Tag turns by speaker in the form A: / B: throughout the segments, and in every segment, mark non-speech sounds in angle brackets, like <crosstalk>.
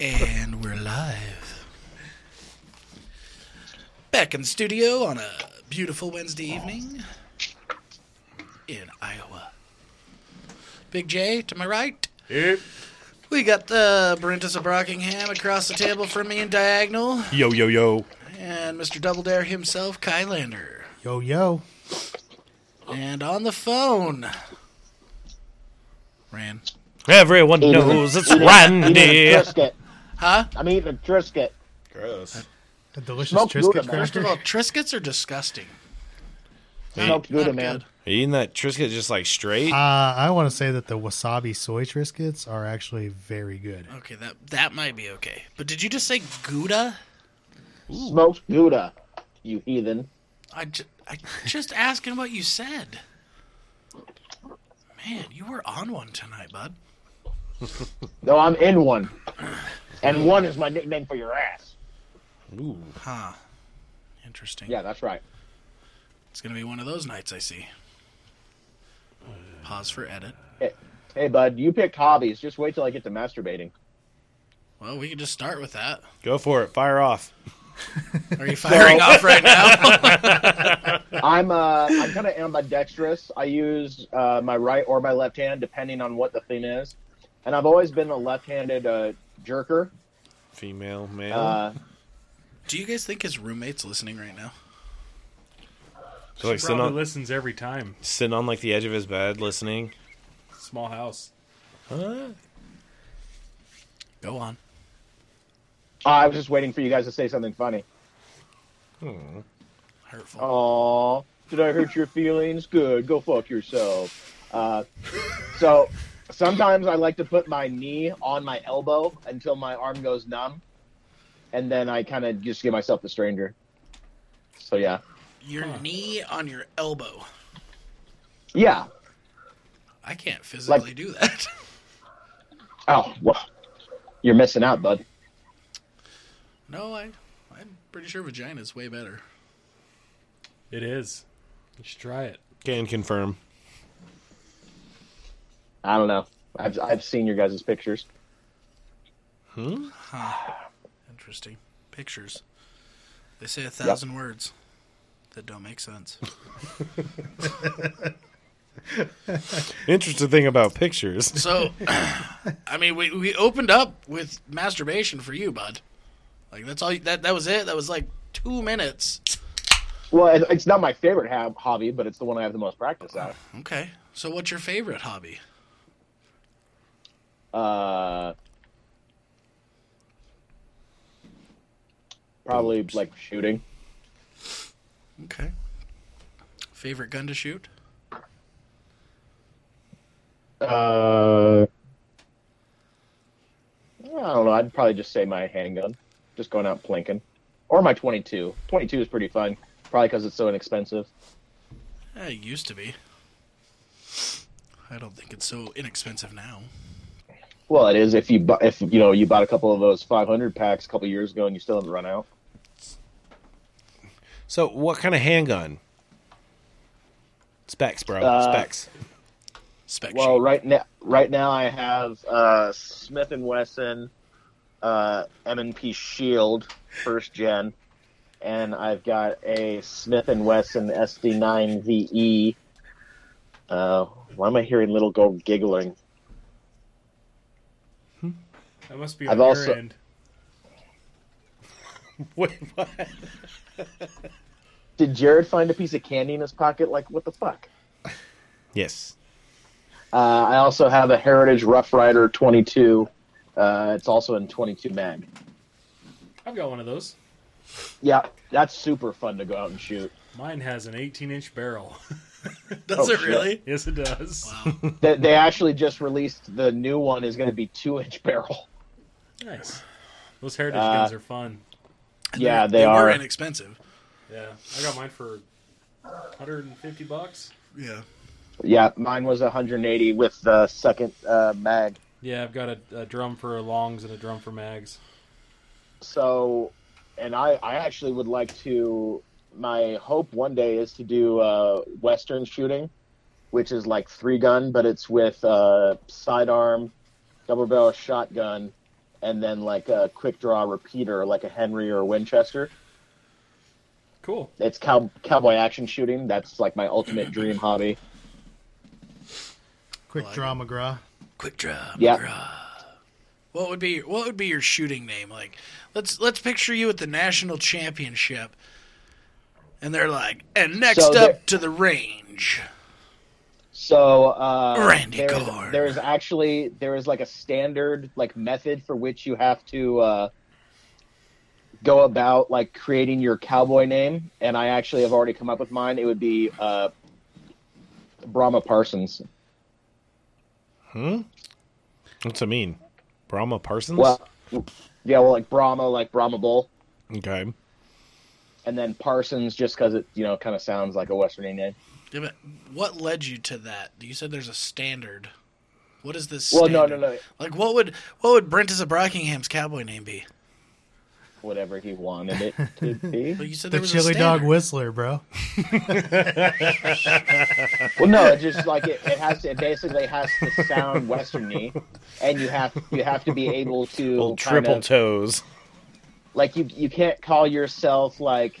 A: and we're live. Back in the studio on a beautiful Wednesday evening in Iowa. Big J to my right. We got the Brentus of Brockingham across the table from me in diagonal,
B: Yo, yo, yo.
A: and Mr. Double Dare himself, Kylander.
C: Yo, yo.
A: And on the phone, Ran.
B: Everyone knows it's Randy.
D: Trisket.
A: Huh?
D: I'm eating Trisket.
E: Gross.
C: A delicious
D: Smoked
C: Triscuit
D: Gouda, man.
A: First of
C: cracker.
A: all, Triscuits are disgusting.
D: Smoked Gouda,
A: Not
D: man.
A: good.
E: Eating that Trisket just like straight?
C: Uh, I want to say that the wasabi soy Triscuits are actually very good.
A: Okay, that that might be okay. But did you just say Gouda?
D: Smoked Gouda, you heathen.
A: I, ju- I just asking what you said. Man, you were on one tonight, bud.
D: No, I'm in one. And one is my nickname for your ass.
E: Ooh.
A: Huh. Interesting.
D: Yeah, that's right.
A: It's gonna be one of those nights I see. Pause for edit.
D: Hey, hey, bud, you picked hobbies. Just wait till I get to masturbating.
A: Well, we can just start with that.
E: Go for it. Fire off.
A: Are you firing off right now?
D: <laughs> I'm uh, I'm kind of ambidextrous. I use uh, my right or my left hand depending on what the thing is, and I've always been a left-handed uh, jerker.
E: Female,
A: Oh.
E: male.
D: Uh,
A: Do you guys think his roommate's listening right now?
E: so like sitting
F: Probably
E: on,
F: listens every time.
E: sitting on like the edge of his bed listening.
F: Small house.
A: Go on.
D: I was just waiting for you guys to say something funny.
A: Hurtful.
D: Oh, Aw, did I hurt your feelings? Good, go fuck yourself. Uh, so sometimes I like to put my knee on my elbow until my arm goes numb, and then I kind of just give myself the stranger. So yeah,
A: Your knee on your elbow.
D: yeah.
A: I can't physically do that. <laughs>
D: Oh, well, you're missing out, bud.
A: no, I I'm pretty sure vagina's way better.
F: It is. You should try it.
E: Can confirm.
D: I don't know. I've I've seen your guys' pictures.
A: Interesting. Pictures. They say a thousand words that don't make sense.
E: Interesting thing about pictures.
A: So, <clears throat> I mean, we, we opened up with masturbation for you, bud. Like that's all. You, that that was it. That was like two minutes.
D: Well, it- it's not my favorite hab- hobby, but it's the one I have the most practice at.
A: Okay. So, what's your favorite hobby?
D: Uh, probably like shooting.
A: Okay. Favorite gun to shoot?
D: Uh, I don't know. I'd probably just say my handgun, just going out plinking, or my 22. 22 is pretty fun, probably because it's so inexpensive.
A: Eh, it used to be. I don't think it's so inexpensive now.
D: Well, it is if you bu- if you know you bought a couple of those 500 packs a couple years ago and you still haven't run out.
E: So, what kind of handgun? Specs, bro.
D: Uh,
E: Specs.
A: Spec
D: Well,
A: sheet.
D: right now, right now I have uh, Smith and Wesson, uh, M&P Shield, first gen, and I've got a Smith and Wesson SD9 VE. E. Uh, why am I hearing little girl giggling?
F: That must be
D: I've
F: on your
D: also-
F: end.
E: Wait, what?
D: Did Jared find a piece of candy in his pocket? Like what the fuck?
E: Yes.
D: Uh, I also have a Heritage Rough Rider 22. Uh, it's also in 22 mag.
F: I've got one of those.
D: Yeah, that's super fun to go out and shoot.
F: Mine has an 18 inch barrel.
A: <laughs>
F: <laughs>
A: Does
D: oh,
A: it
D: shit.
A: really?
F: yes, it does.
D: They, they actually just released the new one is going to be two inch barrel.
F: Nice. Those heritage
D: Uh,
F: guns are fun.
A: <laughs>
D: Yeah,
A: They,
D: they,
A: were
D: are.
A: inexpensive.
F: Yeah. I got mine for 150 bucks.
A: Yeah.
D: Yeah, mine was 180 with the second uh, mag.
F: Yeah, I've got a, a drum for longs and a drum for mags.
D: So, and I, I actually would like to. My hope one day is to do uh, Western shooting, which is like three gun, but it's with uh, sidearm, double barrel shotgun, and then like a quick draw repeater, like a Henry or a Winchester.
F: Cool.
D: It's cow- cowboy action shooting. That's like my ultimate dream hobby.
C: Quick draw, McGraw.
A: Quick draw.
D: Yeah.
A: What would be what would be your shooting name? Like, let's let's picture you at the national championship, and they're like, and next
D: So they're-
A: up to the range.
D: So uh,
A: Randy
D: there's,
A: Gore.
D: there's actually there is like a standard like method for which you have to uh, go about like creating your cowboy name, and I actually have already come up with mine. It would be uh, Brahma Parsons.
E: What's it mean? Brahma Parsons?
D: Well, yeah, well, like Brahma, like Brahma Bull,
E: Okay.
D: and then Parsons just because it you know kind of sounds like a Western Indian.
A: Yeah, but What led you to that? You said there's a standard. What is this?
D: Well, no, no,
A: standard?
D: no,
A: Like, what would what would Brentus of Brockingham's cowboy name be?
D: whatever he wanted it
A: <laughs>
D: to be.
A: But you said
C: The
A: there was
C: chili
A: a
C: dog
A: standard.
C: whistler, bro.
D: Well, no, it just like it, it has to. It basically has to sound westerny, and you have you have to be able
E: <laughs>
D: to
E: Little
D: kind
E: triple
D: of-
E: toes.
D: like you you can't call yourself like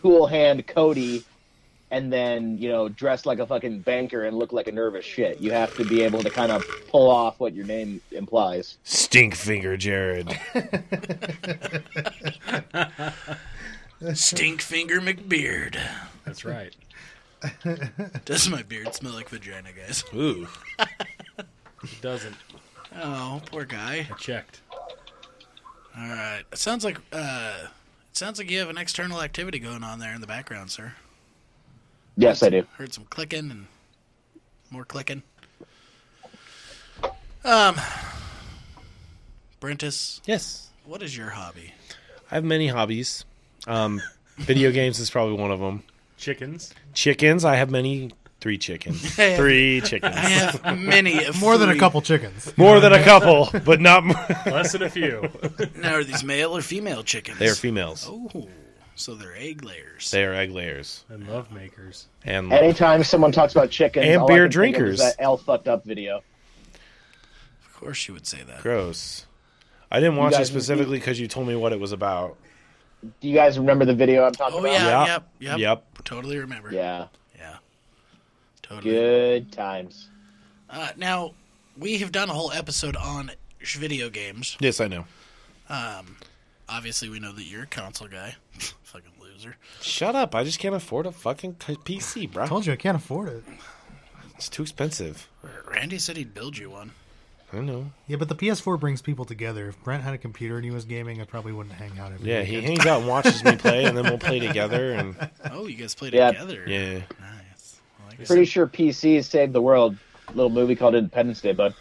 D: Tool Hand Cody, and then you know dress like a fucking banker and look like a nervous shit. You have to be able to kind of pull off what your name implies.
E: Stink finger Jared.
A: Stinkfinger McBeard.
F: That's right.
A: Does my beard smell like vagina, guys?
E: Ooh.
F: It doesn't.
A: Oh, poor guy.
F: I checked.
A: All right. It sounds like uh, it sounds like you have an external activity going on there in the background, sir.
D: Yes, I do.
A: Heard some clicking and more clicking. Um, Brentus,
E: Yes.
A: what is your hobby?
E: I have many hobbies. Um, video games is probably one of them.
F: Chickens.
E: Chickens. I have many. Three chickens. Three chickens.
A: I
C: <laughs>
A: have many.
C: More than a couple chickens.
E: More than a couple, but not. More.
F: Less than a <laughs> few.
A: Now, are these male or female chickens?
E: <laughs> They are females.
A: Oh, so they're egg layers.
E: They are egg layers
F: and love makers.
E: and
D: Anytime someone talks about chickens
E: And
D: all I
E: beer
D: can think of is
E: drinkers.
D: that L fucked up video.
A: of course, you would say that.
E: gross. I didn't watch it
D: guys-
E: specifically because you told me what it was about.
D: Do you guys remember the video I'm talking
A: Oh
D: about?
A: yeah,
E: Yep.
A: yep, yep,
E: Yep.
A: Totally remember.
D: Yeah.
A: yeah, totally.
D: Good times.
A: Uh, now, we have done a whole episode on sh- video games.
E: Yes, I know.
A: Obviously, we know that you're a console guy. <laughs> Fucking loser.
E: Shut up! I just can't afford a fucking c- PC, bro.
C: Told you I can't afford it.
E: It's too expensive.
A: Randy said he'd build you one.
E: I know.
C: Yeah, but the PS4 brings people together. If Brent had a computer and he was gaming, I probably wouldn't hang out every
E: Yeah, he
C: weekend.
E: hangs out and watches me play, and then we'll play together. And
A: Oh, you guys played
D: Yeah.
A: together.
E: yeah,
A: Nice. I like it.
D: Pretty sure PCs saved the world. Little movie called Independence Day, bud.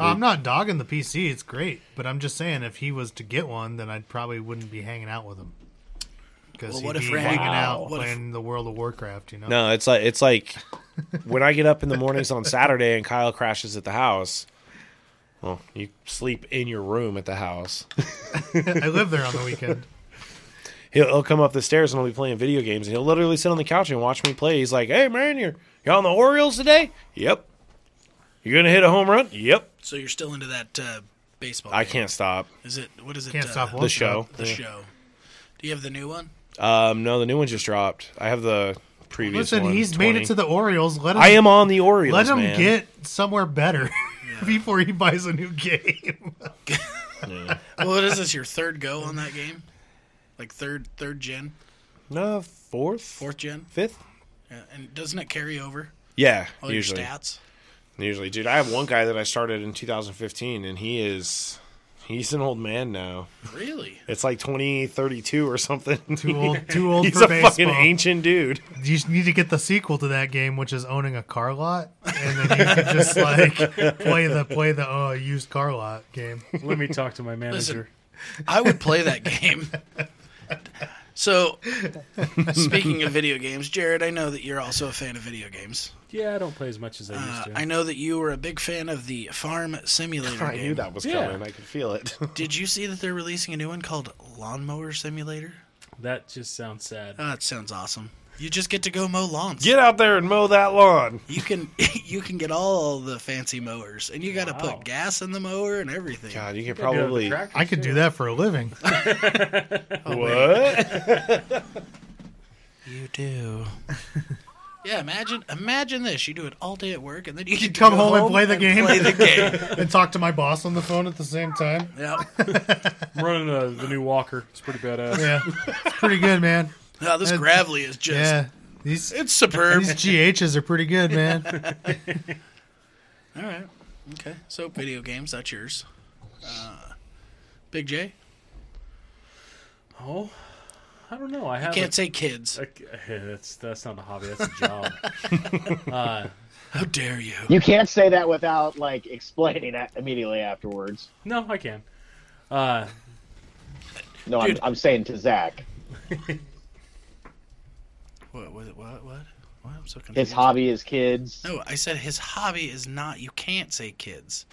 C: I'm not dogging the PC. It's great, but I'm just saying if he was to get one, then I probably wouldn't be hanging out with him. Because
A: Well,
C: he'd
A: what
C: be
A: if Randy-
C: hanging out
A: What if-
C: playing the World of Warcraft, you know?
E: no, it's like it's like when I get up in the mornings on Saturday and Kyle crashes at the house. Well, you sleep in your room at the house.
C: I live there on the
E: <laughs>
C: weekend.
E: He'll, he'll come up the stairs and I'll be playing video games, and he'll literally sit on the couch and watch me play. He's like, "Hey man, you're you on the Orioles today? Yep. You're gonna hit a home run? Yep.
A: So you're still into that uh, baseball?
E: I
A: game.
E: can't stop
A: Is it? What is it?
C: Can't
A: uh,
C: stop
E: the
C: one
E: show.
A: The
E: Yeah.
A: show. Do you have the new one?
E: Um, no, the new one just dropped. I have the previous
C: Listen,
E: one.
C: he's made it to the Orioles. Let him,
E: I am on the Orioles.
C: let him
E: man.
C: get somewhere better <laughs> before he buys a new
E: <laughs>
C: game.
A: What is this? Your third go on that game? Like third, third gen,
E: no fourth,
A: fourth gen,
E: fifth.
A: yeah. and doesn't it carry over
E: Yeah,
C: Oh,
A: all
E: usually,
A: your stats?
E: usually, dude. I have one guy that I started in 2015, and he is he's an old man now.
A: Really?
E: <laughs> It's like 2032 or something.
C: too old, too old
E: <laughs> he's
C: for
E: a
C: baseball.
E: fucking ancient dude.
C: You just need to get the sequel to that game, which is owning a car lot, and then you can just
E: <laughs>
C: like play the play the uh, used car lot game.
F: Let me talk to my manager.
A: I would play that game.
E: <laughs>
A: So, speaking of video games, Jared, I know that you're also a fan of video games.
F: Yeah, I don't play as much as I
A: Uh,
F: used to.
A: I know that you were a big fan of the Farm
C: <laughs>
A: Simulator
E: I
A: game.
E: knew that was
F: Yeah.
E: coming. I could feel it. <laughs>
A: Did you see that they're releasing a new one called Lawnmower Simulator?
F: That just sounds sad.
A: Uh, Oh, that sounds awesome. You just get to go mow lawns.
E: Get out there and mow that lawn.
A: You can <laughs> you can get all the fancy mowers, and you got to
F: Wow.
A: put gas in the mower and everything.
E: God, you could
F: Gotta go to the
E: probably
F: tractor
C: I could do
F: store.
C: that for a living.
E: what?
A: You
C: <laughs>
A: do. yeah, imagine imagine this. You do it all day at work, and then you, can
C: Come
A: go
C: home and play the game.
A: Play
C: <laughs>
A: the game.
C: and talk to my boss on the phone at the same time.
A: yep.
F: I'm running uh, the new walker. It's pretty badass.
C: Yeah, it's pretty good, man.
A: No, this gravelly is just
C: Yeah, these
A: it's
C: <laughs>
A: superb.
C: these GHs are pretty good, man.
A: all right. Okay. So video games, that's yours. Uh, Big J.
F: Oh, I don't know. I have
A: Can't say kids.
F: a, <laughs> a- that's that's not a hobby. That's
A: <laughs>
F: a job. uh,
A: How dare you?
D: You can't say that without like explaining that immediately afterwards.
F: no, I can. Uh,
D: No, I'm,
A: Dude.
D: I'm saying to Zach,
A: What was it? What? What? What? I'm so confused.
D: his hobby is kids.
A: No, I said his hobby is not. You can't say kids.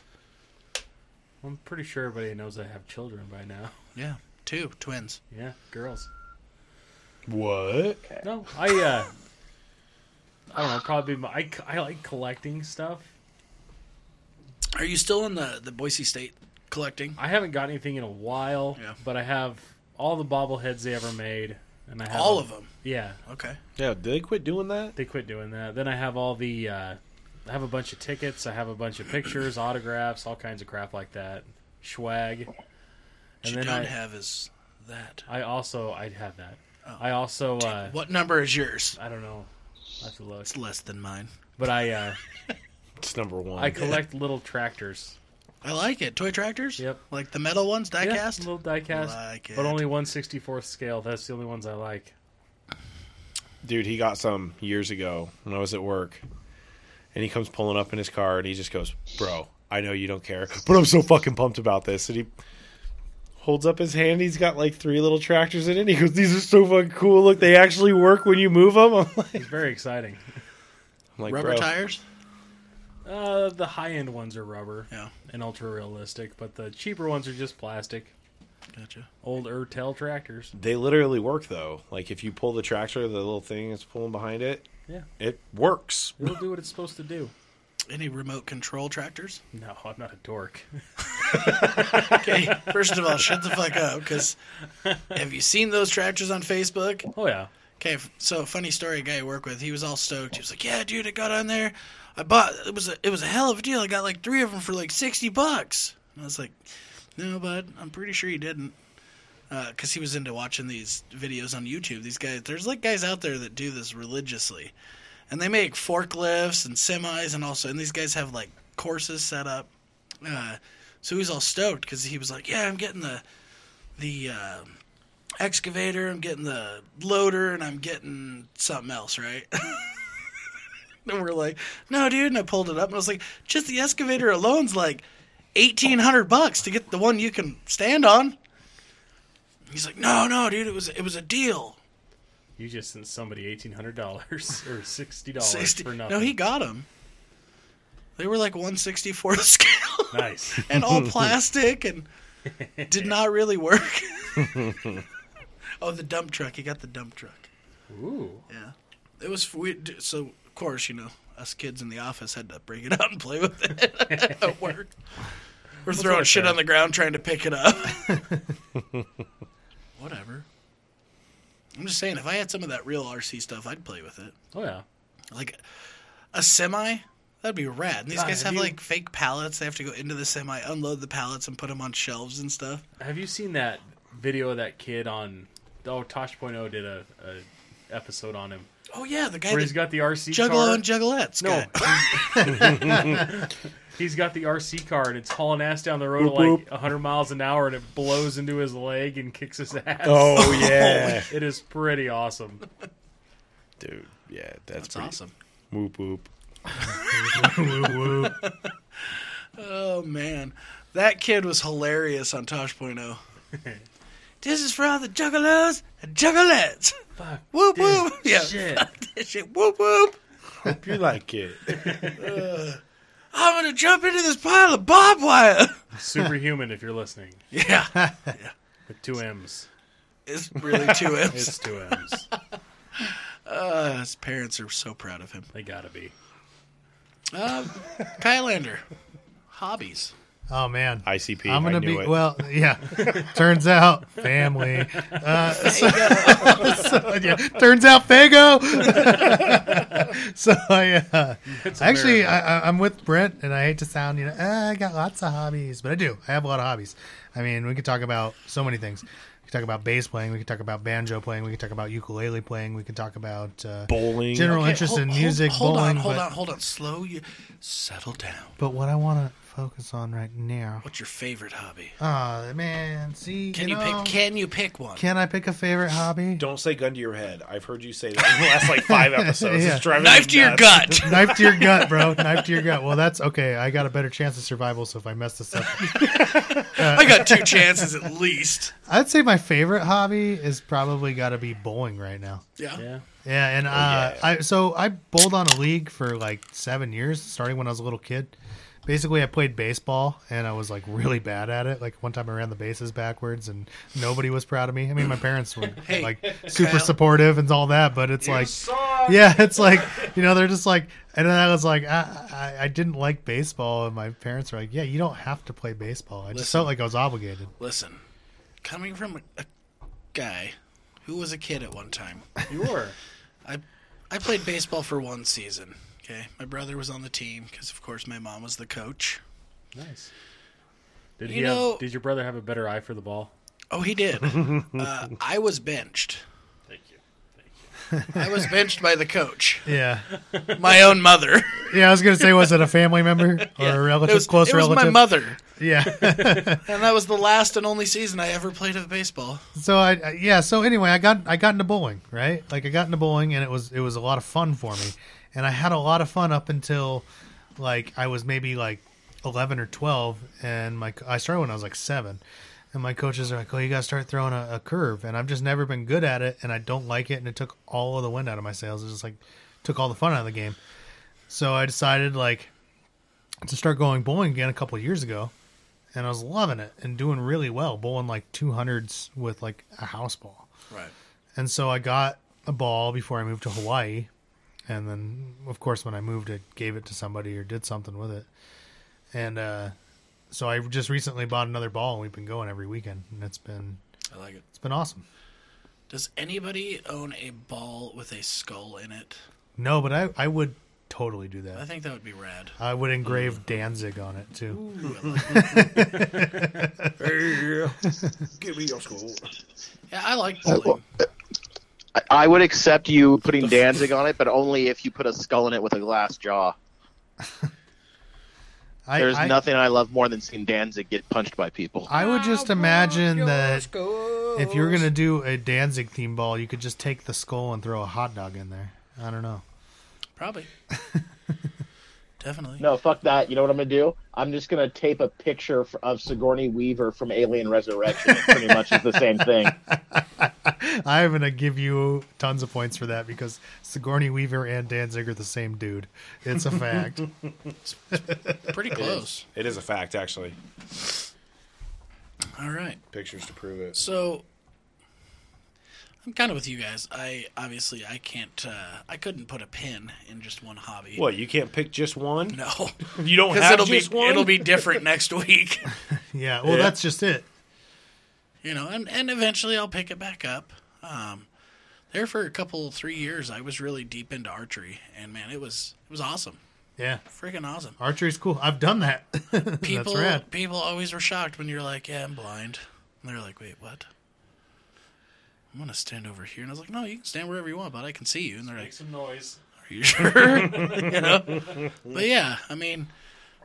F: I'm pretty sure everybody knows I have children by now.
A: Yeah, two twins.
F: Yeah, girls.
E: <laughs> What?
F: No, I. Uh, I don't know. Probably my, I, c- I like collecting stuff.
A: Are you still in the the Boise State collecting?
F: I haven't got anything in a while,
A: Yeah.
F: but I have all the bobbleheads they ever made, and I have
A: All of them.
F: Yeah,
A: Okay.
E: Yeah, did they quit doing that?
F: they quit doing that. Then I have all the, uh, I have a bunch of tickets. I have a bunch of pictures, autographs, all kinds of crap like that, swag.
A: What
F: And
A: you
F: then
A: don't
F: I,
A: have Oh. is that.
F: I also I have that. I also uh,
A: What number is yours?
F: I don't know. I have to look,
A: It's less than mine.
F: but I uh,
E: It's number one.
F: I collect little tractors.
A: I like it. Toy tractors.
F: Yep.
A: Like the metal ones,
F: Yeah,
A: diecast.
F: little diecast,
A: Like
F: but
A: it.
F: only one sixty fourth scale. That's the only ones I like.
E: Dude, he got some years ago when I was at work. And he comes pulling up in his car and he just goes, Bro, I know you don't care, <laughs> but I'm so fucking pumped about this. And he holds up his hand. He's got like three little tractors in it. He goes, These are so fucking cool. Look, they actually work when you move them. <laughs> I'm like,
F: It's very exciting. <laughs>
E: I'm like,
A: Rubber
E: "Bro."
A: tires.
F: Uh, the high end ones are rubber
A: Yeah.
F: and ultra realistic, but the cheaper ones are just plastic.
A: Gotcha.
F: Old Ertel tractors.
E: They literally work though. Like if you pull the tractor, the little thing that's pulling behind it,
F: Yeah.
E: it works.
F: It'll do what it's supposed to do.
A: Any remote control tractors?
F: No, I'm not a dork. <laughs>
A: Okay. First of all, shut the fuck up. Because have you seen those tractors on Facebook?
F: Oh yeah.
A: Okay, f- so funny story. A guy I work with, he was all stoked. He was like, "Yeah, dude, I got on there. I bought it was a it was a hell of a deal. I got like three of them for like sixty bucks." And I was like, "No, bud, I'm pretty sure you didn't." Because he was into watching these videos on YouTube. These guys, there's like guys out there that do this religiously, and they make forklifts and semis, and also, and these guys have like courses set up. Uh, so he was all stoked because he was like, "Yeah, I'm getting the the." Uh, excavator, I'm getting the loader, and I'm getting something else, right? <laughs> and we're like, no, dude. And I pulled it up, and I was like, just the excavator alone's like eighteen hundred bucks to get the one you can stand on. He's like, no, no, dude. It was it was a deal.
F: You just sent somebody eighteen hundred dollars or sixty dollars
A: 60
F: for nothing.
A: no, he got them. They were like one sixty four scale.
F: <laughs> <laughs> nice.
A: and all plastic and
F: <laughs>
A: did not really work. <laughs> oh, the dump truck. He got the dump truck.
F: Ooh.
A: Yeah. It was we d- so of course, you know, us kids in the office had to bring it up and play with it <laughs> at work. We're throwing
F: like
A: shit
F: that.
A: on the ground trying to pick it <laughs> up. Whatever. I'm just saying if I had some of that real RC stuff, I'd play with it.
F: Oh yeah.
A: Like a semi, that'd be rad. And these
F: God,
A: guys
F: have
A: have
F: you-
A: like fake pallets. They have to go into the semi, unload the pallets, and put them on shelves and stuff.
F: Have you seen that video of that kid on oh Tosh.0 did a, a episode on him.
A: Oh yeah, the guy
F: Where he's
A: that
F: got the RC
A: Juggalo
F: car.
A: and Juggalettes.
F: No.
A: guy. <laughs>
F: <laughs> He's got the RC car and it's hauling ass down the road at
E: Whoop,
F: like 100 miles an hour and it blows into his leg and kicks his ass. <laughs>
E: Oh yeah.
F: It is pretty awesome.
E: <laughs> Dude, yeah, that's,
A: that's
E: pretty,
A: awesome.
E: Whoop whoop.
C: Woo, woo.
A: Oh man, that kid was hilarious on Tosh.0. <laughs> this is for all the Juggalos and Juggalettes.
F: Fuck.
A: Whoop
F: this
A: whoop. Yeah. <laughs>
F: Shit.
A: fuck this shit. Whoop whoop.
E: Hope you <laughs> like it.
A: I'm gonna jump into this pile of barbed wire.
F: Superhuman if you're listening.
A: <laughs> yeah,
F: With two M's.
A: <laughs> it's really two M's.
F: It's two M's.
A: Uh, his parents are so proud of him.
F: They gotta be.
A: Uh, Kylander, hobbies.
C: Oh man,
E: ICP.
C: I'm
E: I
C: gonna
E: knew
C: be
E: it.
C: well.
E: <laughs>
C: Yeah, turns out family. Uh, so- <laughs> so, yeah, turns out Fago. <laughs> so I uh, actually I, I- I'm with Brent, and I hate to sound you know "Ah, I got lots of hobbies, but I do. I have a lot of hobbies. I mean, we could talk about so many things. We could talk about bass playing. We could talk about banjo playing. We could talk about ukulele playing. We could talk about uh,
E: bowling.
C: general
A: Okay,
C: interest
A: hold-
C: in
A: hold-
C: music,
A: Hold,
C: bowling.
A: on, hold
C: but,
A: on, hold on. Slow you. Settle down.
C: but what I want to focus on right now.
A: What's your favorite hobby?
C: Oh man, see,
A: Can
C: you,
A: you,
C: know,
A: pick? Can you pick one?
C: Can I pick a favorite hobby?
E: Don't say gun to your head. I've heard you say that in the last like <laughs> five episodes.
C: Yeah.
E: It's driving
A: Knife
E: me
A: to your
C: <laughs>
E: nuts.
A: gut.
C: Knife to your gut, bro. Knife to your gut. Well, that's okay. I got a better chance of survival, so if I mess this up,
A: I got two chances at least.
C: I'd say my favorite hobby is probably got to be bowling right now.
A: Yeah.
F: Yeah.
C: Yeah,
A: Oh,
C: and uh,
E: yeah.
C: I so I bowled on a league for like seven years, starting when I was a little kid. Basically, I played baseball and I was like really bad at it. Like one time, I ran the bases backwards, and nobody was proud of me. I mean, my parents were
A: <laughs> Hey,
C: like super
A: Kyle.
C: supportive and all that, but it's like, yeah, it's like you know, they're just like, and then I was like, I, I, I didn't like baseball, and my parents were like, yeah, you don't have to play baseball. I just
A: Listen.
C: felt like I
A: <laughs>
C: was obligated.
A: Listen, coming from a, a guy who was a kid at one time,
F: You were.
A: I I played baseball for one season. Okay, my brother was on the team because, of course, my mom was the coach.
F: Nice. Did
A: You
F: he
A: know-
F: have, did your brother have a better eye for the ball?
A: Oh, he
C: <laughs>
A: did. uh, I was benched.
F: Thank you.
A: I was benched by the coach,
C: Yeah,
A: my own
C: <laughs>
A: mother.
C: yeah. I was gonna say, was it a
A: <laughs>
C: family member or a relative,
A: it was,
C: close
A: it was
C: relative?
A: my mother, <laughs>
C: Yeah.
A: and that was the last and only season I ever played of baseball.
C: So I, I yeah. So anyway, I got I got into bowling, right? Like I got into bowling, and it was it was a lot of fun for me, and I had a lot of fun up until like I was maybe like eleven or twelve, and my I started when I was like seven, and my coaches are like, "Oh, you got to start throwing a, a curve," and I've just never been good at it, and I don't like it, and it took all of the wind out of my sails. It just like took all the fun out of the game. So I decided like to start going bowling again a couple of years ago, and I was loving it and doing really well, bowling like 200s with like a house ball.
A: Right.
C: And so I got a ball before I moved to Hawaii. And then, of course, when I moved, I gave it to somebody or did something with it. And uh, so I just recently bought another ball, and we've been going every weekend, and it's been
A: I like it.
C: it's been awesome.
A: Does anybody own a ball with a skull in it?
C: No, but I I would totally do
A: I
C: that.
A: think that would be rad.
C: I would engrave Danzig on it too.
E: Give me your school.
A: Yeah, I like bowling.
D: I, I would accept you putting Danzig on it, but only if you put a skull in it with a glass jaw.
C: I,
D: There's
C: I,
D: nothing I love more than seeing Danzig get punched by people.
C: I would just imagine that if you were gonna do a Danzig theme ball, you could just take the skull and throw a hot dog in there. I don't know.
E: <laughs>
A: Probably. Definitely.
D: No, fuck that. You know what I'm gonna do? I'm just gonna tape a picture f- of Sigourney Weaver from Alien Resurrection. It pretty much is the same thing. <laughs>
C: I'm gonna give you tons of points for that because Sigourney Weaver and Danzig are the same dude. It's a fact.
A: Pretty close.
E: It is a fact, actually.
A: All right.
E: Pictures to prove it.
A: So I'm kind of with you guys. I obviously I can't. Uh, I couldn't put a pin in just one hobby.
E: What? You can't pick just one?
A: No,
E: <laughs> You don't
A: because
E: have
A: it'll be
E: just one.
A: it'll be different
E: <laughs>
A: next week.
C: yeah. Well,
E: Yeah.
C: that's just it.
A: You know, and and eventually I'll pick it back up. Um, there for a couple three years, I was really deep into archery, and man, it was it was awesome,
C: Yeah.
A: freaking awesome.
C: Archery's cool. I've done that. <laughs>
A: People
C: that's rad.
A: people always were shocked when you're like, yeah, I'm blind, and they're like, wait, what? I'm gonna stand over here, and I was like, no, you can stand wherever you want, but I can see you. And they're like,
F: Make some noise.
A: Are you <laughs> sure? you know? But yeah, I mean,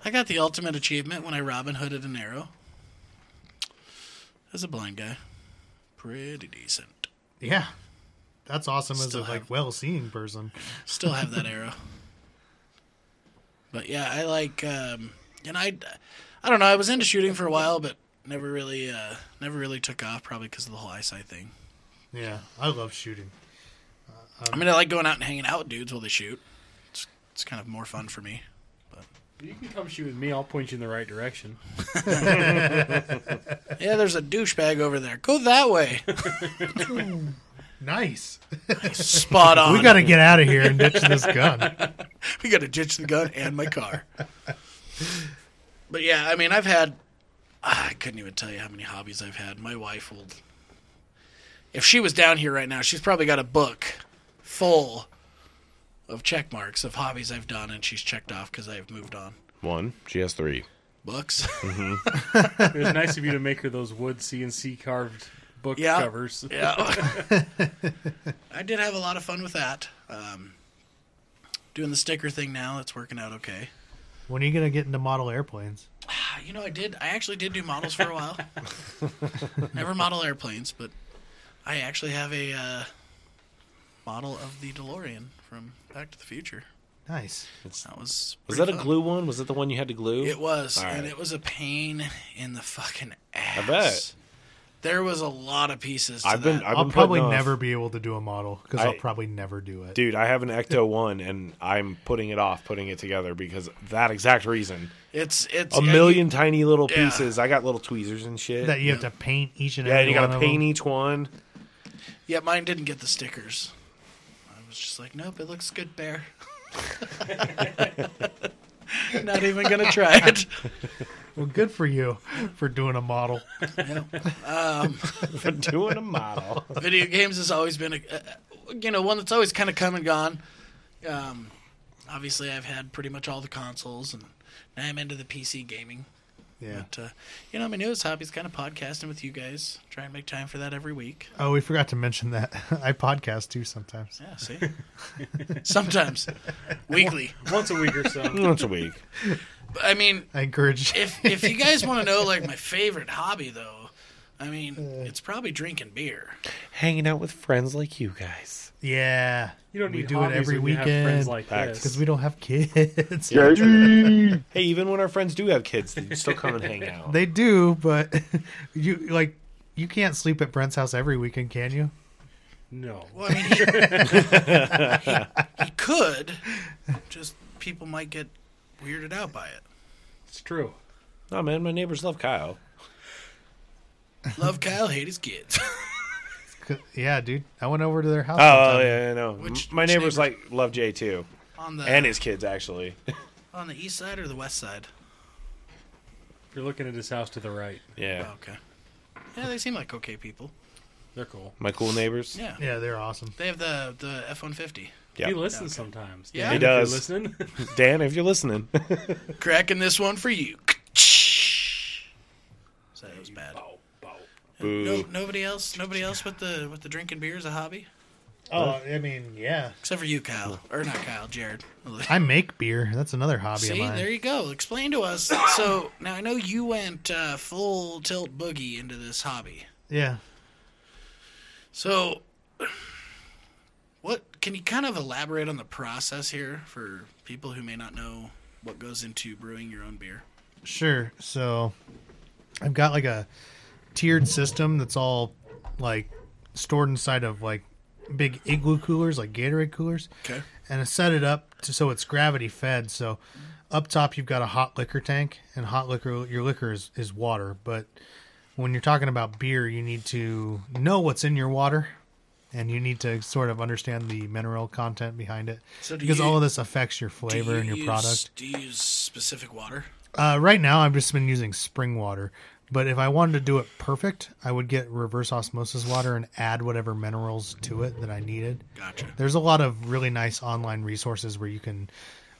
A: I got the ultimate achievement when I Robin Hooded an arrow. As a blind guy. Pretty decent.
C: Yeah. That's awesome as a
A: Still have-
C: like well seeing person.
A: Still have that arrow. But yeah, I like um and I I don't know, I was into shooting for a while but never really uh never really took off probably because of the whole eyesight thing.
C: Yeah. I love shooting.
A: I mean, I like going out and hanging out with dudes while they shoot. It's it's kind of more fun for me.
F: You can come shoot with me. I'll point you in the right direction.
A: Yeah, there's a douchebag over there. Go that way.
C: Nice.
A: Spot on.
C: <laughs> We got to get out of here and ditch this gun.
A: <laughs> we got to ditch the gun and my car. but yeah, I mean, I've had ah, I couldn't even tell you how many hobbies I've had. My wife will if she was down here right now, she's probably got a book full of check marks of hobbies I've done and she's checked off cuz I've moved on.
E: One. She has three.
A: Books. <laughs>
F: It was nice of you to make her those wood CNC carved book
A: Yeah.
F: covers.
A: Yeah. I did have a lot of fun with that. Um, doing the sticker thing now, that's working out okay.
C: When are you going to get into model airplanes?
A: Ah, You know, I did. I actually did do models for a
E: <laughs>
A: while. Never model airplanes, but I actually have a uh, model of the DeLorean from Back to the Future.
C: Nice.
A: That was
E: Was
A: pretty
E: that a
A: fun.
E: glue one? Was that the one you had to glue?
A: It was,
E: All
A: and
E: right.
A: it was a pain in the fucking ass.
E: bet.
A: There was a lot of pieces. To
E: I've been.
A: that.
E: I've
C: I'll
E: been
C: probably
E: putting off-
C: never be able to do a model because I'll
E: I-
C: probably never do it.
E: Dude, I have an Ecto one, and I'm putting it off, putting it together because that exact reason.
A: it's it's
E: A million tiny little
A: Yeah.
E: pieces. I got little tweezers and shit.
C: that you have to paint each and
E: yeah,
C: every
E: and you
C: one
E: got to
C: of
E: paint
C: them.
E: each one.
A: Yeah, mine didn't get the stickers. I was just like, nope, it looks good
E: <laughs>
A: bare. <laughs> Not even gonna try
E: <laughs>
A: it.
C: Well, good for you <laughs> for doing a model.
E: for <laughs> doing a model.
A: Video games has always been a, uh, you know, one that's always kind of come and gone. Um, obviously, I've had pretty much all the consoles, and now I'm into the PC gaming.
C: Yeah.
A: But uh, you know, my newest hobby is kind of podcasting with you guys. Try and make time for that every week.
C: Oh, we forgot to mention that <laughs> I podcast too sometimes.
A: Yeah, see, sometimes weekly.
F: Once a week or so.
E: Once a week.
A: But, I mean,
C: I encourage.
A: if if you guys want to know like my favorite hobby though, I mean it's probably drinking beer.
E: Hanging out with friends like you guys.
C: <laughs> Yeah,
F: You don't
C: we
F: need
C: do it
F: hobbies
C: every
F: when you have friends
C: weekend
F: like
E: Facts.
C: because
F: this.
C: we don't have kids.
E: Hey, even when our friends do have kids, <laughs> they still come and hang out.
C: <laughs> They do, but <laughs> you like you can't sleep at Brent's house every weekend, can you?
F: No.
A: Well, I mean, he, he- he could, just people might get weirded out by it.
F: It's true.
E: No, man, my neighbors love Kyle.
A: Love Kyle, hate his kids. <laughs>
C: 'Cause- Yeah, dude. I went over to their house. one
E: Oh,
C: time.
E: yeah, I know.
A: Which-
E: my
A: which
E: neighbors,
A: neighbor?
E: like love Jay too,
A: on the
E: and his kids actually.
A: on the east side or the west side?
F: You're looking at his house to the right.
E: Yeah,
A: Oh, okay. Yeah, they seem like okay people.
F: They're cool.
E: my cool neighbors.
A: Yeah,
C: Yeah, they're awesome.
A: they have the the F one fifty.
E: Yeah.
F: He listens sometimes.
A: Yeah. He
F: Dan, if you're
E: does.
F: listening.
A: <laughs>
E: Dan, if you're listening,
A: Cracking this one for you. So that was bad. No,
E: Boo.
A: nobody else. Nobody else with the with the drinking beer is a hobby.
C: Oh, I mean, yeah.
A: Except for you, Kyle. Or not Kyle, Jared.
C: I make beer. That's another hobby of
A: See,
C: mine.
A: there you go. Explain to <coughs> us. So now I know you went uh, full tilt boogie into this hobby.
C: yeah.
A: So, what can you kind of elaborate on the process here for people who may not know what goes into brewing your own beer?
C: Sure. So I've got like a tiered system that's all like stored inside of like big igloo coolers, like Gatorade coolers.
A: Okay.
C: And I set it up to, so it's gravity fed. So up top, you've got a hot liquor tank, and hot liquor, your liquor is, is water. But when you're talking about beer, you need to know what's in your water. And you need to sort of understand the mineral content behind it,
A: So do
C: because
A: you-
C: all of this affects your
A: Do
C: flavor
A: you
C: and your
A: use-
C: product.
A: Do you use specific water?
C: Uh, right now, I've just been using spring water. But if I wanted to do it perfect, I would get reverse osmosis water and add whatever minerals to it that I needed.
A: Gotcha.
C: There's a lot of really nice online resources where you can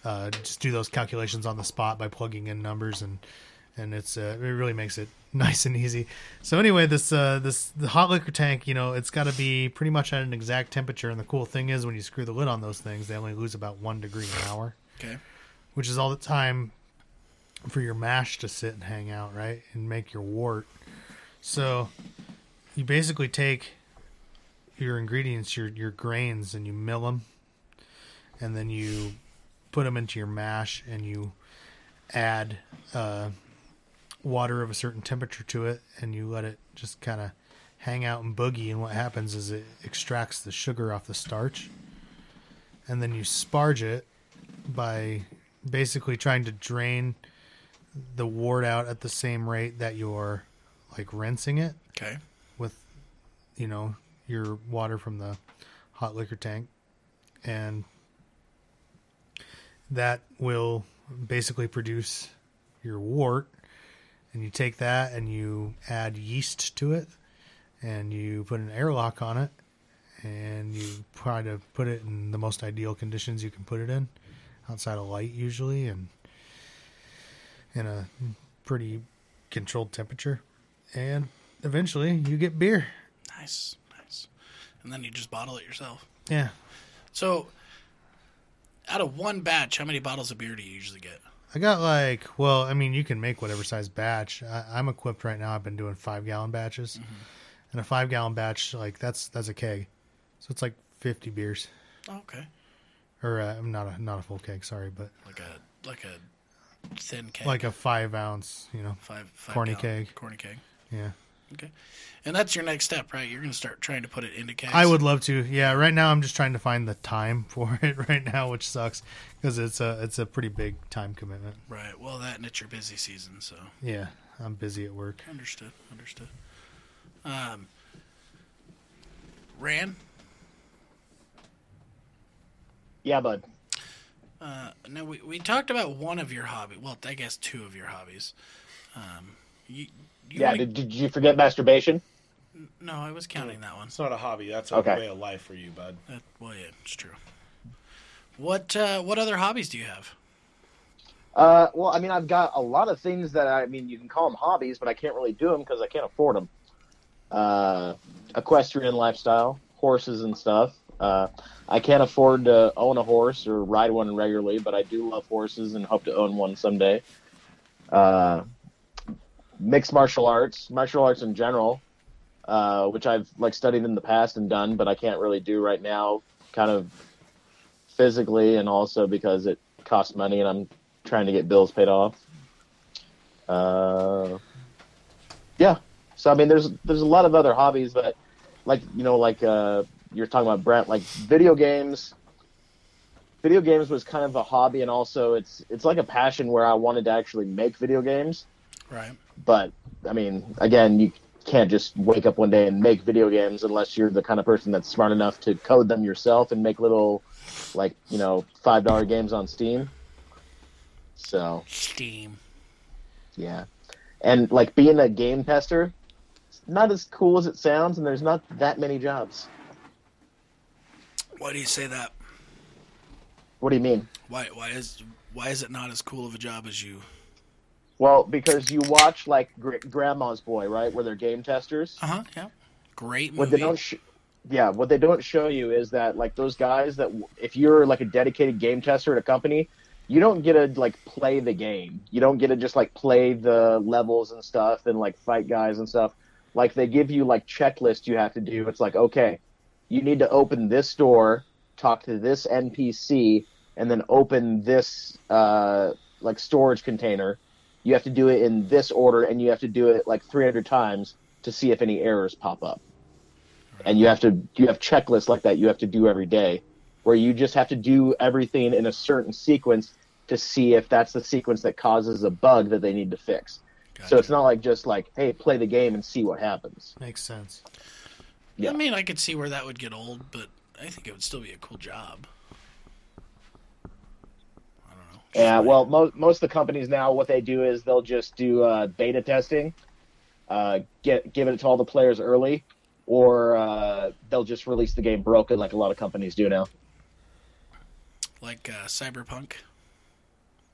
C: uh, just do those calculations on the spot by plugging in numbers and and it's uh, it really makes it <laughs> nice and easy. So anyway, this uh, this the hot liquor tank, you know, it's got to be pretty much at an exact temperature. And the cool thing is, when you screw the lid on those things, they only lose about one degree an hour
A: Okay.
C: which is all the time for your mash to sit and hang out, right? And make your wort. So you basically take your ingredients, your your grains, and you mill them, and then you put them into your mash, and you add uh, water of a certain temperature to it, and you let it just kind of hang out and boogie. And what happens is it extracts the sugar off the starch, and then you sparge it by basically trying to drain the wart out at the same rate that you're like rinsing it
A: Okay.
C: with you know your water from the hot liquor tank, and that will basically produce your wort. And you take that and you add yeast to it, and you put an airlock on it, and you try to put it in the most ideal conditions you can put it in, outside of light usually, and in a pretty controlled temperature. And eventually you get beer.
A: Nice, nice. And then you just bottle it yourself.
C: Yeah.
A: So, out of one batch, how many bottles of beer do you usually get?
C: I got like, well, I mean, you can make whatever size batch. I, I'm equipped right now. I've been doing five gallon batches, and a five gallon batch, like that's that's a keg, so it's like fifty beers,
A: Oh, okay,
C: or uh, not a not a full keg, sorry, but
A: like a like a thin keg,
C: like a five ounce, you know,
A: five, five
C: corny
A: gallon-
C: keg.
A: corny keg.
C: yeah.
A: Okay, and that's your next step, right? You're gonna start trying to put it into kegs.
C: I would love to. Yeah, right now I'm just trying to find the time <laughs> for it right now, which sucks because it's a it's a pretty big time commitment.
A: right? Well, that and it's your busy season, so
C: Yeah, I'm busy at work.
A: understood, understood. Um, Ran,
D: Yeah, bud.
A: Uh, now we, we talked about one of your hobby. Well, I guess two of your hobbies. Um, you, you
D: Yeah,
A: wanna-
D: did, did you forget masturbation?
A: no, I was counting that one.
E: It's not a hobby. That's a
D: Okay.
E: way of life for you, bud.
A: That, well, yeah, it's true. What uh, what other hobbies do you have?
D: Uh, well, I mean, I've got a lot of things that I, I mean, you can call them hobbies, but I can't really do them because I can't afford them. Uh, equestrian lifestyle, horses and stuff. Uh, I can't afford to own a horse or ride one regularly, but I do love horses and hope to own one someday. Uh, mixed martial arts, martial arts in general, uh, which I've like studied in the past and done, but I can't really do right now, kind of physically and also because it costs money and I'm trying to get bills paid off. Uh, yeah. So I mean, there's there's a lot of other hobbies, but like you know, like uh, you're talking about Brent, like video games. Video games was kind of a hobby, and also it's it's like a passion where I wanted to actually make video games.
A: Right.
D: But I mean, again, you can't just wake up one day and make video games unless you're the kind of person that's smart enough to code them yourself and make little, like you know, five dollar games on Steam. So
A: Steam.
D: yeah. And like being a game tester, it's not as cool as it sounds, and there's not that many jobs.
A: Why do you say that?
D: What do you mean?
A: Why why is why is it not as cool of a job as you?
D: Well, because you watch like gr- Grandma's Boy, right, where they're game testers.
A: Uh
C: Uh-huh,
A: huh. Yeah. Great movie.
D: What they don't, sh- yeah, what they don't show you is that like those guys that w- if you're like a dedicated game tester at a company, you don't get to like play the game. You don't get to just like play the levels and stuff and like fight guys and stuff. Like they give you like checklists you have to do. It's like okay, you need to open this door, talk to this NPC, and then open this uh, like storage container. You have to do it in this order, and you have to do it like 300 times to see if any errors pop up. And you have to you have checklists like that you have to do every day, where you just have to do everything in a certain sequence to see if that's the sequence that causes a bug that they need to fix. So it's not like just like hey, play the game and see what happens.
C: Makes sense.
D: yeah.
A: I mean, I could see where that would get old, but I think it would still be a cool job. I don't know.
D: Yeah, well, mo- most of the companies now, what they do is they'll just do uh, beta testing, uh, get give it to all the players early, or uh, they'll just release the game broken, like a lot of companies do now.
A: Like uh, Cyberpunk.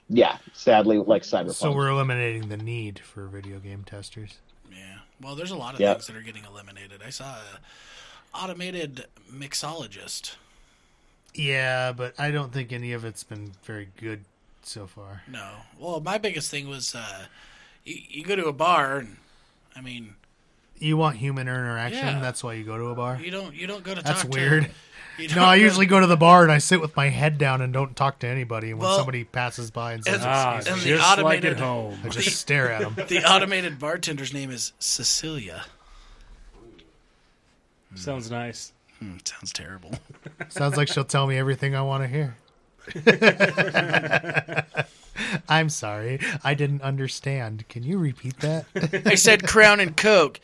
D: Yeah, sadly, like Cyberpunk.
C: So we're eliminating the need for video game testers.
A: Yeah. Well, there's a lot of
D: Yeah.
A: things that are getting eliminated. I saw a automated mixologist.
C: Yeah, but I don't think any of it's been very good so far.
A: No. Well, my biggest thing was uh, you, you go to a bar, and I mean,
C: You want human interaction?
A: Yeah.
C: That's why you go to a bar.
A: you don't you don't go to
C: That's
A: talk
C: weird.
A: to. you don't
C: <laughs> No, I
A: go-
C: usually go to the bar and I sit with my head down and don't talk to anybody. And when
A: Well,
C: somebody passes by and says,
A: as-
F: Ah,
A: And the
F: just like
A: automated-
F: at home.
C: I just stare at them.
A: <laughs>
C: <laughs>
A: The automated bartender's name is Cecilia.
F: Sounds nice.
A: Hmm, sounds terrible.
C: Sounds like she'll tell me everything I want to hear. <laughs> I'm <laughs> sorry, I didn't understand. Can you repeat that?
A: I said Crown and Coke.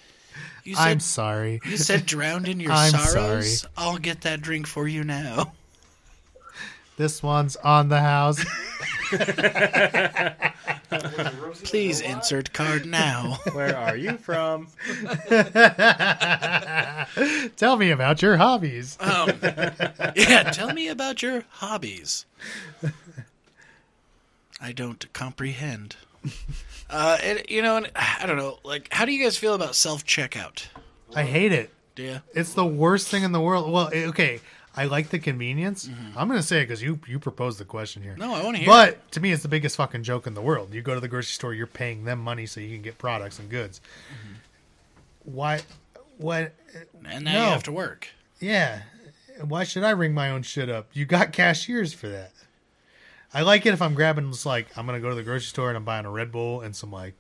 A: You
C: I'm
A: said,
C: sorry.
A: you said drowned in your
C: I'm
A: sorrows. I'll get that drink for you now.
C: This one's on the house.
A: Please insert card now.
F: Where are you from?
C: Tell me about your hobbies.
A: Um, yeah, tell me about your hobbies. I don't comprehend. Uh, and, you know, and I don't know. Like, how do you guys feel about self checkout?
C: I hate it.
A: Do you?
C: It's the worst thing in the world. Well, eh, okay, I like the convenience. I'm gonna say it because you you proposed the question here.
A: No, I want to hear.
C: But to me, it's the biggest fucking joke in the world. You go to the grocery store, you're paying them money so you can get products and goods. Why? What?
A: and now you
C: no.
A: have to work.
C: Yeah. Why should I ring my own shit up? You got cashiers for that. I like it if I'm grabbing just like I'm gonna go to the grocery store and I'm buying a Red Bull and some like,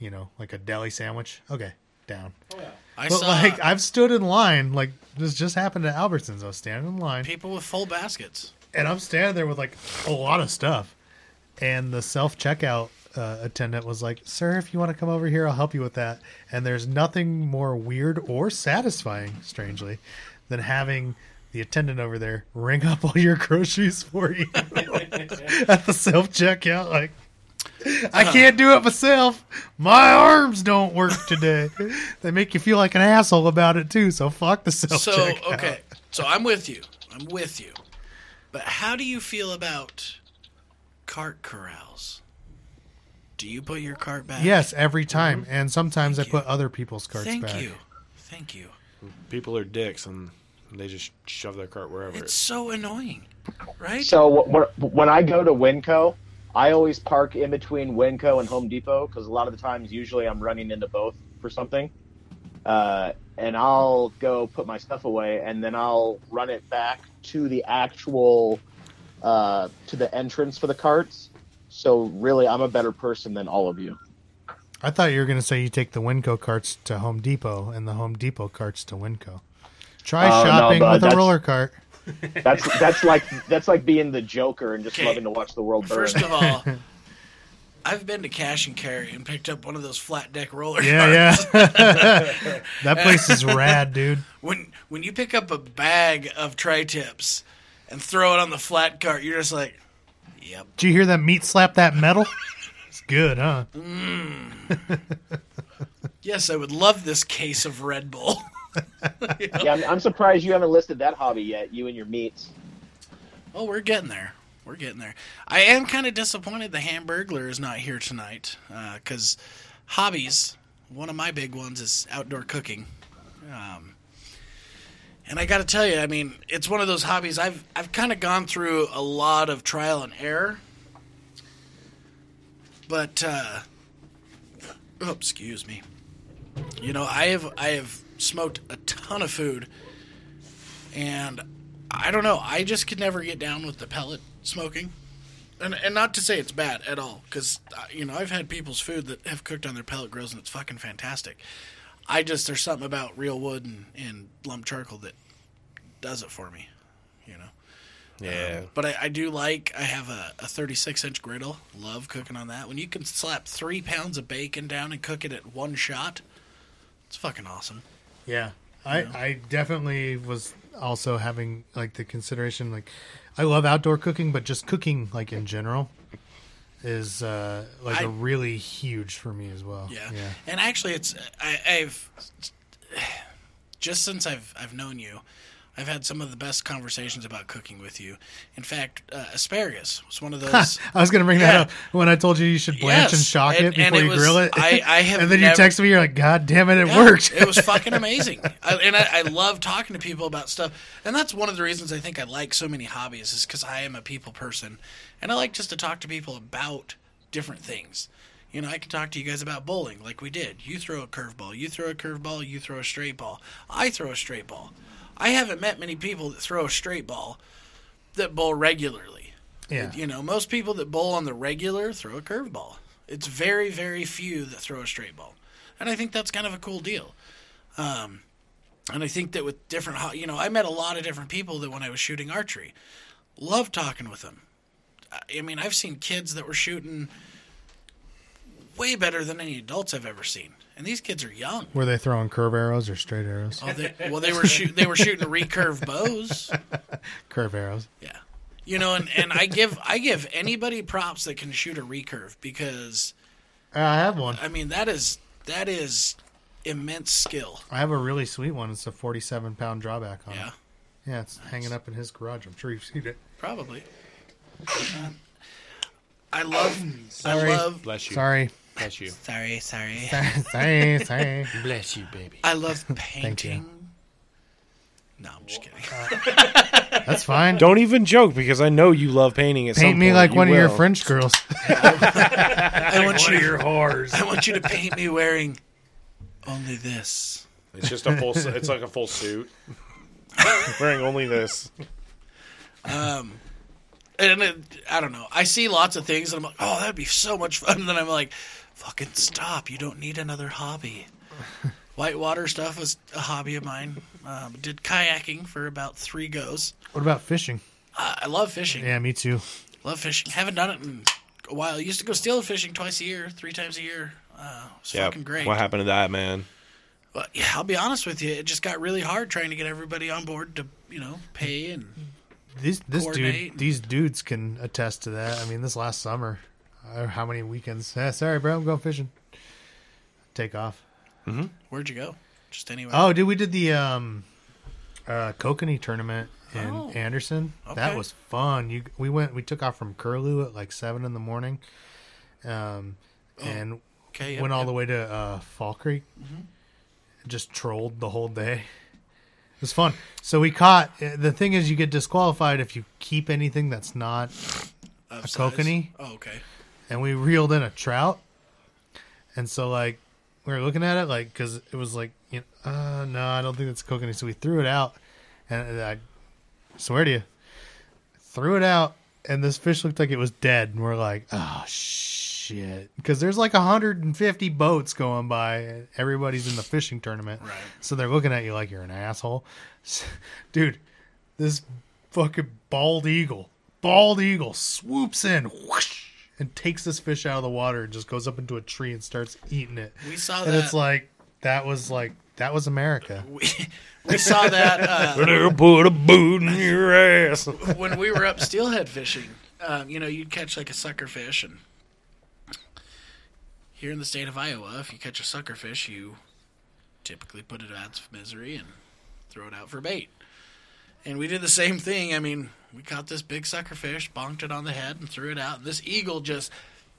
C: you know, like a deli sandwich. Okay, down.
A: I
C: But
A: saw
C: like I've stood in line like this just happened at Albertsons. I was standing in line
A: people with full baskets.
C: and I'm standing there with like a lot of stuff, and the self checkout uh, attendant was like, "Sir, if you want to come over here, I'll help you with that." And there's nothing more weird or satisfying, strangely, than having the attendant over there ring up all your groceries for you <laughs> at the self checkout. Like, I can't do it myself. My arms don't work today. they make you feel like an asshole about it too. So fuck the self
A: So
C: checkout.
A: okay, so I'm with you. I'm with you. But how do you feel about cart corrals? Do you put your cart back?
C: Yes, every time, and sometimes I
A: you.
C: put other people's carts
A: Thank
C: back.
A: you. Thank you.
E: <laughs> People are dicks and they just shove their cart wherever.
A: It's so annoying, right?
D: So wh- wh- when I go to Winco, I always park in between Winco and Home Depot because a lot of the times, usually, I'm running into both for something. Uh, and I'll go put my stuff away, and then I'll run it back to the actual uh, to the entrance for the carts. So really, I'm a better person than all of you.
C: I thought you were going to say you take the Winco carts to Home Depot and the Home Depot carts to Winco. Try
D: Oh, no,
C: shopping
D: bud,
C: with a
D: that's-
C: roller cart.
D: That's
A: <laughs>
D: that's like that's like being the Joker and just
A: Okay.
D: loving to watch the world burn.
A: First of all, I've been to Cash and Carry and picked up one of those flat deck roller carts.
C: Yeah, yeah.
A: <laughs>
C: that place is rad, dude.
A: When when you pick up a bag of tri tips and throw it on the flat cart, you're just like, yep.
C: Did you hear that meat slap that metal? It's good, huh?
A: Yes, I would love this case of Red Bull. <laughs>
D: yeah, I'm, I'm surprised you haven't listed that hobby yet. You and your meats.
A: Oh, we're getting there. We're getting there. I am kind of disappointed the Hamburglar is not here tonight because hobbies, one of my big ones is outdoor cooking. Um, and I got to tell you, I mean, it's one of those hobbies I've I've kind of gone through a lot of trial and error. But uh, oh, excuse me. You know, I have I have smoked a ton of food and I don't know. I just could never get down with the pellet smoking, and and not to say it's bad at all, because you know I've had people's food that have cooked on their pellet grills and it's fucking fantastic. I just there's something about real wood and, and lump charcoal that does it for me, you know.
E: Yeah.
A: But I, I do like I have a, a 36 inch griddle. Love cooking on that. When you can slap three pounds of bacon down and cook it at one shot, it's fucking awesome.
C: Yeah. I, I definitely was also having like the consideration like I love outdoor cooking, but just cooking like in general is uh like
A: I-
C: a really huge for me as well.
A: Yeah.
C: Yeah.
A: And actually, it's I, I've just since I've I've known you, I've had some of the best conversations about cooking with you. In fact, uh, asparagus was one of those.
C: I was gonna bring
A: Yeah.
C: that up when I told you you should blanch
A: Yes,
C: and shock
A: and-
C: it before
A: and it
C: you
A: was-
C: grill it.
A: I-
C: <laughs>
A: I have
C: and then
A: never-
C: you text me, you're like, "God damn it, it
A: Yeah,
C: worked."
A: it was fucking amazing, I, and I, I love talking to people about stuff. And that's one of the reasons I think I like so many hobbies is because I am a people person, and I like just to talk to people about different things. You know, I can talk to you guys about bowling, like we did. You throw a curveball, you throw a curveball, you throw a straight ball. I throw a straight ball. I haven't met many people that throw a straight ball that bowl regularly.
C: <laughs> yeah.
A: <laughs> You know, most people that bowl on the regular throw a curveball. It's very, very few that throw a straight ball. And I think that's kind of a cool deal. Um, and I think that with different, ho- you know, I met a lot of different people that when I was shooting archery, loved talking with them. I- I mean, I've seen kids that were shooting way better than any adults I've ever seen. And these kids are young.
C: Were they throwing curve arrows or straight arrows?
A: Oh, they, well, they were shoot, they were shooting recurve bows.
C: <laughs> Curve arrows.
A: Yeah, you know, and, and I give I give anybody props that can shoot a recurve because
C: Uh, I have one.
A: I mean that is that is immense skill.
C: I have a really sweet one. It's a 47 pound drawback on
A: Yeah,
C: it. Yeah, it's hanging up in his garage. I'm sure you've seen it.
A: probably. I love I love
E: Bless
A: <laughs>
E: you.
C: Sorry. <laughs>
E: Bless you.
A: sorry sorry
C: sorry, sorry.
E: Bless you, baby.
A: I <laughs> love
C: you.
A: painting. No, I'm just kidding.
C: That's fine.
E: Don't even joke because I know you love painting. At some
C: Paint me
E: point.
C: like
E: You
C: one of your
E: will.
C: French girls. <laughs>
A: <laughs> I want you
B: whores.
A: I want you to paint me wearing only this.
E: It's just a full. s- It's like a full suit. Wearing only this.
A: and it, I don't know. I see lots of things, and I'm like, oh, that'd be so much fun. <laughs> And then I'm like, fucking stop! You don't need another
C: <laughs>
A: hobby. Whitewater stuff was a hobby of mine. Um, did kayaking for about three goes.
C: What about fishing?
A: Uh, I love fishing.
C: Yeah, me too.
A: Love fishing. Haven't done it in a while. used to go steel fishing twice a year, three times a year. Uh, it was fucking great.
E: What happened to that man?
A: Well, yeah, I'll be honest with you. It just got really hard trying to get everybody on board to, you know, pay and
C: These this
A: Coordinate.
C: dude, these dudes can attest to that. I mean, this last summer, uh, how many weekends? "Eh, sorry, bro, I'm going fishing. Take off.
A: where'd you go? Just anywhere.
C: Oh, dude, we did the um, uh, Kokanee tournament in
A: Oh.
C: Anderson.
A: Okay.
C: That was fun. You, we went, we took off from Curlew at like seven in the morning, um,
A: Oh,
C: and
A: okay. yep,
C: went all
A: yep.
C: the way to uh, Fall Creek.
A: Mm-hmm.
C: Just trolled the whole day. It was fun. So we caught. uh, The thing is, you get disqualified if you keep anything that's not
A: Of
C: a
A: size.
C: kokanee.
A: Oh, okay.
C: and we reeled in a trout. And so like we were looking at it like because it was like you know, uh, no, I don't think that's coconut. So we threw it out, and I swear to you, threw it out, and this fish looked like it was dead. And we're like, oh shit, because there's like 150 boats going by. And everybody's in the fishing tournament,
A: Right.
C: So they're looking at you like you're an asshole, <laughs> dude. This fucking bald eagle, bald eagle swoops in, whoosh, and takes this fish out of the water and just goes up into a tree and starts eating it.
A: We saw
C: and
A: that.
C: it's like that was like that was America.
A: we, we saw that uh,
B: Better put a boot in your ass.
A: when we were up steelhead fishing. Um, you know, you'd catch like a sucker fish, and here in the state of Iowa, if you catch a sucker fish, you typically put it out of misery and throw it out for bait. And we did the same thing. I mean, we caught this big sucker fish, bonked it on the head, and threw it out. And this eagle just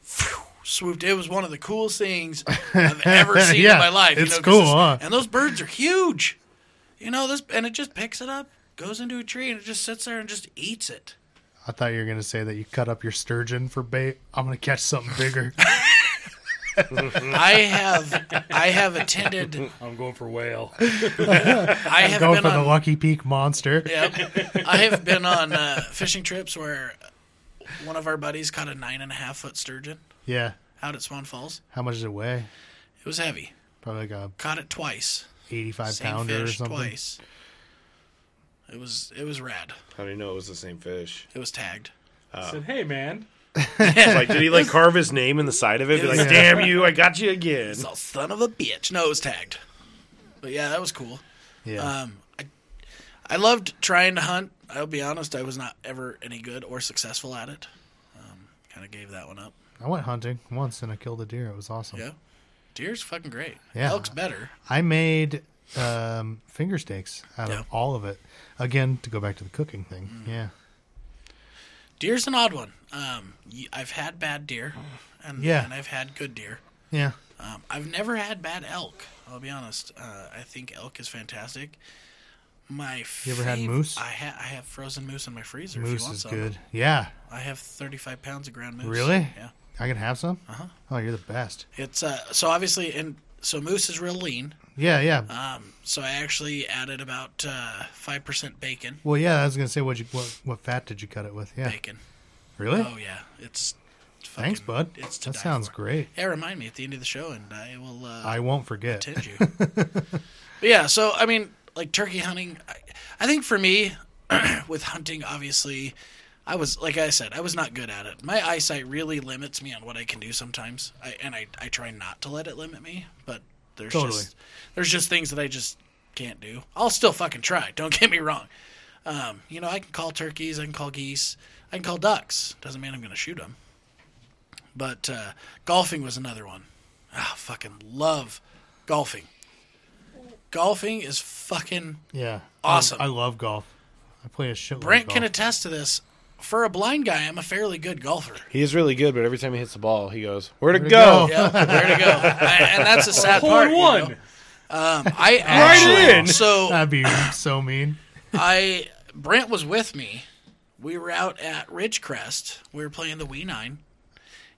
A: phew, swooped. It was one of the coolest things I've
C: <laughs>
A: ever seen in
C: Yeah,
A: my life.
C: it's
A: 'cause
C: cool,
A: this-
C: huh?
A: And those birds are huge. You know this, and it just picks it up, goes into a tree, and it just sits there and just eats it.
C: I thought you were gonna say that you cut up your sturgeon for bait. I'm gonna catch something
A: <laughs>
C: bigger.
A: I have, I have attended.
F: I'm going for whale.
A: I have
C: <laughs> Go
A: been
C: for the
A: on
C: Lucky Peak monster.
A: Yep. <laughs> I have been on uh, fishing trips where one of our buddies caught a nine and a half foot sturgeon
C: Yeah.
A: out at Swan Falls.
C: How much does it weigh?
A: It was heavy.
C: Probably like a
A: Caught it twice.
C: 85
A: Same
C: pounder or
A: fish
C: something.
A: twice. It was it was rad.
E: How do you know it was the
A: <laughs>
E: same fish?
A: It was tagged.
C: Uh,
F: I said, hey, man.
E: Like, did he like carve his name in the side of it? Be like, damn you, I got you again.
A: It's all son of a bitch. No, it was tagged. But yeah, that was cool.
C: Yeah.
A: Um, I I loved trying to hunt. I'll be honest, I was not ever any good or successful at it. Um, kind of gave that one up.
C: I went hunting once and I killed a deer. It was awesome.
A: Yeah, deer's fucking great.
C: Yeah.
A: elk's better.
C: I made um, finger steaks out
A: Yeah. Mm.
C: of all of it. Again, to go back to the cooking thing. Yeah.
A: Deer's an odd one. Um, y- I've had bad deer, and
C: Yeah.
A: and I've had good deer.
C: Yeah.
A: Um, I've never had bad elk. I'll be honest. Uh, I think elk is fantastic. My
C: You ever had
A: fav-
C: moose?
A: I ha- I have frozen moose in my freezer. if you
C: Moose
A: want
C: is
A: some.
C: good. Yeah.
A: I have thirty five pounds of ground moose.
C: Really?
A: Yeah.
C: I can have some? Uh-huh. Oh, you're the best.
A: It's uh so obviously and so moose is real lean.
C: Yeah, yeah.
A: Um, so I actually added about uh, five percent bacon.
C: well, yeah, I was going to say, what, you, what what fat did you cut it with? Yeah.
A: Bacon.
C: Really?
A: Oh yeah, it's. it's Fucking,
C: Thanks, bud.
A: It's to
C: That
A: die
C: sounds
A: for.
C: great.
A: Yeah, remind me at the end of the show, and I will. Uh,
C: I won't forget.
A: attend
C: <laughs>
A: you. but yeah, so I <clears throat> mean, like turkey hunting, I, I think for me, with hunting, obviously, I was like I said, I was not good at it. My eyesight really limits me on what I can do sometimes, I, and I I try not to let it limit me. But there's
C: Totally.
A: just there's just things that I just can't do. I'll still fucking try. <laughs> Don't get me wrong. Um, you know, I can call turkeys, I can call geese, I can call ducks. Doesn't mean I'm going to shoot them. But uh, golfing was another one. Ah, fucking love golfing. Golfing is fucking
C: Yeah.
A: Awesome.
C: I, I love golf. I play a shitload.
A: Brent
C: of golf.
A: can attest to this. For a blind guy, I'm a fairly good golfer.
C: <laughs>
E: He is really good, but every time he hits the ball, he goes, "Where'd it
C: Where'd it
E: go?"
C: go?
A: Yeah, there to go. I, and that's a sad
F: Hole
A: part.
F: in
A: you
F: one.
A: know? Um, I actually,
C: <laughs>
E: in.
A: So <coughs>
C: That'd be so mean.
A: I Brent was with me. We were out at Ridgecrest. We were playing the Wii Nine,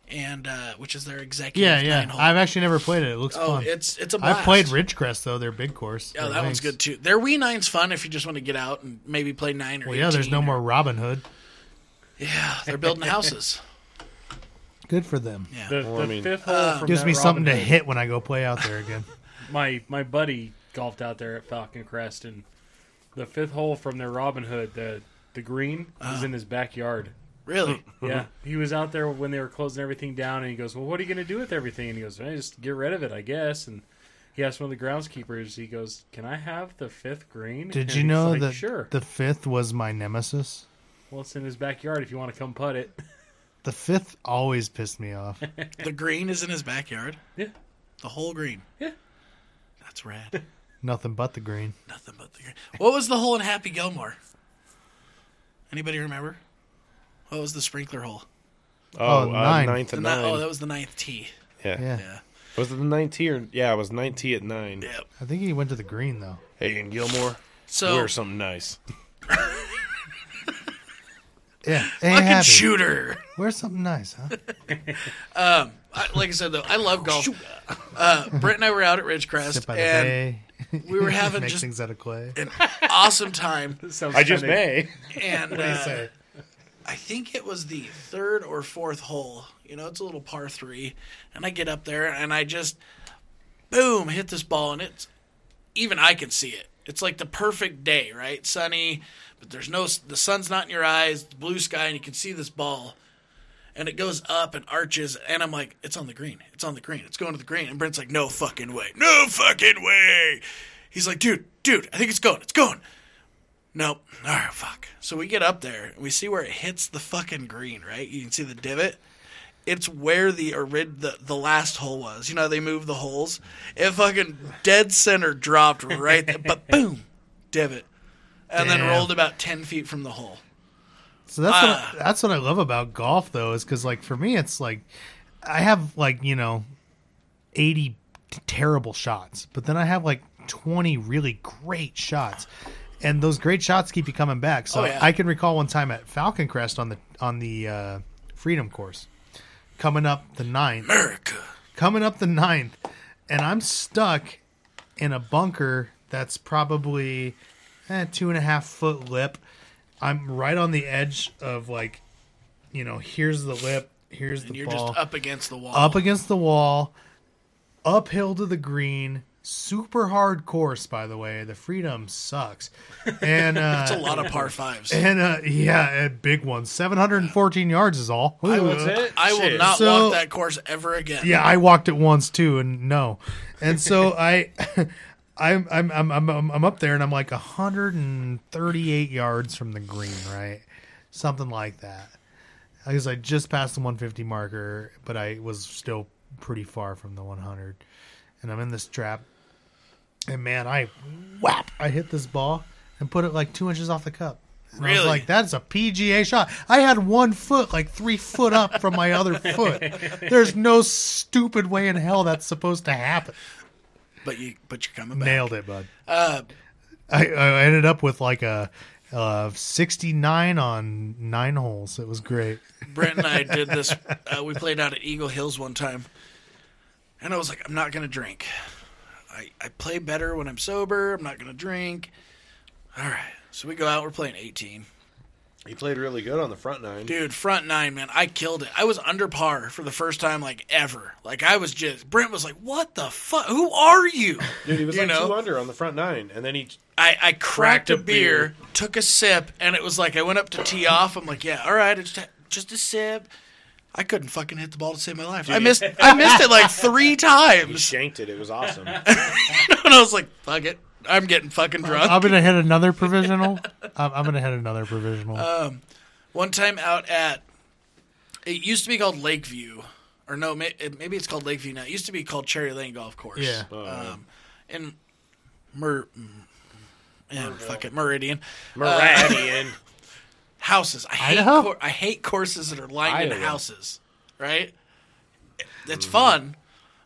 A: and uh, which is their executive
C: Yeah, yeah.
A: nine hole.
C: I've actually never played it. It looks
A: oh,
C: fun.
A: it's it's a blast.
C: I've played Ridgecrest though. Their big course.
A: Yeah,
C: their
A: that one's
C: links.
A: good too. Their Wii Nine's fun if you just want to get out and maybe play nine or.
C: Well, yeah. There's
A: 18
C: no
A: or-
C: more Robin Hood.
A: Yeah, they're building
C: <laughs>
A: houses.
C: Good for them.
A: Yeah.
F: The,
E: Well,
F: the
E: I mean-
F: fifth hole from
C: Ah. Gives
F: that
C: me
F: Robin
C: something to
F: Hood.
C: hit when I go play out
A: <laughs>
C: there again.
F: My my buddy golfed out there at Falcon Crest, and the fifth hole from their Robin Hood, the the green is in his backyard.
A: Really?
E: Uh-huh.
F: Yeah, he was out there when they were closing everything down, and he goes, "Well, what are you going to do with everything?" And he goes, "Eh, "Just get rid of it, I guess." And he asked one of the groundskeepers. He goes, "Can I have the fifth green?"
C: Did
F: And
C: you
F: he's
C: know
F: like,
C: that
F: Sure.
C: the fifth was my nemesis?
F: Well, it's in his backyard. If you want to come putt it, <laughs>
C: The fifth always pissed me
A: <laughs>
C: off.
A: The green is in his backyard.
F: Yeah.
A: The whole green.
F: Yeah.
A: That's rad. <laughs>
C: Nothing but the green.
A: Nothing but the green. What was the hole in Happy Gilmore? Anybody remember? What was the sprinkler hole?
E: Oh,
C: Oh,
E: uh,
C: nine.
E: ninth
A: The
E: and
A: ni-
E: nine.
A: oh, that was the ninth tee.
E: yeah.
C: Yeah.
A: Yeah.
E: was it the ninth tee or yeah? It was ninth tee at nine.
A: Yep.
C: I think he went to the
A: <laughs>
C: green though.
E: Hey, and Gilmore,
A: So
E: wear something nice.
C: Yeah. Ain't
A: fucking
C: happy.
A: shooter. <laughs>
C: Wear something nice, huh?
A: I, like I said though, I love golf. Uh, Brent and I were out at Ridgecrest
C: Sit by the
A: and
C: bay.
A: we were having
C: <laughs> Make
A: just
C: things out of clay.
A: awesome
C: <laughs>
A: time.
F: That sounds
E: <laughs> I just
F: kinda-
E: <laughs> may.
A: And
C: What do you
A: uh,
C: say?
A: I think it was the third or fourth hole. You know, it's a little par three. And I get up there and I just, boom, hit this ball. And it's, even I can see it. It's like the perfect day, right? Sunny, but there's no, the sun's not in your eyes, the blue sky, and you can see this ball. And it goes up and arches. And I'm like, it's on the green. It's on the green. It's going to the green. And Brent's like, no fucking way. No fucking way. He's like, dude, dude, I think it's going. It's going. Nope. All right, fuck. So we get up there and we see where it hits the fucking green, right? You can see the divot. It's where the orid the, the last hole was. You know, how they moved the holes. It fucking dead center dropped right there, but boom, divot, and then
C: Damn.
A: rolled about ten feet from the hole.
C: So that's
A: Ah.
C: what I, that's what I love about golf, though, is because like for me, it's like I have like you know eighty t- terrible shots, but then I have like twenty really great shots, and those great shots keep you coming back. So
A: Oh, yeah.
C: I can recall one time at Falcon Crest on the on the uh, Freedom Course, coming up the ninth,
A: America.
C: coming up the ninth, and I'm stuck in a bunker that's probably eh, two and a half foot lip. I'm right on the edge of like, you know, here's the lip, here's
A: And
C: the
A: you're
C: ball,
A: just up against the wall.
C: up against the wall, uphill to the green. Super hard course, by the way. The freedom sucks,
A: <laughs>
C: and uh,
A: That's a lot of par fives.
C: <laughs> and uh, yeah, a big one. Seven hundred and fourteen yards is all. Ooh.
A: I will not
C: So-
A: walk that course ever again.
C: <laughs> Yeah, I walked it once too, and no, and so I, <laughs> I'm I'm I'm I'm I'm up there, and I'm like 138 yards from the green, right, something like that. I guess I just passed the 150 marker, but I was still pretty far from the 100, and I'm in this trap, and man, I whap, I hit this ball and put it like two inches off the cup. And I was
A: Really?
C: like, that's a PGA shot. I had one foot, like three foot up from my <laughs> other foot. There's no stupid way in hell that's supposed to happen.
A: But you but you're coming back.
C: Nailed it, bud.
A: Uh,
C: I, I ended up with like a, a 69 on nine holes. It was great.
A: Brent and
C: <laughs>
A: I did this. Uh, we played out at Eagle Hills one time, and I was like, I'm not gonna drink. I, I play better when I'm sober. I'm not gonna drink. All right, so we go out. We're playing 18.
E: He played really good on the front nine.
A: Dude, front nine, man, I killed it. I was under par for the first time, like ever. Like I was just Brent was like, "What the fuck? Who are you?"
E: Dude, he was
A: You
E: like
A: know?
E: two under on the front nine, and then he
A: I, I cracked a beer, took a sip, and it was like I went up to tee off. I'm like, "Yeah, all right, it's t- just a sip." I couldn't fucking hit the ball to save my life. I missed, I missed it like three
E: he
A: times, <laughs>
E: shanked it. It was awesome.
A: and I was like, "Fuck it, I'm getting fucking drunk."
C: I'm gonna hit another <laughs> provisional. I'm, I'm gonna hit another provisional.
A: One time out at it used to be called Lakeview, or no, may, it- maybe it's called Lakeview now. It used to be called Cherry Lane Golf Course.
C: Yeah.
E: Oh,
A: um, and Mer, mm, and fuck it, Meridian uh,
E: Meridian.
A: <laughs> houses. I hate
C: Idaho?
A: cour- I hate courses that are lined in
E: Idaho.
A: houses. Right, it's fun,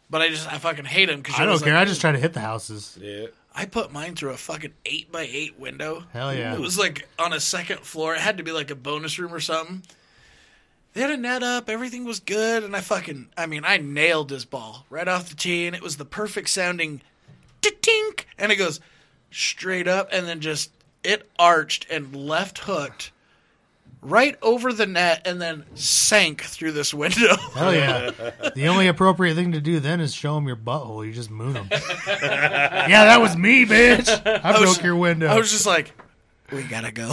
A: but I just I fucking hate them because
C: I don't care. I just try to hit the houses.
E: yeah.
A: I put mine through a fucking eight by eight window.
C: Hell yeah.
A: It was like on a second floor. It had to be like a bonus room or something. They had a net up. Everything was good, and I fucking I mean I nailed this ball right off the tee, and it was the perfect sounding tink, and it goes straight up, and then just it arched and left hooked. Right over the net and then sank through this window. <laughs>
C: Hell Oh, yeah. the only appropriate thing to do then is show them your butthole. You just moon them. <laughs> yeah, that was me, bitch. I, broke
A: was-
C: your window.
A: I was just like, we gotta go.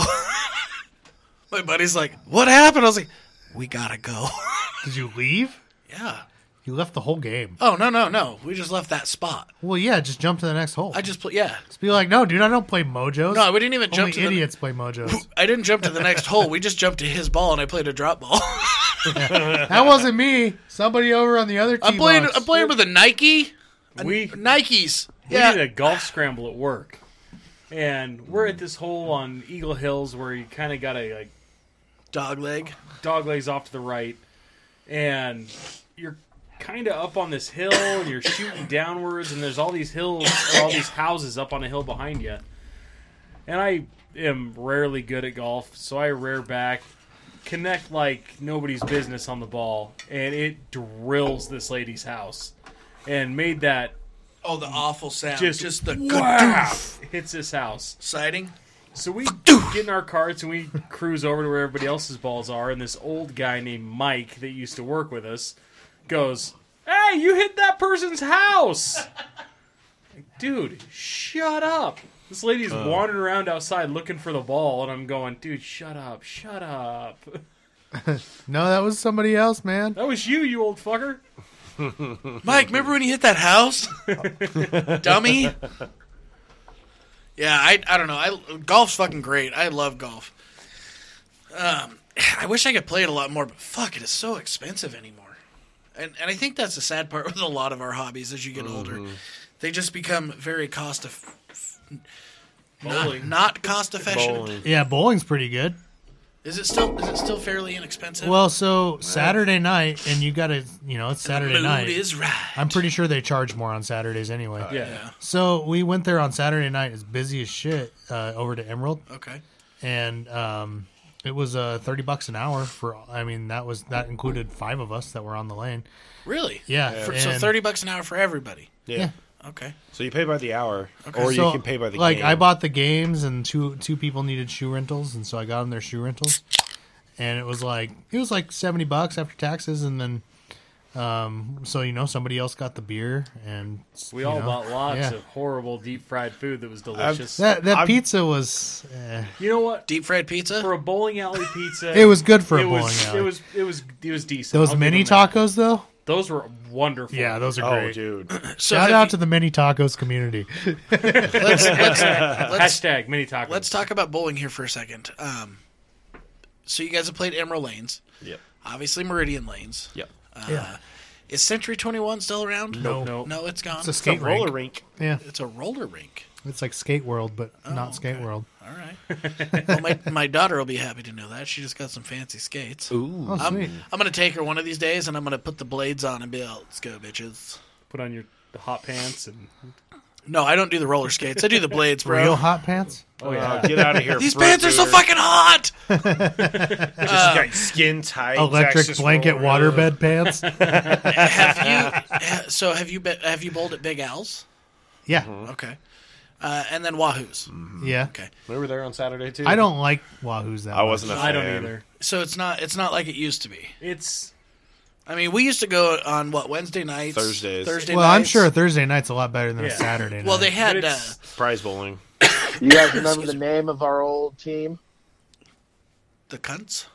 A: <laughs> My buddy's like, what happened? I was like, we gotta go. <laughs>
C: Did you leave?
A: yeah.
C: You left the whole game.
A: Oh no no no! We just left that spot.
C: Well, yeah, just jump to the next hole.
A: I just pl- yeah.
C: just be like, no, dude, I don't play mojos.
A: No, we didn't even
C: Only
A: jump to
C: idiots play
A: <laughs>
C: mojos.
A: the. I didn't jump to the next hole. We just jumped to his ball, and I played a drop ball. <laughs>
C: that wasn't me. Somebody over on the other team.
A: I'm playing. I'm playing with a Nike.
F: We
A: Nikes.
F: we
A: Yeah.
F: did a golf scramble at work, and we're at this hole on Eagle Hills where you kind of gotta like
A: Dog leg.
F: dog legs off to the right, and you're kind of up on this hill and you're shooting downwards, and there's all these hills, or all these houses up on a hill behind you. And I am rarely good at golf, so I rear back, connect like nobody's business on the ball, and it drills this lady's house, and made that
A: Oh, the awful sound.
F: Just-
A: Just, the
F: wow, hits this house.
A: sighting.
F: So we get in our carts and we cruise over to where everybody else's balls are, and this old guy named Mike that used to work with us goes, "Hey, you hit that person's house, Like, dude! Shut up!" This lady's
C: Uh.
F: wandering around outside looking for the ball, and I'm going, "Dude, shut up! Shut up!
C: No, that was somebody else, man.
F: That was you, you old fucker!"
A: Mike, remember when you hit that house, dummy? Yeah, I I don't know. I golf's fucking great. I love golf. Um, I wish I could play it a lot more, but fuck, it is so expensive anymore. And and I think that's the sad part with a lot of our hobbies as you get older. They just become very cost of not,
F: Bowling.
A: not cost efficient.
E: Bowling.
C: Yeah, bowling's pretty good.
A: Is it still is it still fairly inexpensive?
C: Well, so Saturday night, and you got to, you know, it's Saturday
A: Mood
C: night.
A: is right.
C: I'm pretty sure they charge more on Saturdays anyway.
F: yeah.
C: So we went there on Saturday night, as busy as shit, uh, over to Emerald,
A: okay.
C: and um, it was uh, thirty bucks an hour for. I mean, that was that included five of us that were on the lane.
A: Really?
C: Yeah,
A: For, so
C: and-
A: thirty bucks an hour for everybody.
E: Yeah.
C: Yeah.
A: Okay.
E: So you pay by the hour, or you
C: So,
E: can pay by the
C: like
E: game.
C: I bought the games, and two two people needed shoe rentals, and so I got them their shoe rentals, and it was like it was like seventy bucks after taxes, and then. Um, so you know, somebody else got the beer, and
F: We
C: you
F: all
C: know,
F: bought lots
C: yeah.
F: of horrible deep fried food that was delicious.
C: that. That
E: I'm-
C: pizza was eh,
F: you know what?
A: Deep fried pizza.
F: For a bowling alley pizza,
C: it was good for a
F: it
C: bowling
F: was,
C: alley.
F: It was it was it was decent. I'll
C: Those
F: give
C: mini
F: them that.
C: tacos, though.
F: Those were wonderful.
C: Yeah, those are
E: oh,
C: great.
E: dude.
A: <laughs> So
C: Shout
A: have
C: out
A: you-
C: to the mini tacos community.
A: let's
C: <laughs>
A: let's, let's,
F: Hashtag mini tacos.
A: let's talk about bowling here for a second. Um, so you guys have played Emerald Lanes,
E: <laughs> Yep.
A: obviously Meridian Lanes.
E: Yep.
C: yeah,
A: Is Century Twenty One still around?
C: No.
F: No.
A: no, it's gone.
C: it's a skate
E: roller
C: rink.
E: rink.
C: Yeah,
A: It's a roller rink.
C: it's like Skate World, but
E: Oh,
C: not Skate
A: okay.
C: World.
A: All right. well, my my daughter will be happy to know that she just got some fancy skates.
E: Ooh.
C: Oh,
A: I'm,
C: sweet.
A: I'm gonna take her one of these days, and I'm gonna put the blades on and be like, "Let's go, bitches."
F: Put on your hot pants and
A: No, I don't do the roller skates. I do the blades, bro.
C: <laughs> Real hot
E: <laughs>
C: pants.
F: oh
E: Uh,
F: yeah.
E: get out of here.
A: These
E: fruit
A: pants are so
E: eater.
A: fucking hot.
E: Just got skin tight.
C: Electric
E: Texas
C: blanket
E: roller.
C: waterbed
E: <laughs>
C: pants.
A: have you? So have you? Been, have you bowled at Big Al's?
E: Mm-hmm.
C: Yeah,
A: Okay. Uh, and then Wahoos.
C: Yeah.
A: Okay.
E: We were there on Saturday too.
C: I don't like Wahoos that
E: I
C: much.
E: wasn't. A fan.
F: I don't either.
A: So it's not it's not like it used to be.
F: It's
A: I mean, we used to go on what Wednesday nights,
E: Thursdays.
A: Thursday.
C: Well, I'm
A: nights.
C: sure a Thursday night's a lot better than a
F: Yeah.
C: Saturday night.
A: Well, they
F: but
A: had uh,
F: it's-
E: Prize bowling.
A: <laughs>
D: You guys remember the name of our old team?
A: the cunts.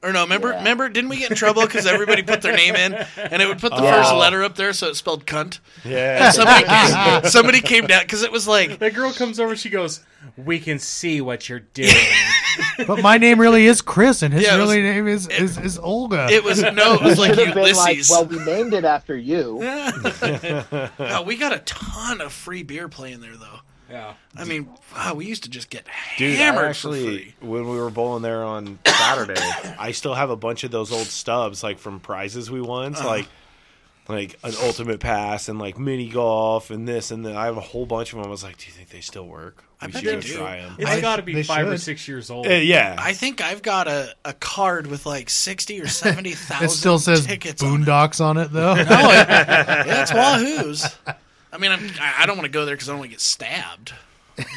A: Or no, remember?
D: Yeah.
A: Remember? Didn't we get in trouble because everybody put their name in, and it would put the
E: Yeah.
A: first letter up there, so it spelled cunt.
E: Yeah.
A: Somebody came, somebody came down because it was like
F: that girl comes over. She goes, "We can see what you're doing."
C: But my name really is Chris, and his
A: Yeah, it was-
C: really name is, is, is Olga.
A: it was no, it was like
D: Should have been like,
A: Ulysses.
D: well, we named it
A: <laughs>
D: after you.
A: Wow, we got a ton of free beer playing there, though.
F: yeah,
A: I mean, wow, we used to just get
E: Dude,
A: hammered
E: I
A: for
E: actually
A: free.
E: when we were bowling there on Saturday, I still have a bunch of those old stubs like from prizes we won, so like like an ultimate pass and like mini golf and this and that. I have a whole bunch of them. I was like, do you think they still work?
A: I
E: We
A: bet
E: should
A: they
E: go
A: do.
E: try them.
F: it's
C: I-
F: got to be
C: they
F: five or
C: should. Eh,
F: six years old.
E: Uh, yeah,
A: I think I've got a, a card with like sixty or seventy thousand.
C: <laughs> It still says
A: tickets on it.
C: Boondocks on
A: <laughs>
C: it, though.
A: Yeah, it's Wahoo's. I mean, I'm, I I don't want to go there because I don't want to get stabbed.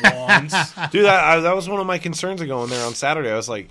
F: Once.
C: <laughs>
E: dude, that, I, that was one of my concerns of going there on Saturday. I was like,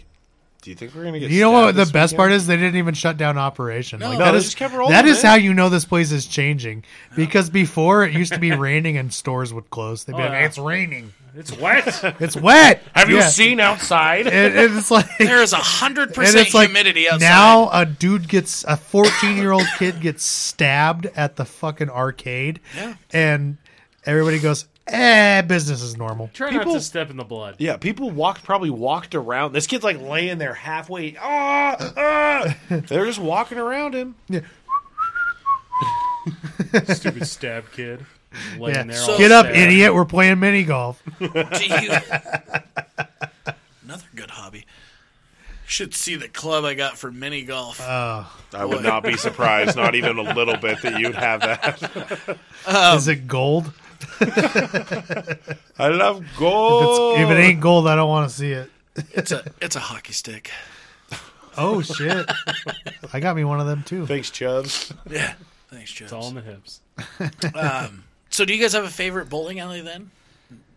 E: do you think we're gonna get?
C: you know
E: stabbed
C: what? The
E: this
C: best
E: weekend?
C: part is they didn't even shut down operation.
A: No,
C: like,
A: No,
C: that
E: they
C: is
E: just kept rolling,
C: that is
E: man.
C: how you know this place is changing. Because before it used to be raining and stores would close. They'd be like,
F: yeah.
C: "It's raining.
F: It's wet.
C: It's wet." Eh,
B: Have you
C: Yeah.
B: seen outside?
C: And, and it's like,
A: There is hundred
C: and
A: percent
C: it's like
A: humidity outside.
C: now a dude gets a fourteen-year-old kid gets stabbed at the fucking arcade,
A: Yeah.
C: and everybody goes, "Eh, business is normal."
F: Try
E: People-
F: not to step in the blood.
E: Yeah, people walked probably walked around. This kid's like laying there halfway. Ah,
C: <laughs>
E: ah. They're just walking around him.
F: Stupid stab
C: <laughs>
F: kid. Laying
C: Yeah.
F: there
A: So-
F: all
C: Get up,
F: stabbed.
C: idiot! We're playing mini golf.
A: <laughs> Do you- Another good hobby. Should see the club I got for mini golf.
C: Uh.
E: I would not be surprised, not even a little bit, that you'd have that.
C: is it gold?
E: I love
C: It's,
E: gold.
C: If it ain't gold, I don't want to see it.
A: it's a it's a hockey stick.
C: Oh shit! I got me one of them too.
E: Thanks, Chubbs.
A: Yeah. Thanks, Joe.
F: It's all in the hips.
A: So, do you guys have a favorite bowling alley then?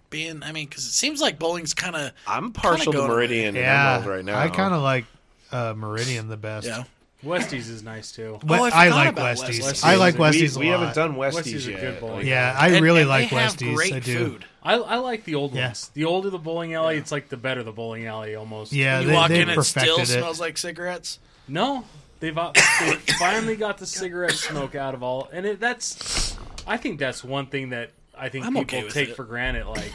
A: Being, I mean, because it seems like bowling's kind of
E: I'm partial
A: going
E: to Meridian and
C: Yeah,
E: Emerald right now.
C: I kind of like uh, Meridian the best.
A: yeah.
F: Westies is nice too.
C: But
A: Oh, I
C: I,
A: forgot
C: like
A: about
C: Westies.
A: Westies.
C: I like
F: We-
C: Westies. a
E: we, we
C: lot.
E: haven't done Westies,
F: Westies are
E: yet.
F: good bowling.
C: Yeah, I
A: And-
C: really
A: and
C: like
A: they have
C: Westies.
A: Great
C: I do.
A: food.
F: I, I like the old
C: Yeah.
F: ones. The older the bowling alley, it's like the better the bowling alley almost.
C: Yeah,
A: You
C: they,
A: walk
C: they
A: in, it
C: perfected
A: still
C: it.
A: smells like cigarettes.
F: No, they've they finally got the cigarette smoke out of all, and it, that's. I think that's one thing that I think
A: I'm
F: people
A: okay with
F: take
A: it.
F: for granted. Like,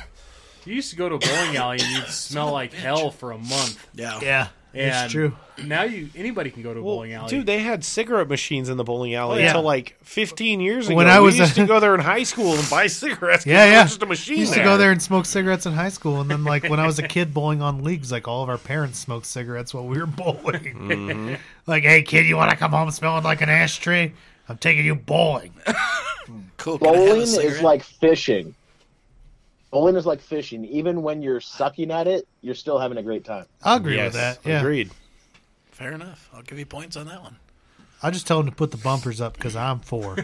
F: you used to go to a bowling alley and you'd smell like hell for a month.
A: Yeah.
C: yeah,
F: And
C: it's true.
F: Now you anybody can go to a bowling alley.
E: Dude, they had cigarette machines in the bowling alley
C: yeah.
E: until like 15 years ago.
C: When I was
E: we used
C: a-
E: to go there in high school and buy cigarettes. 'cause
C: Yeah,
E: there
C: yeah.
E: was Just a machine
C: Used
E: there.
C: to go there and smoke cigarettes in high school, and then like when I was a kid bowling on leagues, like all of our parents smoked cigarettes while we were bowling.
E: Mm-hmm.
C: <laughs> like, hey kid, you want to come home smelling like an ashtray? I'm taking you bowling.
A: Cool. Can I have a
D: Bowling is
A: cigarette?
D: like fishing. Bowling is like fishing. Even when you're sucking at it, you're still having a great time.
C: I agree
E: Yes,
C: with that. Yeah,
E: agreed.
A: fair enough. I'll give you points on that one.
C: I just tell them to put the bumpers up because I'm four.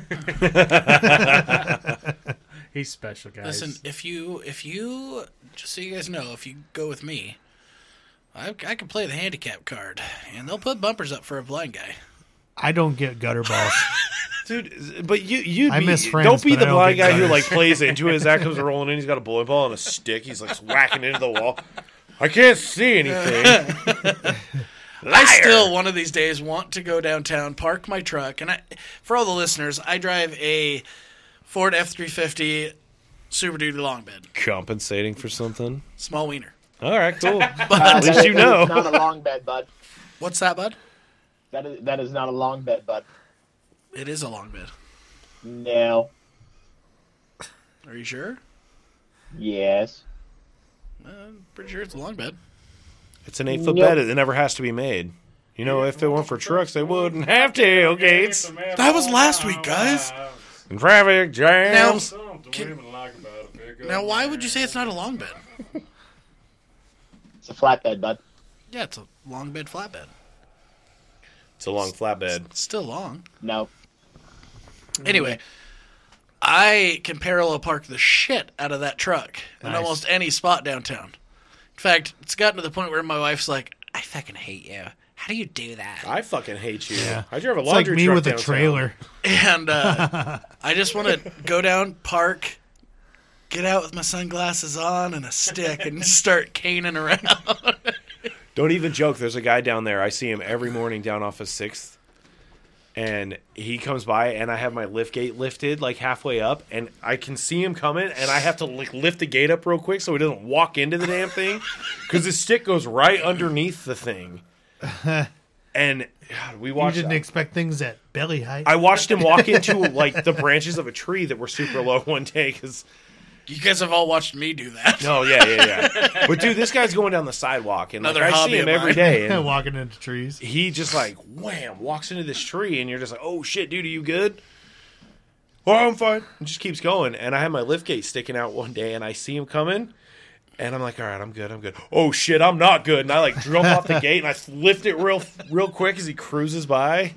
F: he's special, guys.
A: Listen, if you if you just so you guys know, if you go with me, I, I can play the handicap card, and they'll put bumpers up for a blind guy.
C: I don't get gutter balls.
E: Dude, but you you
C: I
E: be,
C: miss friends,
E: don't be
C: but
E: the
C: I don't
E: blind
C: get
E: guy who
C: gutters.
E: like plays into his act comes rolling in. He's got a bowling ball and a stick. He's like whacking into the wall. I can't see anything.
A: I still one of these days want to go downtown, park my truck, and I for all the listeners, I drive a Ford F three fifty Super Duty long bed,
E: <laughs> Compensating for something.
A: small wiener.
E: All right, cool.
D: Uh,
E: least
D: that
E: you
D: is
E: know.
D: not a long bed, bud.
A: What's that, bud?
D: That is that is not a long bed, bud.
A: It is a long bed.
D: No.
A: Are you sure?
D: Yes.
A: I'm pretty sure it's a long bed.
E: It's an eight foot
D: Nope.
E: bed. It never has to be made. You know, if it weren't for trucks, they wouldn't have tailgates
A: That was last week, guys.
E: and traffic jams.
A: Now, why would you say it's not a long bed?
D: It's a flatbed, bud.
A: Yeah, it's a long bed flatbed.
E: it's a long flatbed.
A: It's still long.
D: No.
A: Anyway, I can parallel park the shit out of that truck in
C: Nice.
A: almost any spot downtown. In fact, it's gotten to the point where my wife's like, "I fucking hate you. How do you do that?"
E: I fucking hate you.
C: Yeah.
E: I drove a
C: It's like
E: laundry
C: me
E: truck
C: with a
E: downtown.
C: trailer.
A: And uh, I just want to go down, park, get out with my sunglasses on and a stick, and start caning around. <laughs>
E: Don't even joke. There's a guy down there. I see him every morning down off of Sixth, and he comes by, and I have my lift gate lifted like halfway up, and I can see him coming, and I have to like lift the gate up real quick so he doesn't walk into the damn thing, because his stick goes right underneath
C: <laughs>
E: the thing. And God, we
C: You
E: watched.
C: didn't expect things at belly height. <laughs>
E: I watched him walk into like the branches of a tree that were super low one day because
A: you guys have all watched me do that.
E: <laughs> no, yeah, yeah,
A: <laughs>
E: yeah. But dude, this guy's going down the sidewalk, and like,
A: Another
E: I
A: hobby
E: see him
A: of
E: every
A: mine. <laughs>
E: day. And
C: Walking into trees.
E: he just like wham walks into this tree and you're just like oh shit dude are you good oh i'm fine and just keeps going and i had my lift gate sticking out one day and i see him coming and i'm like all right i'm good i'm good oh shit i'm not good and i like jump
A: <laughs>
E: off the gate and i lift it real real quick as he cruises by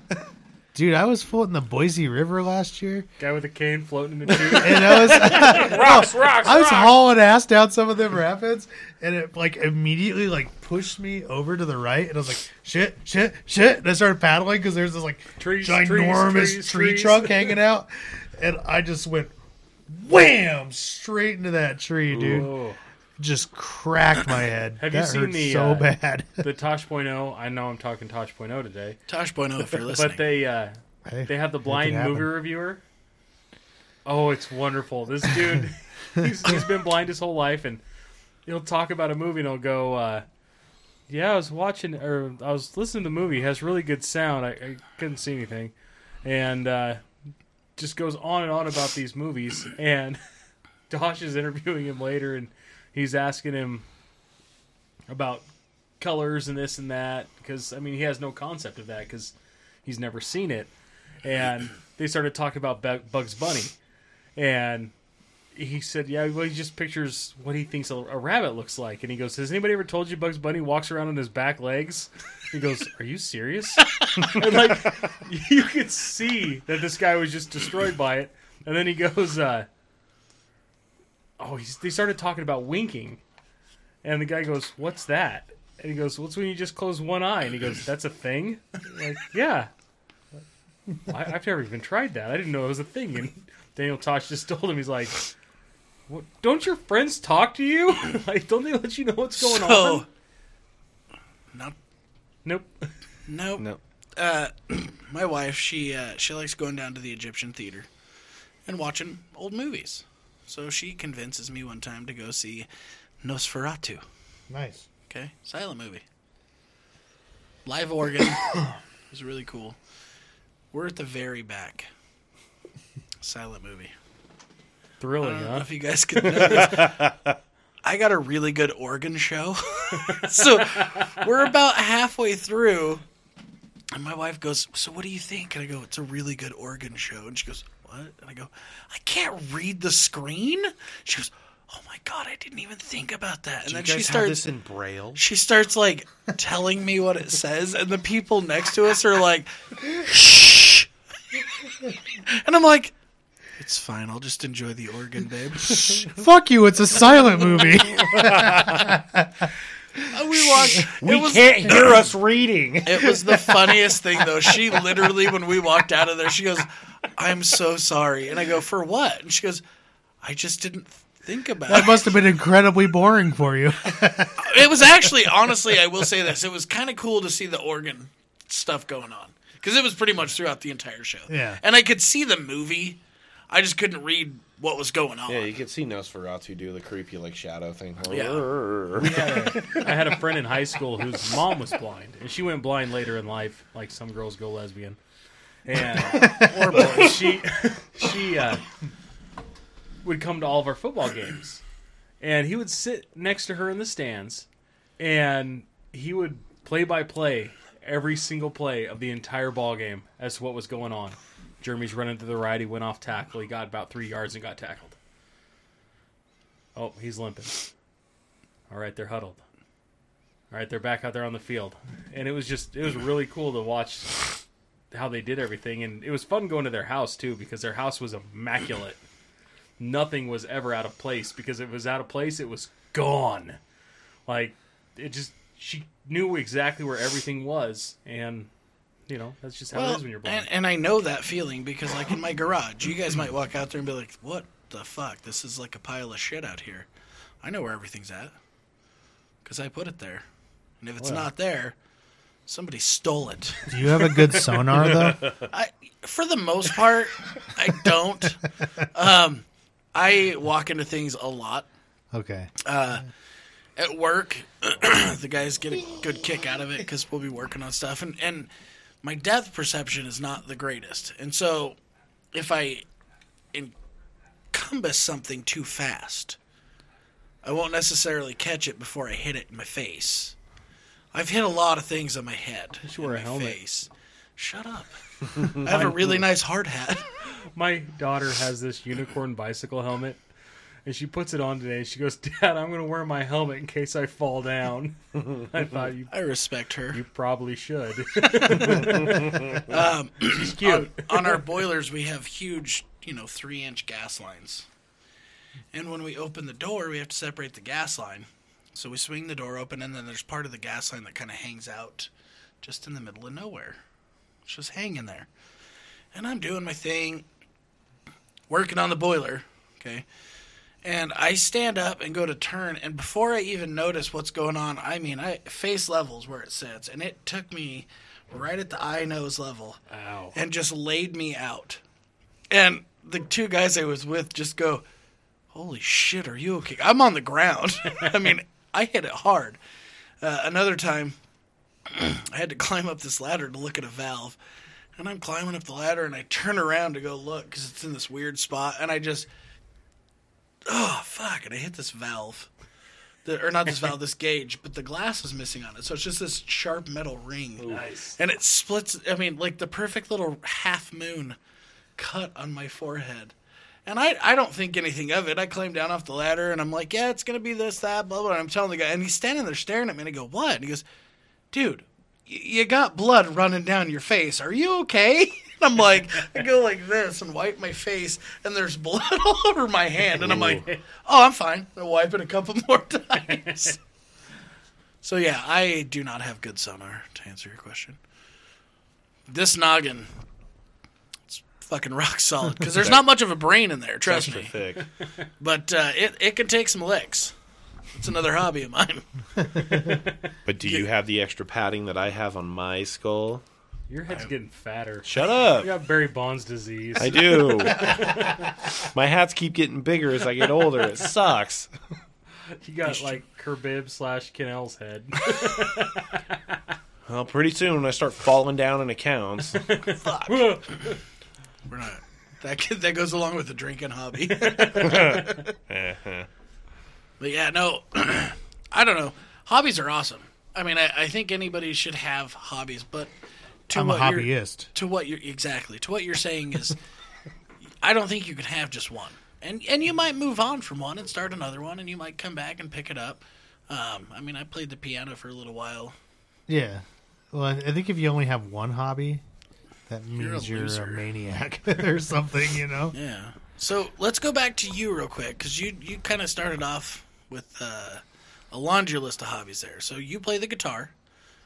C: Dude, I was floating the Boise River last year,
F: Guy with a cane floating in
A: <laughs>
F: the tree.
C: and I was
F: <laughs>
C: <laughs>
F: rocks, rocks,
C: I was
F: rocks.
C: hauling ass down some of them rapids, and it like immediately like pushed me over to the right, and I was like, shit, shit, shit, and I started paddling because there's this like
F: Trees,
C: ginormous
F: trees, trees,
C: tree
F: trees.
C: trunk hanging out, and I just went wham straight into that tree, dude.
F: Whoa.
C: Just cracked my head.
F: Have you
C: that
F: seen
C: hurt
F: the,
C: so
F: uh,
C: bad?
F: The Tosh.0, I know I'm talking Tosh.0 today,
A: Tosh Point if you're listening.
F: but they uh,
C: <laughs>
F: they have the blind movie reviewer. Oh, it's wonderful. This dude, he's, he's been blind his whole life, and he'll talk about a movie and he'll go, uh, "Yeah, I was watching or I was listening to the movie. It has really good sound. I, I couldn't see anything," and uh, just goes on and on about these movies. And <laughs> Dosh is interviewing him later, and he's asking him about colors and this and that because I mean he has no concept of that because he's never seen it and they started talking about Bu- Bugs Bunny, and he said, "Yeah, well, he just pictures what he thinks a, a rabbit looks like." And he goes, "Has anybody ever told you Bugs Bunny walks around on his back legs?" He goes, "Are you serious?" and like, <laughs> you could see that this guy was just destroyed by it. And then he goes, uh, "Oh, he's, they started talking about winking," and the guy goes, "What's that?" And he goes, "What's when you just close one eye?" And he goes, "That's a thing." Like, yeah. I, I've never even tried that. I didn't know it was a thing. And Daniel Tosh just told him, he's like, what, "Don't your friends talk to you? <laughs> like, don't they let you know what's going
A: so,
F: on?"
A: not
F: Nope.
A: Nope.
E: Nope.
A: Uh, <clears throat> my wife, she uh, she likes going down to the Egyptian theater and watching old movies. So she convinces me one time to go see Nosferatu.
C: Nice.
A: Okay, silent movie. Live organ. <coughs> it was really cool. We're at the very back. Silent movie.
F: Thrilling,
A: I don't know
F: huh?
A: if you guys could know this. I got a really good organ show. <laughs> so we're about halfway through, and my wife goes, So what do you think? And I go, It's a really good organ show. And she goes, What? And I go, I can't read the screen. She goes, Oh my God, I didn't even think about that. And then she starts
E: in braille
A: she starts like telling me what it says, and the people next to us are like, shh. and I'm like, it's fine. I'll just enjoy the organ, babe.
C: Fuck you! It's a silent movie. <laughs>
A: we watched.
E: we
A: it, was, <laughs>
E: can't hear us reading
A: it was the funniest thing, though. She literally, when we walked out of there, she goes, I'm so sorry. And I go, for what? And she goes, I just didn't think about
C: that <laughs>
A: it.
C: must have been incredibly boring for you.
A: it was actually honestly i will say this it was kind of cool to see the organ stuff going on because it was pretty much throughout the entire show
C: Yeah.
A: and i could see the movie i just couldn't read what was going on
E: yeah you can see nosferatu do the creepy like shadow thing <laughs>
F: <laughs> I had a friend in high school whose mom was blind, and she went blind later in life, like some girls go lesbian. And she she uh, would come to all of our football games, and he would sit next to her in the stands, and he would play by play every single play of the entire ball game as to what was going on. Jeremy's running to the right. He went off tackle. He got about three yards and got tackled. Oh, he's limping. All right, they're huddled. All right, they're back out there on the field, and it was just it was really cool to watch how they did everything, and it was fun going to their house too because their house was immaculate. nothing was ever out of place because if it was out of place, it was gone. Like it just she knew exactly where everything was, and you know that's just how it
A: Well,
F: is when you're blind.
A: and, and I know that feeling because, like, in my garage, you guys might walk out there and be like, what the fuck? This is like a pile of shit out here. I know where everything's at because I put it there. And if it's not there, somebody stole it.
C: <laughs>
A: <laughs>
C: Do you have a good sonar though?
A: I, for the most part, I don't.
F: <laughs>
A: Um, I walk into things a lot.
C: Okay.
A: at work, <clears throat> the guys get a good kick out of it because we'll be working on stuff, and and my depth perception is not the greatest, and so if I encompass something too fast, I won't necessarily catch it before I hit it in my face. I've hit a lot of things on my head.
F: should wear
A: and
F: a
A: my
F: helmet.
A: Face. Shut up.
F: <laughs>
A: I have a really nice hard hat. <laughs>
F: my daughter has this unicorn bicycle helmet and she puts it on today and she goes dad i'm going to wear my helmet in case i fall down i thought you
A: I respect her.
F: you probably should <laughs> Um, she's cute
A: on our boilers we have huge you know three inch gas lines and when we open the door we have to separate the gas line so we swing the door open and then there's part of the gas line that kind of hangs out just in the middle of nowhere it's just hanging there and i'm doing my thing working on the boiler okay and i stand up and go to turn and before i even notice what's going on i mean i face levels where it sits and it took me right at the eye nose level
F: Ow.
A: and just laid me out. And the two guys I was with just go, Holy shit, are you okay? I'm on the ground. <laughs> I mean, I hit it hard. Uh, another time, <clears throat> I had to climb up this ladder to look at a valve. And I'm climbing up the ladder and I turn around to go look because it's in this weird spot. And I just, oh, fuck. And I hit this valve. The, or not this valve, this gauge, but the glass was missing on it. So it's just this sharp metal ring
F: nice
A: and it splits i mean like the perfect little half moon cut on my forehead and I, I don't think anything of it. I climb down off the ladder and I'm like, yeah, it's gonna be this, that, blah, blah. And I'm telling the guy, and he's standing there staring at me, and I go, what? And he goes, dude, y- you got blood running down your face. Are you okay? <laughs> And I'm like, I go like this and wipe my face, and there's blood <laughs> all over my hand, and I'm like, oh, I'm fine. I wipe it a couple <laughs> more times. so yeah, I do not have good sonar to answer your question. This noggin, it's fucking rock solid because
C: <laughs>
A: there's not much of a brain in there. Trust
E: Extra
A: me.
E: thick. <laughs>
A: But uh, it it can take some licks. It's another hobby of
C: <laughs>
A: mine.
E: But do you have the extra padding that I have on my skull?
F: your head's getting fatter
E: Shut up.
F: you got barry bonds disease
E: I do. my hats keep getting bigger as I get older. It sucks.
F: you got like kerbib slash Kennel's head <laughs>
E: Well, pretty soon when I start falling down in accounts,
A: We're not. That that goes along with the drinking
C: <laughs>
A: hobby. <laughs> but yeah, no, <clears throat> I don't know. Hobbies are awesome. I mean, I, I think anybody should have hobbies, but to
C: I'm a
A: what you're-
C: hobbyist.
A: to what you're exactly to what you're saying is, I don't think you can have just one, and and you might move on from one and start another one, and you might come back and pick it up. Um, I mean, I played the piano for a little while.
C: Yeah. Well, I I think if you only have one hobby, that
A: a
C: means you're a,
A: loser.
C: maniac <laughs> or something, you know?
A: Yeah. So let's go back to you real quick because you you kind of started off with uh, a laundry list of hobbies there. So you play the guitar,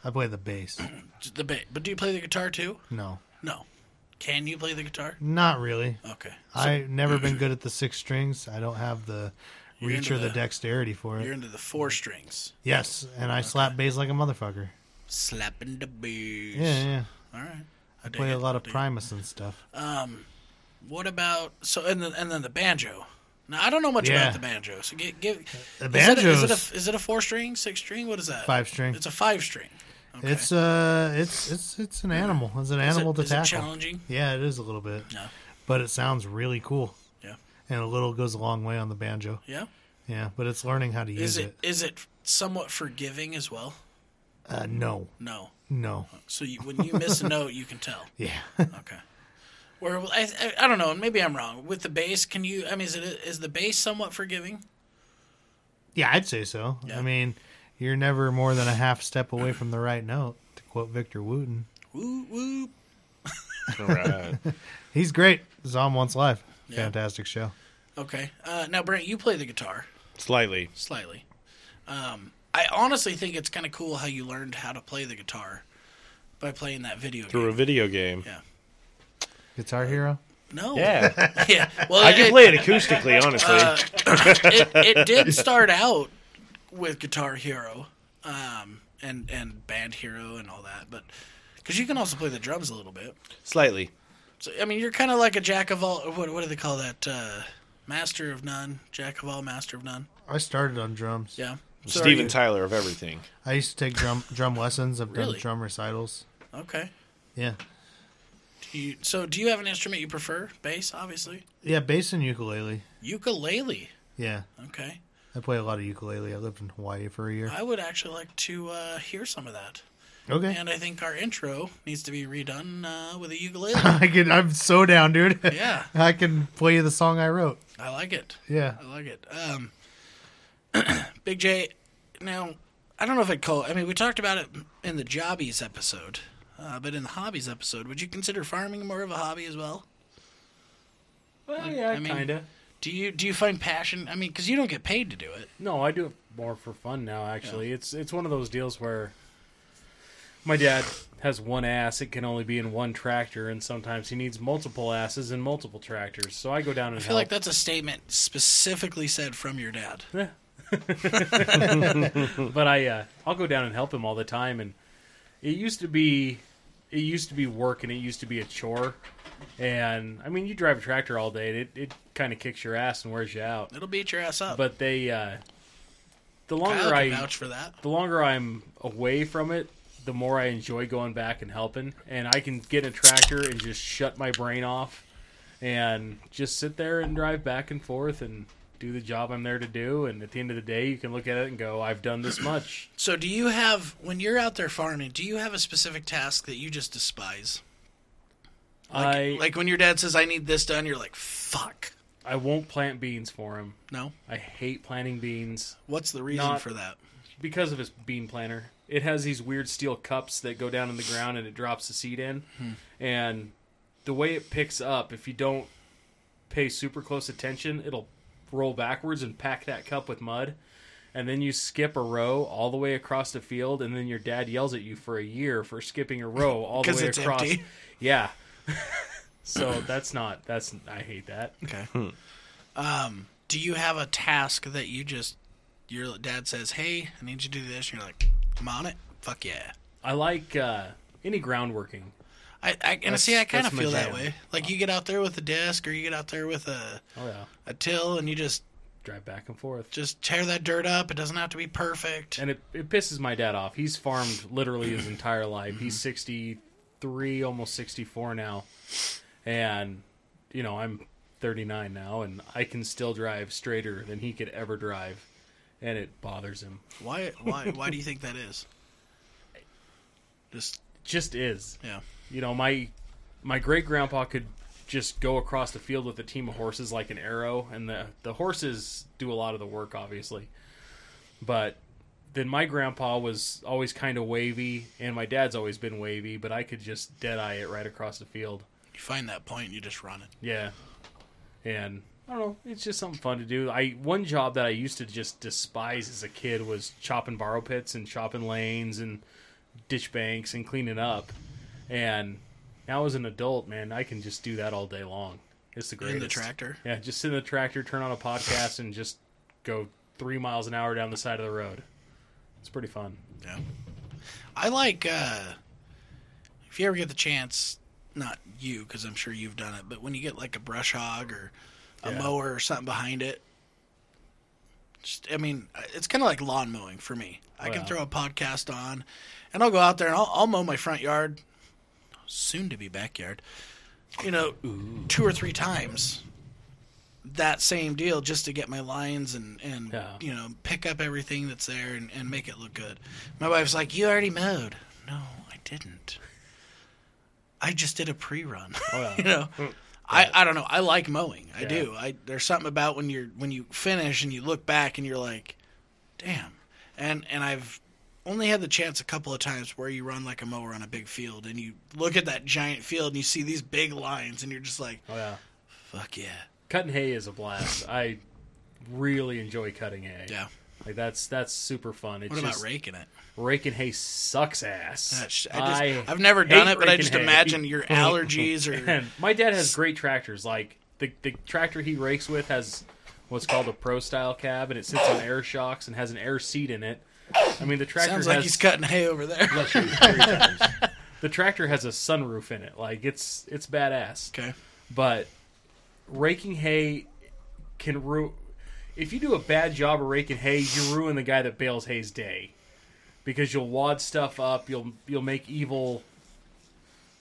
C: I play the bass.
A: j- the ba- but do you play the guitar too?
C: No,
A: No. Can you play the guitar?
C: not really.
A: Okay.
C: I've never been good at the six strings. I don't have the reach
A: into
C: or the,
A: the-
C: dexterity for
A: You're
C: it.
A: into the four strings,
C: Yes, and I slap bass like a motherfucker.
A: slapping the bass.
C: Yeah, yeah.
A: All right. I dig
C: Play
A: it.
C: a lot
A: I
C: of
A: dig it.
C: Primus and stuff.
A: What about so and then and then the banjo? Now I don't know much
C: Yeah.
A: about the banjo. So gi- give
C: The
A: is it a- Is it, a,
C: banjo's-
A: is it a four string, six string? What is that?
C: Five string.
A: It's a five string. Okay.
C: It's uh, it's it's it's an animal. It's an
A: Is it-
C: animal to
A: is
C: tackle.
A: it challenging?
C: Yeah, it is a little bit,
A: No.
C: but it sounds really cool,
A: Yeah.
C: and a little goes a long way on the banjo.
A: Yeah.
C: Yeah, but it's learning how to use
A: Is
C: it.
A: it is it somewhat forgiving as well?
C: Uh, no,
A: No.
C: no.
A: So you, when you miss a <laughs> note, you can tell.
C: Yeah. <laughs>
A: Okay. Where I, I I don't know. Maybe I'm wrong. With the bass, can you? I mean, is it is the bass somewhat forgiving?
C: Yeah, I'd say so.
A: Yeah.
C: I mean, you're never more than a half step away from the right note, to quote Victor Wooten.
A: Woo woo.
E: <laughs> All right.
C: He's great. Zom Once Live.
A: Yeah.
C: Fantastic show.
A: Okay. Uh, now, Brent, you play the guitar
E: Slightly.
A: slightly. Um, I honestly think it's kind of cool how you learned how to play the guitar by playing that video
E: Through a
A: game.
E: video game.
A: Yeah. Uh,
C: Guitar Hero.
A: No.
E: Yeah.
A: <laughs>
E: Uh,
A: yeah.
E: <laughs>
A: Well,
E: I
A: it,
E: can play it <laughs> acoustically, honestly.
A: it,
E: <laughs>
A: it did start out with Guitar Hero, um, and and Band Hero and all that, but because you can also play the drums a little bit.
E: Slightly.
A: So I mean, you're kind of like a jack of all. What what do they call that? Uh, master of none, jack of all, master of none.
C: I started on drums.
A: Yeah. So are
E: Steven
A: you-
E: Tyler of everything.
C: I used to take drum drum lessons. I've done
A: Really?
C: drum recitals.
A: Okay.
C: Yeah,
A: Do you, so do you have an instrument you prefer? Bass, obviously.
C: yeah, bass and ukulele.
A: Ukulele.
C: Yeah,
A: Okay.
C: I play a lot of ukulele. I lived in Hawaii for a year.
A: I would actually like to uh, hear some of that.
C: Okay,
A: And I think our intro needs to be redone uh, with a ukulele.
C: <laughs> I can. I'm so down, dude.
A: yeah,
C: <laughs> I can play you the song I wrote.
A: I like it.
C: Yeah,
A: I like it. Um, <clears throat> Big J, now, I don't know if I'd call I mean, we talked about it in the Jobbies episode, uh, but in the Hobbies episode, would you consider farming more of a hobby as well?
F: Well, yeah,
A: I mean-
F: kind of.
A: Do you do you find passion? I mean, because you don't get paid to do it.
F: No, I do it more for fun now. Actually, it's it's one of those deals where my dad has one ass; it can only be in one tractor, and sometimes he needs multiple asses in multiple tractors. So I go down and
A: I feel
F: help.
A: like that's a statement specifically said from your dad.
F: but I uh, I'll go down and help him all the time. And it used to be it used to be work and it used to be a chore. And I mean, you drive a tractor all day, and it it kind of kicks your ass and wears you out.
A: It'll beat your ass up.
F: But they uh, the
A: Kyle
F: longer
A: can
F: I
A: vouch for that.
F: the longer I'm away from it, the more I enjoy going back and helping. And I can get in a tractor and just shut my brain off and just sit there and drive back and forth and do the job I'm there to do. And at the end of the day, you can look at it and go, I've done this much.
A: So, do you have when you're out there farming? Do you have a specific task that you just despise?
F: I
A: Like when your dad says, "I need this done," you're like, "Fuck,
F: I won't plant beans for him.
A: no."
F: I hate planting beans
A: What's the reason
F: Not-
A: for that?
F: because of his bean planter. It has these weird steel cups that go down in the ground and it drops the seed in.
A: Hmm.
F: And the way it picks up, if you don't pay super close attention, it'll roll backwards and pack that cup with mud. And then you skip a row all the way across the field, and then your dad yells at you for a year for skipping
A: <laughs>
F: a row all the
A: 'Cause
F: way
A: it's
F: across.
A: empty.
F: Yeah. <laughs> so that's not that's I hate that.
A: Okay. Um, do you have a task that you just your dad says, "Hey, I need you to do this," and you're like, "I'm on it." Fuck yeah.
F: I like uh, any groundworking.
A: I, I and
F: That's-
A: see, I kind of
F: that's my
A: feel that
F: jam.
A: way. Like you get out there with a disc, or you get out there with a
F: Oh yeah,
A: a till, and you just
F: drive back and forth.
A: just tear that dirt up. It doesn't have to be perfect.
F: and it, it pisses my dad off. He's farmed literally his entire life. He's 63, almost 64 now. And, you know, I'm 39 now, and I can still drive straighter than he could ever drive. And it bothers him.
A: Why? Why? why do you think that
F: <laughs>
A: is? Just
F: Just is.
A: yeah.
F: You know, my my great grandpa could just go across the field with a team of horses like an arrow, and the the horses do a lot of the work, obviously. But then my grandpa was always kind of wavy, and my dad's always been wavy, but I could just dead eye it right across the field.
A: You find that point, you just run it.
F: Yeah, and I don't know, it's just something fun to do. I one job that I used to just despise as a kid was chopping borrow pits and chopping lanes and ditch banks and cleaning up. And now as an adult, man, I can just do that all day long. It's the greatest.
A: In the tractor.
F: Yeah, just sit in the tractor, turn on a podcast, and just go three miles an hour down the side of the road. It's pretty fun.
A: Yeah. I like uh if you ever get the chance, not you because I'm sure you've done it, but when you get like a brush hog or a
F: Yeah.
A: mower or something behind it. Just, I mean, uh, it's kind of like lawn mowing for me. I can
F: yeah.
A: throw a podcast on, and I'll go out there and I'll, I'll mow my front yard, soon to be backyard. You know, two or three times that same deal just to get my lines and and
F: Yeah.
A: you know pick up everything that's there and, and make it look good. My wife's like, "You already mowed." No, I didn't. I just did a pre-run.
F: Oh,
A: <laughs> you
F: yeah.
A: know, I, I don't know. I like mowing. I
F: Yeah.
A: do. I there's something about when you're when you finish and you look back and you're like, damn. And and I've only had the chance a couple of times where you run like a mower on a big field and you look at that giant field and you see these big lines and you're just like,
F: Oh yeah,
A: fuck yeah.
F: cutting hay is a blast. I really enjoy cutting hay.
A: Yeah.
F: Like that's that's super fun. It's
A: What
F: just,
A: about raking it?
F: raking hay sucks ass.
A: I just, I
F: I
A: have never done
F: hate
A: it, but I
F: raking
A: just
F: hay.
A: imagine
F: <laughs>
A: your allergies or
F: And my dad has great tractors. Like the the tractor he rakes with has what's called a pro style cab, and it sits on air shocks and has an air seat in it. I mean, the tractor
A: sounds
F: has
A: like he's cutting hay over
F: <laughs>
A: there.
F: Bless you, three times. the tractor has a sunroof in it. Like it's it's badass.
A: <laughs> Okay.
F: But raking hay can ruin. If you do a bad job of raking hay, you ruin the guy that bales hay's day, because you'll wad stuff up. You'll you'll make evil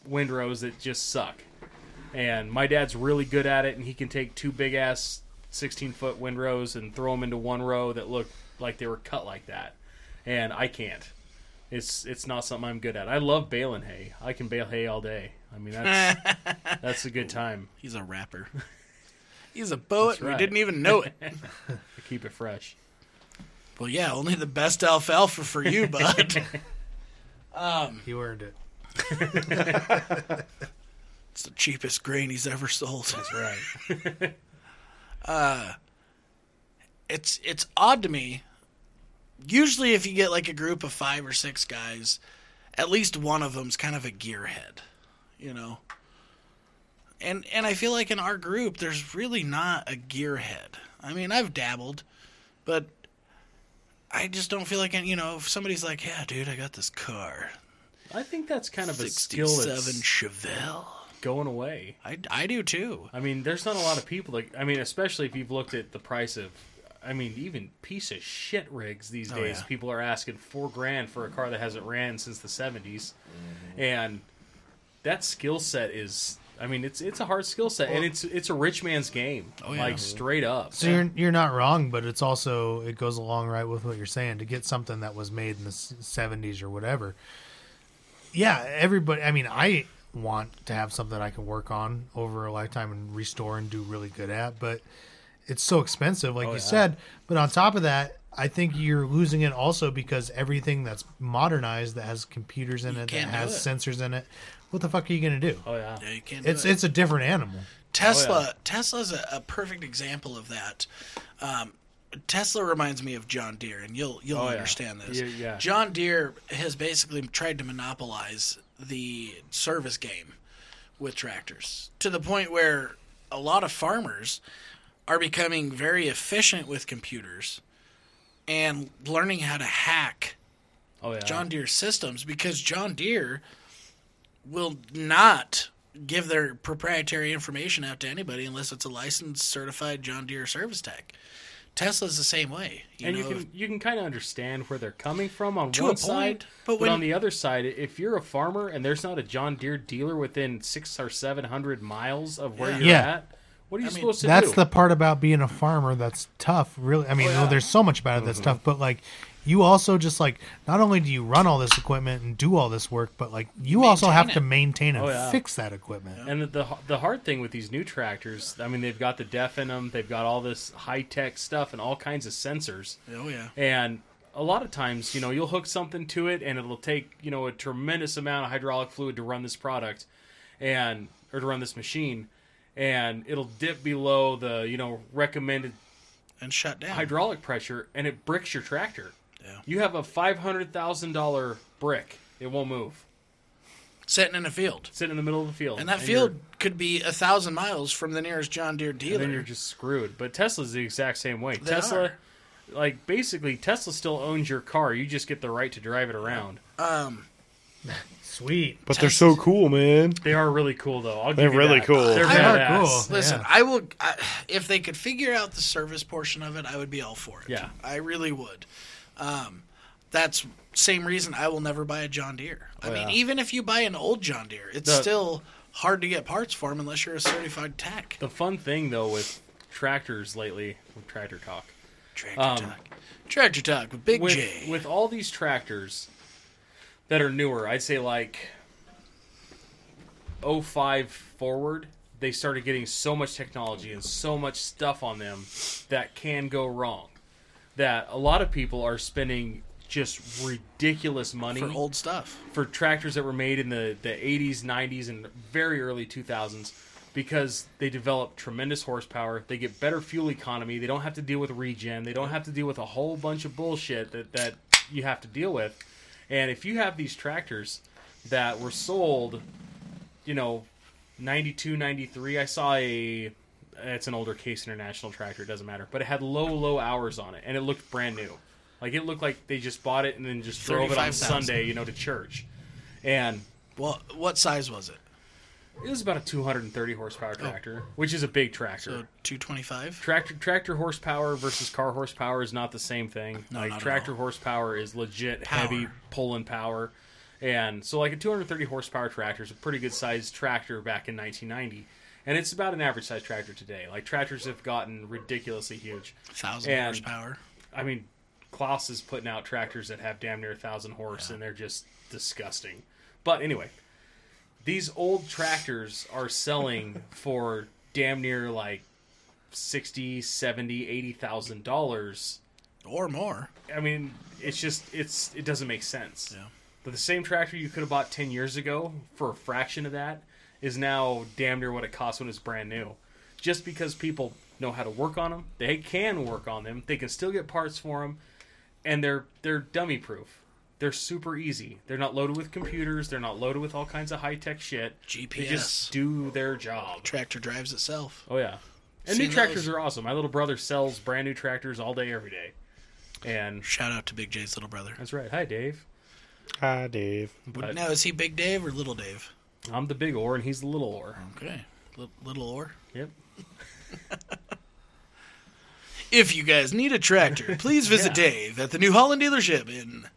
F: windrows that just suck. And my dad's really good at it, and he can take two big ass sixteen foot windrows and throw them into one row that look like they were cut like that. And I can't. It's it's not something I'm good at. I love baling hay. I can bale hay all day. I mean that's that's a good time.
A: He's a
F: <laughs>
A: rapper. He's a poet.
F: That's
A: and We
F: right.
A: didn't even know
F: <laughs>
A: it.
F: to keep it fresh.
A: Well, yeah, only the best alfalfa for you, bud.
C: You earned it.
A: it's the cheapest grain he's ever sold. Uh,
F: Right.
A: <laughs> it's it's odd to me. Usually, if you get like a group of five or six guys, at least one of them's kind of a gearhead, you know. And and I feel like in our group, there's really not a gearhead. I mean, I've dabbled, but I just don't feel like any- you know. If somebody's like, "Yeah, dude, I got this car,
F: I think that's kind of a skill
A: '67
F: that's
A: Chevelle,"
F: going away.
A: I I do too.
F: I mean, there's not a lot of people that I mean, especially if you've looked at the price of I mean, even piece of shit rigs these days,
A: yeah.
F: people are asking four grand for a car that hasn't ran since the 70s And that skill set is I mean, it's it's a hard skill set and it's it's a rich man's game.
A: yeah.
F: Like straight up.
C: So you're you're not wrong, but it's also it goes along right with what you're saying to get something that was made in the '70s or whatever. Yeah, everybody. I mean, I want to have something I can work on over a lifetime and restore and do really good at, but it's so expensive,
A: Oh,
C: like you said. But on top of that, I think you're losing it also because everything that's modernized that has computers in it, that
A: can't do
C: has
A: it.
C: sensors in it, what the fuck are you gonna do?
F: oh yeah.
A: Yeah, you can't do
C: It's
A: it.
C: it's a different animal.
A: Tesla
F: Oh, yeah.
A: Tesla's a, a perfect example of that. Um, Tesla reminds me of John Deere, and you'll you'll
F: Oh, yeah.
A: understand this.
F: Yeah, yeah.
A: John Deere has basically tried to monopolize the service game with tractors to the point where a lot of farmers are becoming very efficient with computers and learning how to hack
F: Oh yeah.
A: John Deere systems because John Deere will not give their proprietary information out to anybody unless it's a licensed, certified John Deere service tech. Tesla's the same way. You
F: and
A: know,
F: you can you can kind of understand where they're coming from on
A: To a
F: one
A: point,
F: side,
A: but
F: but,
A: when-
F: on the other side, if you're a farmer and there's not a John Deere dealer within six or seven hundred miles of where
A: Yeah.
F: you're
C: Yeah.
F: at, what are you
A: mean,
F: supposed to
C: that's
F: do? Oh,
C: the part about being a farmer that's tough really i mean oh,
F: yeah.
C: there's so much about it that's tough but like you also just like not only do you run all this equipment and do all this work but like you also have
A: Maintain
C: to
A: it.
C: maintain and
F: Oh, yeah.
C: fix that equipment
F: and the, the the hard thing with these new tractors, I mean, they've got the DEF in them, they've got all this high tech stuff and all kinds of sensors.
A: oh yeah,
F: And a lot of times, you know, you'll hook something to it and it'll take, you know, a tremendous amount of hydraulic fluid to run this product and or to run this machine and it'll dip below the, you know, recommended
A: and shut down.
F: hydraulic pressure and it bricks your tractor.
A: Yeah.
F: You have a $500,000 brick. It won't move.
A: Sitting in a field,
F: Sit in the middle of the field.
A: and that
F: you're-
A: field could be a thousand miles from the nearest John Deere
F: and
A: dealer.
F: then you're just screwed. But Tesla's the exact same way.
A: They
F: Tesla
A: are.
F: like basically Tesla still owns your car. You just get the right to drive it around.
A: um,
C: sweet
E: But they're so cool, man.
F: They are really cool, though. I'll
E: They're
F: give you
E: really
F: that.
E: cool.
F: They're
C: They are
F: badass.
C: cool.
A: listen,
C: Yeah.
A: I will. I, if they could figure out the service portion of it, I would be all for it.
F: Yeah.
A: I really would. Um, that's same reason I will never buy a John Deere. I mean,
F: Oh, yeah.
A: even if you buy an old John Deere, it's
F: The-
A: still hard to get parts for them unless you're a certified tech.
F: The fun thing though with tractors lately, with tractor talk,
A: Tractor talk, tractor talk with Big
F: um, with
A: J.
F: with all these tractors that are newer, I'd say like 05 forward, they started getting so much technology and so much stuff on them that can go wrong. That a lot of people are spending just ridiculous money
A: for old stuff.
F: for tractors that were made in the, the 80s, 90s, and very early 2000s because they develop tremendous horsepower. They get better fuel economy. They don't have to deal with regen. They don't have to deal with a whole bunch of bullshit that, that you have to deal with. And if you have these tractors that were sold, you know, 92, 93, I saw a. It's an older Case International tractor, it doesn't matter. But it had low, low hours on it, and it looked brand new. Like, it looked like they just bought it and then just drove it on
A: 35,000.
F: Sunday, you know, to church. And
A: Well, what size was it?
F: it was about a 230 horsepower tractor, which is a big tractor.
A: So 225?
F: tractor tractor horsepower versus car horsepower is not the same thing.
A: No,
F: like
A: not at
F: tractor
A: all.
F: horsepower is legit heavy
A: Power.
F: pulling power. And so like a 230 horsepower tractor is a pretty good sized tractor back in 1990. And it's about an average sized tractor today. Like tractors have gotten ridiculously huge.
A: 1,000
F: And-
A: horsepower.
F: I mean, Klaus is putting out tractors that have damn near a thousand horse, and they're just disgusting. But anyway, these old tractors are selling for damn near like sixty, seventy, eighty thousand dollars.
A: Or more.
F: I mean, it's just it's it doesn't make sense.
A: Yeah.
F: But the same tractor you could have bought ten years ago for a fraction of that is now damn near what it costs when it's brand new. Just because people know how to work on them, they can work on them. They can still get parts for them, and they're they're dummy proof. They're super easy. They're not loaded with computers. They're not loaded with all kinds of high tech shit. They
A: GPS.
F: just do their job.
A: Tractor drives itself.
F: Oh yeah, and
A: See,
F: new
A: those-
F: tractors are awesome. My little brother sells brand new tractors all day, every day, and
A: Shout out to Big J's little brother.
F: that's right. Hi, Dave.
E: Hi, Dave.
F: But-
A: Now, is he Big Dave or Little Dave?
F: I'm the big ore and he's the little ore.
A: Okay. L- little or?
F: Yep.
A: If you guys need a
F: <laughs>
A: tractor, please visit
F: Yeah.
A: Dave at the New Holland dealership in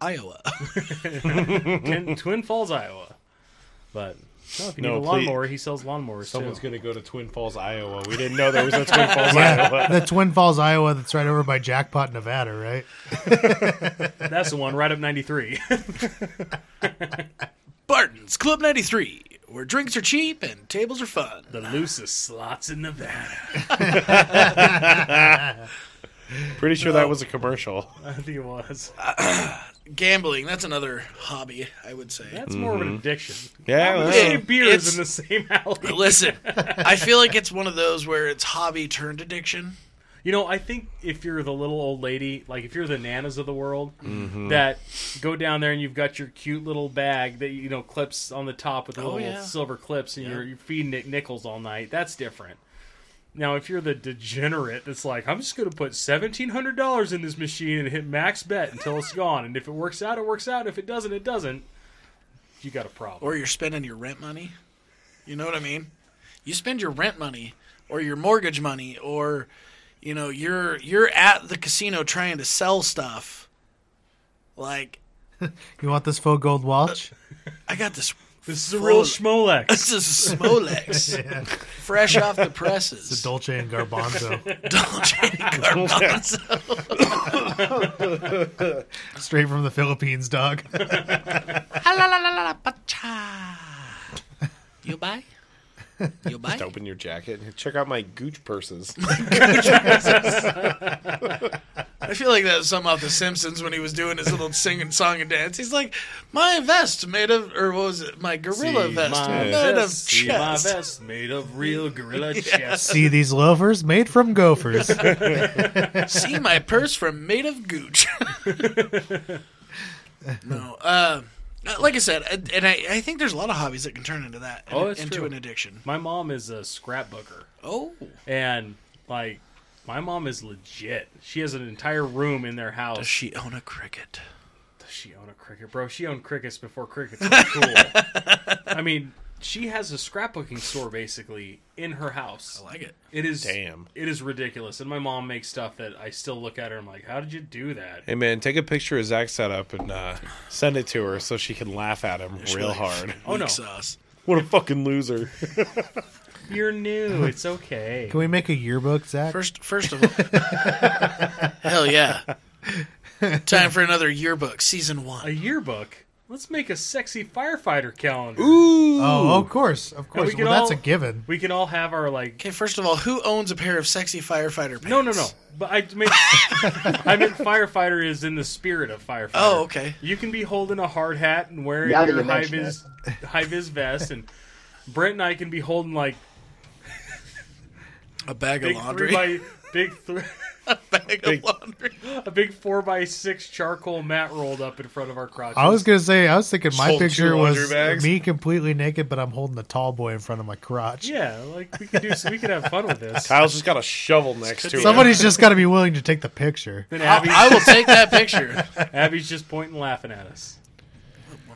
A: Iowa. <laughs>
F: <laughs> Twin, Twin Falls, Iowa. But no, if you
E: No,
F: need a
E: please-
F: lawnmower, he sells lawnmowers
E: Someone's
F: too.
E: going to go to Twin Falls, Iowa. We didn't know there was a <laughs> Twin Falls,
F: <laughs>
E: Iowa.
C: <laughs> The Twin Falls, Iowa, that's right over by Jackpot, Nevada, right?
F: That's the one right <laughs> up 93.
A: Barton's Club 93, where drinks are cheap and tables are fun.
F: the loosest slots in Nevada.
E: Pretty sure that was a commercial.
F: I think it was.
A: Gambling, that's another hobby, I would say.
F: That's more of an addiction.
E: Mm-hmm. Yeah,
F: How
E: well,
F: many
A: It-
F: beers
A: it's-
F: in the same alley?
A: Listen, I feel
F: <laughs>
A: like it's one of those where it's hobby turned addiction.
F: You know, I think if you're the little old lady, like if you're the nanas of the world,
A: Mm-hmm.
F: that go down there and you've got your cute little bag that you know clips on the top with the
A: Oh,
F: little
A: yeah.
F: silver clips, and you're, you're feeding it nickels all night. That's different. Now, if you're the degenerate that's like, I'm just going to put seventeen hundred dollars in this machine and hit max bet until it's gone, and if it works out, it works out. If it doesn't, it doesn't. You got a problem.
A: Or you're spending your rent money. You know what I mean? You spend your rent money or your mortgage money or you know, you're you're at the casino trying to sell stuff. Like,
C: You want this faux gold watch?
A: I got this <laughs>
F: this is a real
A: full- <laughs>
F: schmolex.
A: This is Smolex. Fresh off the presses.
C: Dolce and
F: <laughs>
C: Garbanzo,
A: Dolce & Garbanzo.
C: straight from the Philippines, dog. <laughs>
A: Ha-la-la-la-la-pa-cha. You buy? You buy?
E: Open your jacket. and Check out my gooch purses. <laughs>
A: I feel like that was something off The Simpsons when he was doing his little singing song and dance. He's like, my vest made of, or what was it? My gorilla vest
F: my
A: made
F: vest,
A: of
F: see my
A: chest.
F: vest made of real
A: <laughs>
F: gorilla chest.
C: See these loafers made from
F: <laughs>
C: gophers.
A: See my purse from made of gooch. <laughs> no, uh, like I said, and- and I, I think there's a lot of hobbies that can turn into that,
F: Oh, that's
A: into
F: true.
A: an addiction.
F: My mom is a scrapbooker,
A: Oh,
F: and like, my mom is legit. She has an entire room in their house.
A: does she own a cricket?
F: Does she own a cricket, bro? She owned crickets before crickets were cool.
A: <laughs>
F: I mean, she has a scrapbooking store basically in her house.
A: I like it.
F: It is
E: Damn.
F: It is ridiculous, and my mom makes stuff that I still look at her. and I'm like, how did you do that?
E: Hey, man, take a picture of Zach's setup and uh, send it to her so she can laugh at him real
A: like-
E: hard. <laughs>
F: Oh
A: Weak
F: no,
A: sauce.
E: What a fucking <laughs> loser.
F: you're
A: <laughs>
F: new. It's okay.
C: Can we make a yearbook, Zach?
A: First, first of all, <laughs> hell yeah! Time for another yearbook, season
F: A
A: one.
F: yearbook. Let's make a sexy firefighter calendar.
C: Oh, of course, of
F: we
C: course.
F: can
C: Well, that's
F: all-
C: a given.
F: We can all have our like
A: Okay, first of all, who owns a pair of sexy firefighter pants?
F: No, no, no. But I meant, I meant firefighter is in the spirit of firefighter.
A: Oh, okay.
F: You can be holding a hard hat and wearing
D: Now that
F: your
D: you
F: high
D: mention
F: vis, high vis vest, and Brent and I can be holding like
A: A bag of
F: big
A: laundry.
F: three by big th-
A: <laughs> bag of
E: Big-
A: laundry.
F: <laughs> a big four by six charcoal mat rolled up in front of our crotch.
C: I was gonna say I was thinking my
E: Sold two
C: picture
E: laundry
C: was
E: bags.
C: me completely naked, but I'm holding the tall boy in front of my crotch.
F: yeah, like we could do, so we could have fun with this.
E: Kyle's just got a shovel next to him.
C: Somebody's just got to be willing to take the picture.
F: Then
A: I,
F: Abby,
A: I will take that picture.
F: Abby's just pointing, laughing at us.
A: <laughs>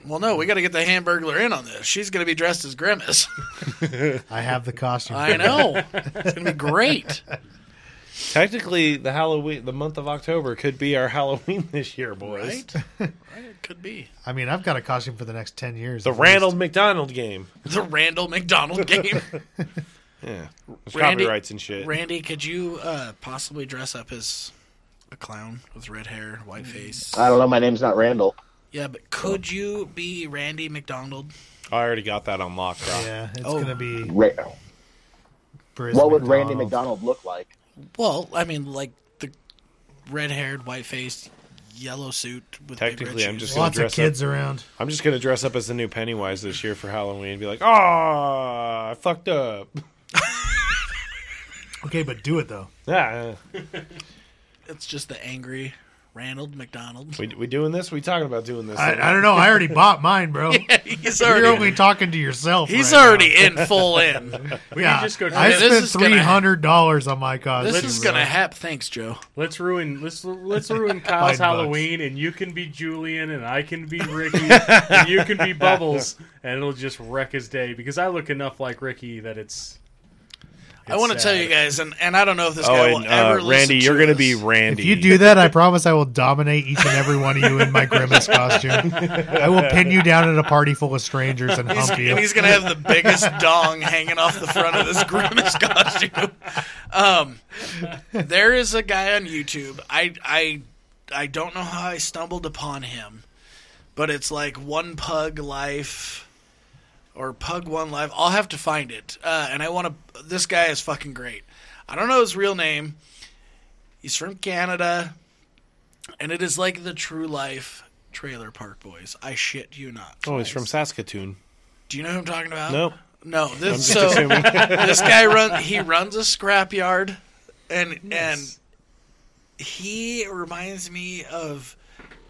A: Well, no, we got to get the Hamburglar in on this. She's going to be dressed as Grimace.
C: I have the
A: <laughs>
C: costume.
A: I know. It's going to be great.
E: Technically, the Halloween, the month of October, could be our <laughs> Halloween this year, boys.
A: <laughs> Right? right? It could be.
C: I mean, I've got a costume for the next ten years.
E: The
C: at least.
E: Randall McDonald game.
A: The Randall <laughs> McDonald game.
E: Yeah, There's
A: Randy-
E: copyrights and shit.
A: Randy, could you uh, possibly dress up as a clown with red hair, white face?
D: I don't know. My name's not Randall.
A: Yeah, but could you be Randy McDonald?
E: I already got that on lock. Rock.
C: Yeah, it's
A: Oh.
C: gonna be.
D: Ra-
C: Briz
D: what would Randy
C: McDonald.
D: McDonald look like?
A: Well, I mean, like the red-haired, white-faced, yellow suit with big red
E: Technically, I'm
A: shoes.
E: just gonna-
C: Lots of
E: dress up.
C: kids around.
E: I'm just gonna dress up as the new Pennywise this year for Halloween and be like, "Ah, I fucked up." <laughs>
C: Okay, but do it though.
E: Yeah,
A: It's just the angry Randall McDonald.
E: we, we doing this? We talking about doing this?
C: I, I don't know. I already bought
A: <laughs>
C: mine, bro.
A: <laughs> he's
C: You're
A: already
C: only talking to yourself.
A: he's
C: right now.
A: already in
C: <laughs>
A: full in.
F: We
C: Yeah,
F: could just go.
C: I
A: Okay, this
C: spent
A: is gonna-
C: three hundred dollars on my costume.
A: This is
C: bro.
A: gonna happen. Thanks, Joe.
F: Let's ruin let's <laughs> let's ruin Kyle's
C: Five bucks.
F: Halloween, and you can be Julian, and I can be Ricky, and you <laughs> can be Bubbles, and it'll just wreck his day because I look enough like Ricky that it's.
A: I want to
F: sad.
A: tell you guys, and, and I don't know if this
E: Oh,
A: guy will
E: and
A: ever
E: uh,
A: listen
E: Randy, you're
A: to
E: gonna
A: this.
E: be Randy.
C: If you do that, I promise I will dominate each and every one of you in my grimace costume. I will pin you down at a party full of strangers and
A: He's,
C: hump
A: and
C: you.
A: he's gonna have the biggest dong hanging off the front of this grimace costume. Um, there is a guy on YouTube. I I I don't know how I stumbled upon him, but it's like one pug life or pug one life. I'll have to find it. Uh, and I want to. This guy is fucking great. I don't know his real name. He's from Canada, and it is like the true life trailer park boys. I shit you not.
E: Oh, he's from Saskatoon.
A: Do you know who I'm talking about?
E: Nope.
A: No, this so <laughs> this guy run he runs a scrapyard, and and he reminds me of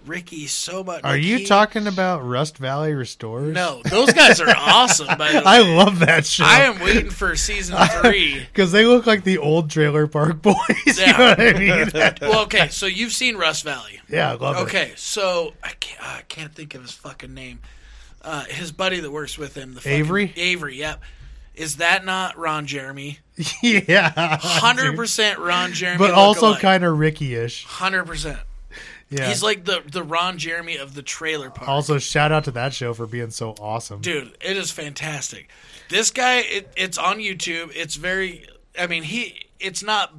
A: Ricky so much.
C: Are
A: Like,
C: you
A: he-
C: talking about Rust Valley Restores?
A: No, those guys are awesome. By the way,
C: <laughs> I love that show.
A: I am waiting for season three.
C: Because they look like the old Trailer Park Boys. <laughs> you
A: Yeah.
C: know what I mean? <laughs>
A: Well, okay, so you've seen Rust Valley.
C: yeah, I love it.
A: Okay, so I can't, I can't think of his fucking name. Uh, his buddy that works with him, the fucking-
C: Avery?
A: Avery, yep. Is that not Ron Jeremy?
C: <laughs> yeah.
A: Hundred
C: dude.
A: percent Ron Jeremy,
C: But also
A: look-alike.
C: kind of Ricky ish.
A: Hundred percent.
C: Yeah.
A: He's like the the Ron Jeremy of the trailer park.
C: also, shout out to that show for being so awesome.
A: Dude, it is fantastic. This guy, it, it's on YouTube. It's very. I mean, he. It's not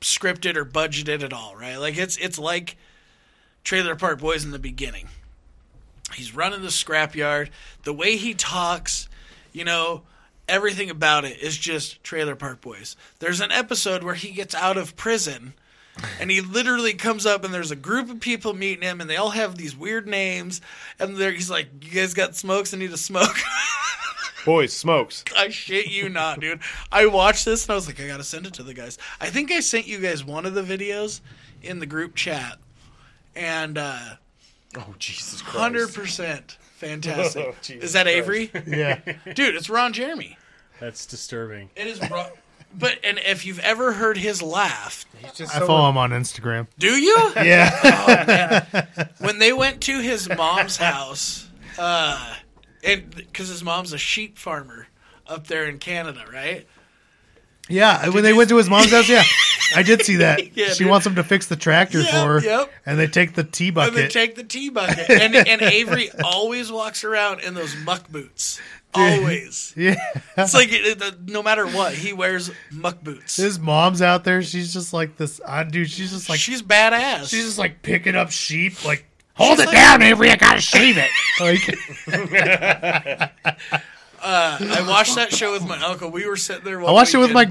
A: scripted or budgeted at all, right? Like it's it's like Trailer Park Boys in the beginning. He's running the scrapyard. The way he talks, you know, everything about it is just Trailer Park Boys. There's an episode where he gets out of prison and he literally comes up and there's a group of people meeting him and they all have these weird names and they're, he's like you guys got smokes i need a smoke <laughs>
E: Boys, smokes.
A: i shit you not dude i watched this and i was like i gotta send it to the guys i think i sent you guys one of the videos in the group chat and uh
E: Oh Jesus Christ!
A: 100% fantastic
E: <laughs> Oh, Jesus
A: is that avery
E: <laughs>
A: <laughs>
C: Yeah.
A: dude it's ron jeremy
F: That's disturbing.
A: it is ron but and if you've ever heard his laugh
C: I follow him on Instagram.
A: do you
C: <laughs>
A: Oh,
C: Yeah.
A: when they went to his mom's house, uh, and because his mom's a sheep farmer up there in Canada, right?
C: Yeah, when they
A: you-
C: went to his mom's
A: <laughs>
C: house, yeah, I did see that.
A: Yeah,
C: she
A: dude.
C: wants him to fix the tractor
A: Yep,
C: for her,
A: yep.
C: and they take the tea
A: And they
C: bucket.
A: take the tea bucket, and, and Avery always walks around in those muck
C: <laughs>
A: boots. Always,
C: <laughs> yeah,
A: it's like it, it- no matter what, he wears muck boots.
C: his mom's out there. She's just like this. I dude, she's just like
A: She's badass.
C: she's just like picking up sheep. Like
B: Hold it down, Avery. I gotta shave
A: <laughs>
B: it.
C: like
A: I watched that show with my uncle. We were sitting there. One
C: I watched it with my
A: weekend-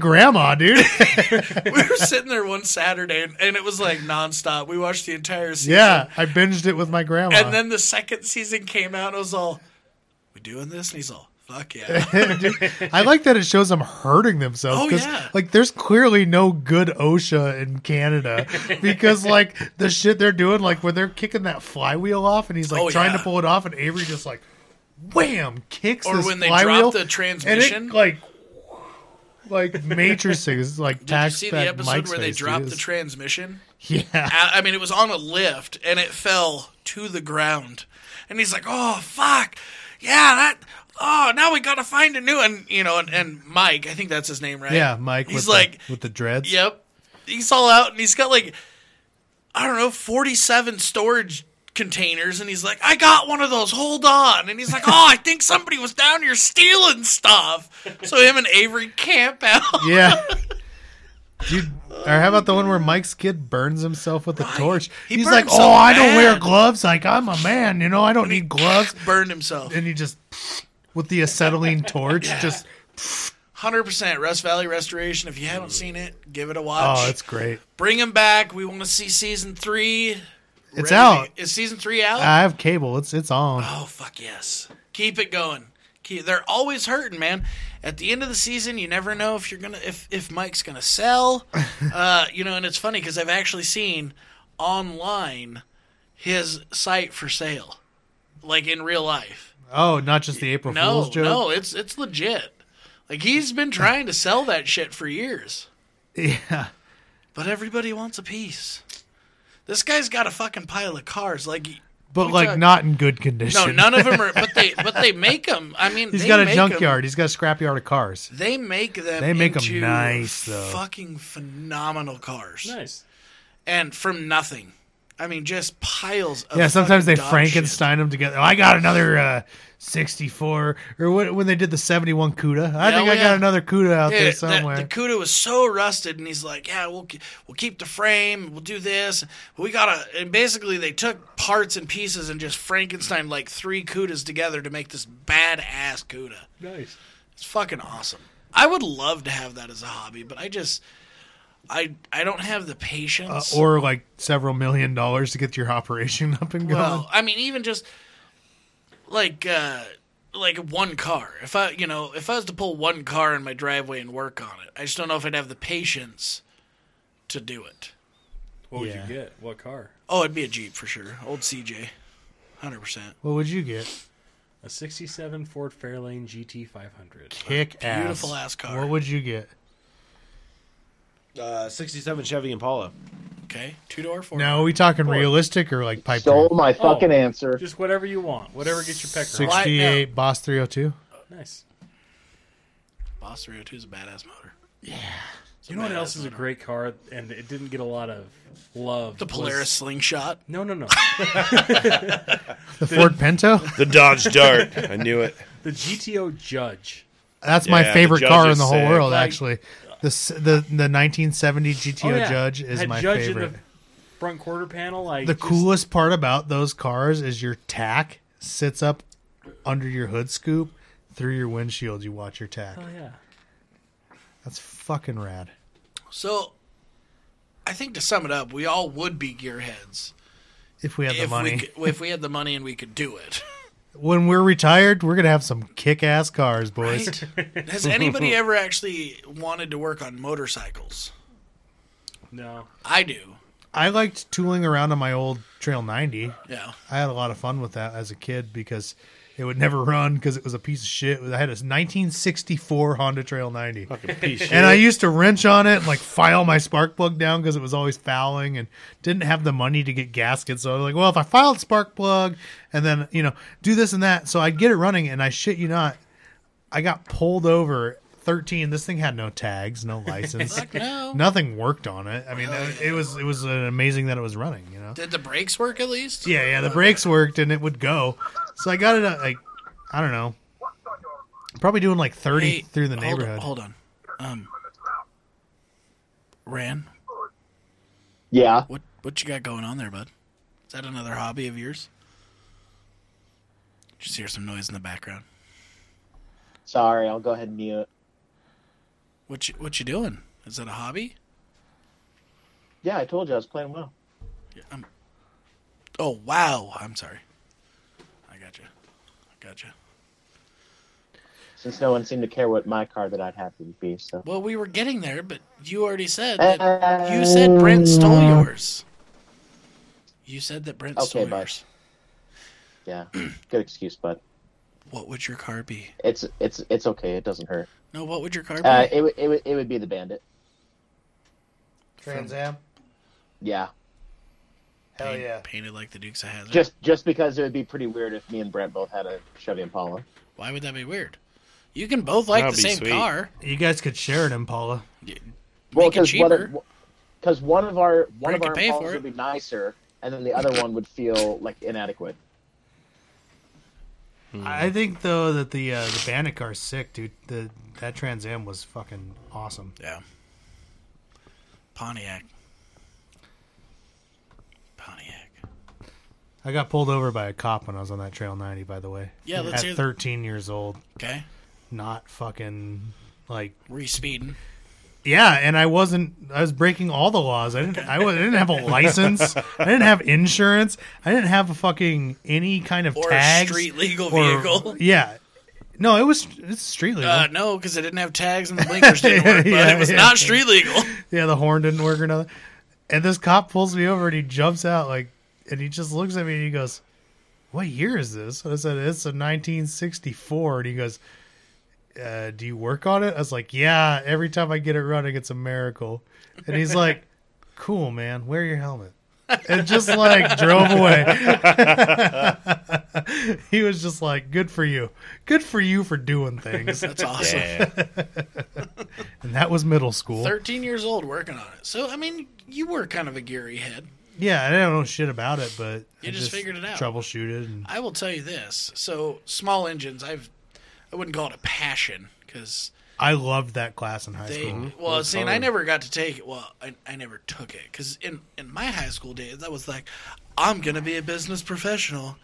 A: <laughs>
C: grandma, dude.
A: We were sitting there one Saturday, and, and it was like nonstop. We watched the entire season.
C: yeah, I binged it with my grandma.
A: And then the second season came out, and I was all, "We doing this?" And he's all, Fuck
C: <laughs>
A: yeah.
C: I like that it shows them hurting themselves
A: Oh,
C: because,
A: yeah.
C: like, there's clearly no good OSHA
A: <laughs>
C: in Canada because, like, the shit they're doing, like, when they're kicking that flywheel off and he's like
A: Oh,
C: trying
A: yeah.
C: to pull it off, and Avery just like, wham, kicks
A: Or
C: this
A: when they
C: flywheel,
A: drop the
C: and
A: transmission.
C: it, like, like matrices, like
A: Did you
C: tax
A: see the
C: that
A: episode
C: Mike's
A: where they
C: face
A: dropped the
C: is.
A: transmission?
C: <laughs> yeah.
A: I I mean, it was on a lift and it fell to the ground. And he's like, oh, fuck. Yeah, that. Oh, now we got to find a new one. You know, and, and Mike, I think that's his name, right?
C: Yeah, Mike.
A: He's
C: with
A: like,
C: the, with the dreads.
A: yep. He's all out and he's got like, I don't know, 47 storage containers. And he's like, I got one of those. Hold on. And he's
C: <laughs>
A: like, oh, I think somebody was down here stealing stuff. So him and Avery camp out.
C: <laughs> Yeah. Dude, or how about the one where Mike's kid burns himself with a torch?
A: He
C: He's
A: burned
C: like, "Oh,
A: himself
C: I don't wear
A: bad."
C: gloves. Like I'm a man, you know. I don't
A: <laughs>
C: need gloves."
A: <laughs> Burned himself.
C: And he just with the acetylene torch, just
A: Hundred percent Rust Valley Restoration. If you haven't seen it, give it a watch.
C: oh, it's great.
A: Bring them back. We want to see season three.
C: It's
A: Ready-
C: out.
A: Is season three out?
C: I have cable. It's it's on.
A: <sighs> oh fuck yes! Keep it going. Keep, they're always hurting, man. At the end of the season, you never know if you're gonna if if Mike's gonna
C: <laughs>
A: sell. uh, you know, and it's funny because I've actually seen online his site for sale, like in real life.
C: Oh, not just the April
A: No,
C: Fool's joke.
A: no, it's it's legit. Like he's been trying to sell that shit for years.
C: <laughs> Yeah.
A: But everybody wants a piece. This guy's got a fucking pile of cars. Like,
C: But
A: we
C: like
A: talk-
C: not in good condition.
A: no, none of them
C: <laughs>
A: are. But they, but they make them. I mean,
C: He's
A: they
C: got a
A: make 'em-
C: junkyard. He's got a scrapyard of cars.
A: They make them.
C: They make 'em
A: into
C: nice, though.
A: Fucking phenomenal cars,
F: Nice.
A: and from nothing. I mean, just piles. of
C: Yeah, sometimes they
A: fucking dog shit.
C: Frankenstein them together. Oh, I got another uh, 64, or what, when they did the 71 CUDA. I
A: Yeah,
C: think
A: oh,
C: I
A: yeah.
C: got another CUDA out
A: Yeah,
C: there
A: that-
C: somewhere.
A: the Cuda was so rusted, and he's like, "Yeah, we'll ke- we'll keep the frame. We'll do this. We gotta." And basically, they took parts and pieces and just Frankenstein like three Cudas together to make this badass Cuda.
F: Nice.
A: It's fucking awesome. I would love to have that as a hobby, but I just I I don't have the patience.
C: Uh, or like several million dollars to get your operation <laughs> up and going.
A: well, I mean even just like uh like one car. If I, you know, if I was to pull one car in my driveway and work on it, I just don't know if I'd have the patience to do it.
F: What would
C: Yeah.
F: you get? What car?
A: Oh, it'd be a Jeep for sure. Old CJ. 100%.
C: what would you get?
F: A '67 Ford Fairlane GT 500.
C: Kick ass.
A: Beautiful ass car.
C: What would you get?
E: Uh, 67 Chevy Impala.
A: Okay. Two door, four.
C: Now, are we talking realistic or like pipe?
D: Stole
C: dream?
D: my fucking
F: Oh.
D: answer.
F: Just whatever you want, whatever gets your pecker.
A: Why-
F: on.
C: 68 Boss 302?
F: Nice.
A: Boss 302 is a badass motor.
F: You know what else is a great car, and it didn't get a lot of love.
A: The
F: was-
A: Polaris slingshot.
F: No, no, <laughs> no.
C: The Ford Pinto?
E: The Dodge Dart. <laughs> I knew it.
F: The GTO Judge.
C: That's my
E: Yeah, the
C: favorite
E: Judge
C: car in
E: is
C: the whole
E: sick.
C: world,
F: Like-
C: actually. The, s- the the 1970 GTO
F: Oh,
A: Oh,
F: yeah.
C: Judge is
F: Had
C: my
F: Judge in
C: favorite.
F: the front quarter panel, like
C: the
F: just-
C: coolest part about those cars is your tack sits up under your hood scoop through your windshield you watch your tack
F: Oh yeah.
C: that's fucking rad
A: So I think to sum it up, we all would be gearheads.
C: if we had the
A: if
C: money
A: we could, if we had the money and we could do it.
C: when we're retired we're gonna have some kick-ass cars boys
A: Right? Has anybody
C: <laughs>
A: ever actually wanted to work on motorcycles?
F: No.
A: I do.
C: i liked tooling around on my old trail 90
A: Yeah.
C: i had a lot of fun with that as a kid because it would never run because it was a piece of shit i had a 1964 honda trail 90
E: Fucking <laughs> piece of shit.
C: And I used to wrench on it and like file my spark plug down because it was always fouling and didn't have the money to get gaskets. So I was like, well, if I filed spark plug and then, you know, do this and that. So I'd get it running and I shit you not, I got pulled over 13. This thing had no tags, no
A: <laughs>
C: license,
A: No.
C: nothing worked on it. I mean, it, it was, it was uh, amazing that it was running, you know?
A: Did the brakes work at least?
C: Yeah. Yeah. The brakes worked and it would go. So I got it at like, I don't know, probably doing like 30
A: Hey,
C: through the
A: hold-
C: neighborhood.
A: Hold on. Um. Ran,
D: Yeah.
A: what what you got going on there, bud? Is that another hobby of yours? Just hear some noise in the background.
D: Sorry, I'll go ahead and mute.
A: What you what you doing? Is that a hobby?
D: Yeah, I told you I was playing well.
A: Um, Oh wow! I'm sorry. I got you. I got you.
D: since no one seemed to care what my car that I'd have would be. So
A: Well, we were getting there, but you already said that you said Brent stole yours. You said that Brent
D: Uh, Okay,
A: stole
D: bye.
A: yours. <clears throat>
D: yeah, good excuse, bud.
A: What would your car be?
D: It's it's it's okay. It doesn't hurt.
A: No, what would your car be?
D: Uh, it would- it would it would be the Bandit.
C: Trans Am.
D: Yeah,
C: Hell
E: Oh,
A: Paint-
C: yeah.
A: Painted like the Dukes of Hazard.
D: just just because it would be pretty weird if me and Brent both had a Chevy Impala.
A: Why would that be weird? You can both like
E: That'd
A: the
E: be
A: same
E: sweet.
A: car.
C: You guys could share an Impala.
D: Well,
A: Make it
D: because one
A: cheaper.
D: of because one of our one
A: Brent
D: of
A: could
D: our
A: pay for
D: Impalas
A: it.
D: would be nicer, and then the other
A: <clears throat>
D: one would feel like inadequate.
A: Hmm.
C: I think though that the uh, the Bandit car's sick, dude. The that Trans Am was fucking awesome.
A: Yeah. Pontiac. Pontiac.
C: I got pulled over by a cop when I was on that Trail 90, by the way.
A: Yeah, let's hear th-
C: at 13 years old,
A: Okay.
C: not fucking like
A: Were you speeding?
C: yeah. And I wasn't. I was breaking all the laws. I didn't. I, was, I didn't have a
A: <laughs>
C: license. I didn't have insurance. I didn't have a fucking any kind of
A: Or
C: tags
A: a street legal
C: or-
A: vehicle?
C: <laughs> Yeah. No, it was it's street legal.
A: Uh, no, because it didn't have tags and the blinkers
D: <laughs>
A: didn't work, but
C: Yeah,
A: it was
C: yeah.
A: not street legal.
C: yeah, the horn didn't work or nothing. And this cop pulls me over and he jumps out like, and he just looks at me and he goes, "What year is this?" And I said, "It's a 1964." And he goes, uh, "Do you work on it?" I was like, "Yeah, every time I get it running, it's a miracle." And he's like, <laughs> "Cool, man. Wear your helmet." And just like drove away. <laughs> he was just like, "Good for you. Good for you for doing things."
A: That's awesome.
E: Yeah.
C: And that was middle school.
A: 13 years old working on it. So, I mean, you were kind of a geary head.
C: Yeah, I don't know shit about it, but
A: You
C: I
A: just figured it out.
C: troubleshooted. And,
A: I will tell you this. So, small engines, I've, I wouldn't call it a passion because
C: I loved that class in high
A: They,
C: school.
A: Well, see, and I
E: fun.
A: never got to take it. Well, I, I never took it because in, in my high school days, I was like, I'm going to be a business professional.